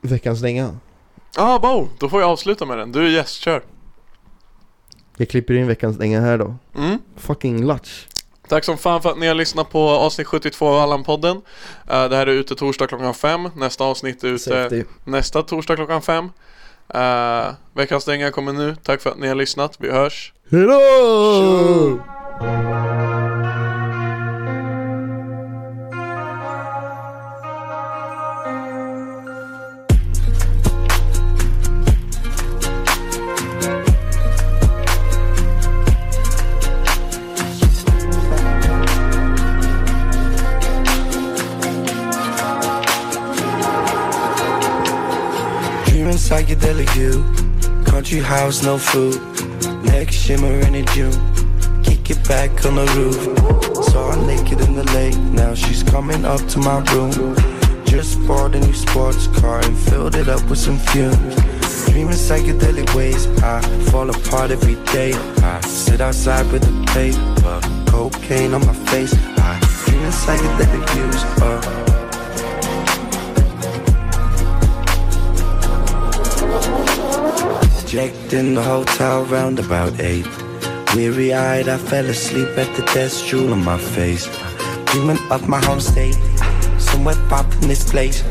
A: Veckans dänga
B: Ah, wow, då får jag avsluta med den. Du är gästkör.
A: Jag klipper in veckans dänga här då
B: Mm.
A: Fucking latch
B: Tack som fan för att ni har lyssnat på avsnitt 72 av Allan-podden. Eh, det här är ute torsdag klockan fem. Nästa avsnitt är ute
A: Safety.
B: nästa torsdag klockan fem. Eh, veckans dänga kommer nu. Tack för att ni har lyssnat. Vi hörs.
A: Hejdå!
F: Dreaming psychedelic view. Country house, no food. Neck shimmering in June. Kick it back on the roof. Saw her naked in the lake. Now she's coming up to my room. Just bought a new sports car and filled it up with some fumes. Dreaming psychedelic ways. I fall apart every day. I sit outside with the paper. Cocaine on my face. I dreaming psychedelic views. Uh, Checked in the hotel round about eight. Weary eyed, I fell asleep at the desk, jewel on my face. Dreaming of my home state, somewhere pop in this place.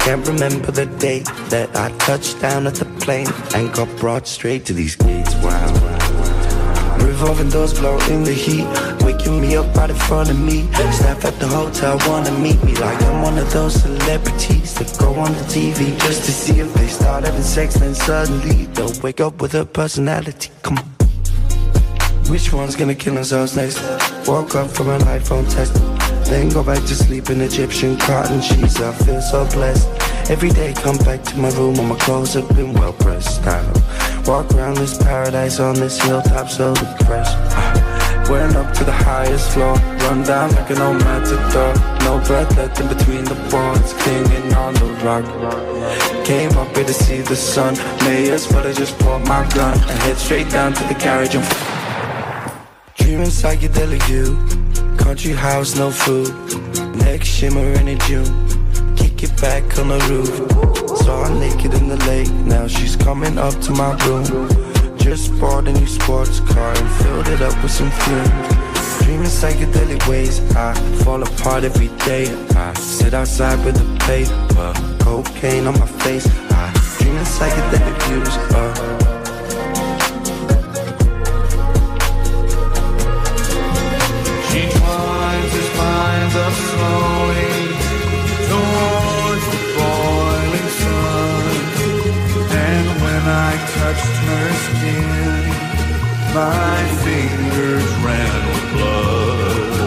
F: Can't remember the date that I touched down at the plane and got brought straight to these gates. Wow. Revolving doors blow in the heat, waking me up right in front of me. Staff at the hotel wanna meet me like I'm one of those celebrities that go on the TV just to see if they start having sex. Then suddenly they'll wake up with a personality. Come on. Which one's gonna kill themselves next? Woke up from an iPhone test. Then go back to sleep in Egyptian cotton sheets. I feel so blessed. Every day come back to my room all my clothes have been well pressed. I walk around this paradise on this hilltop so depressed. Went up to the highest floor, run down like an old matador. No breath left in between the boards, clinging on the rock. Came up here to see the sun. May as well have just pulled my gun and head straight down to the carriage and Dreaming psychedelic view, country house, no food. Neck shimmering in June, kick it back on the roof. Saw her naked in the lake, now she's coming up to my room. Just bought a new sports car and filled it up with some fumes. Dreaming psychedelic ways, I fall apart every day. I sit outside with the paper, cocaine on my face. I dreaming psychedelic views. Uh,
G: She twines his minds up slowly towards the boiling sun. And when I touched her skin, my fingers ran with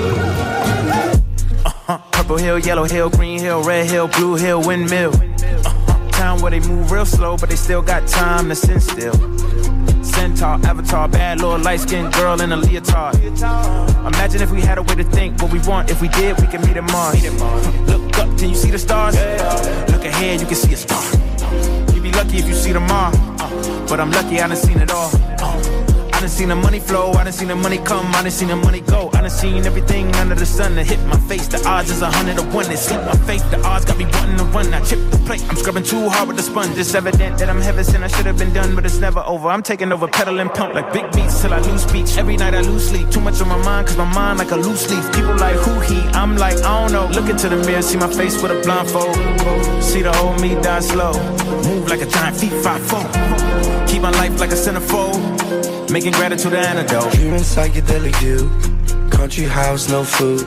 G: blood.
H: Uh-huh. Purple hill, yellow hill, green hill, red hill, blue hill, windmill. Uh-huh. Town where they move real slow, but they still got time to sit still. Centaur, avatar, bad little light skinned girl in a leotard. Imagine if we had a way to think what we want. If we did, we could meet in Mars. Look up, can you see the stars? Look ahead, you can see a star. You be lucky if you see tomorrow. Uh, but I'm lucky I done seen it all. Uh, I done seen the money flow, I done seen the money come, I done seen the money go. I done seen everything under the sun that hit my face. The odds is a hundred to one. It slipped my faith, the odds got me wanting to run. I chipped the plate, I'm scrubbing too hard with the sponge. It's evident that I'm heaven sent, I should have been done, but it's never over. I'm taking over pedal and pump like big beats till I lose speech. Every night I lose sleep, too much on my mind, cause my mind like a loose leaf. People like who he, I'm like, I don't know. Look into the mirror, see my face with a blindfold. See the old me die slow. Move like a giant feet, five four. Keep my life like a centerfold. Making gratitude the antidote.
F: Dreaming psychedelic view, country house, no food.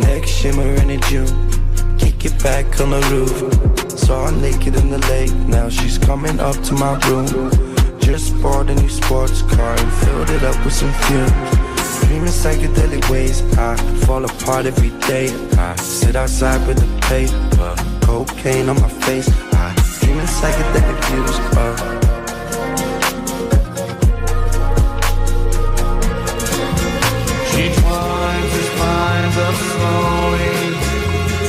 F: Neck shimmering in June, kick it back on the roof. Saw her naked in the lake, now she's coming up to my room. Just bought a new sports car and filled it up with some fumes. Dreaming psychedelic ways, I fall apart every day. I sit outside with the paper, cocaine on my face. I dreaming psychedelic views. Uh,
G: She twines his minds up slowly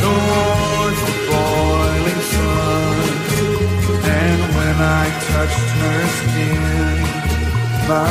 G: towards the boiling sun. And when I touched her skin, my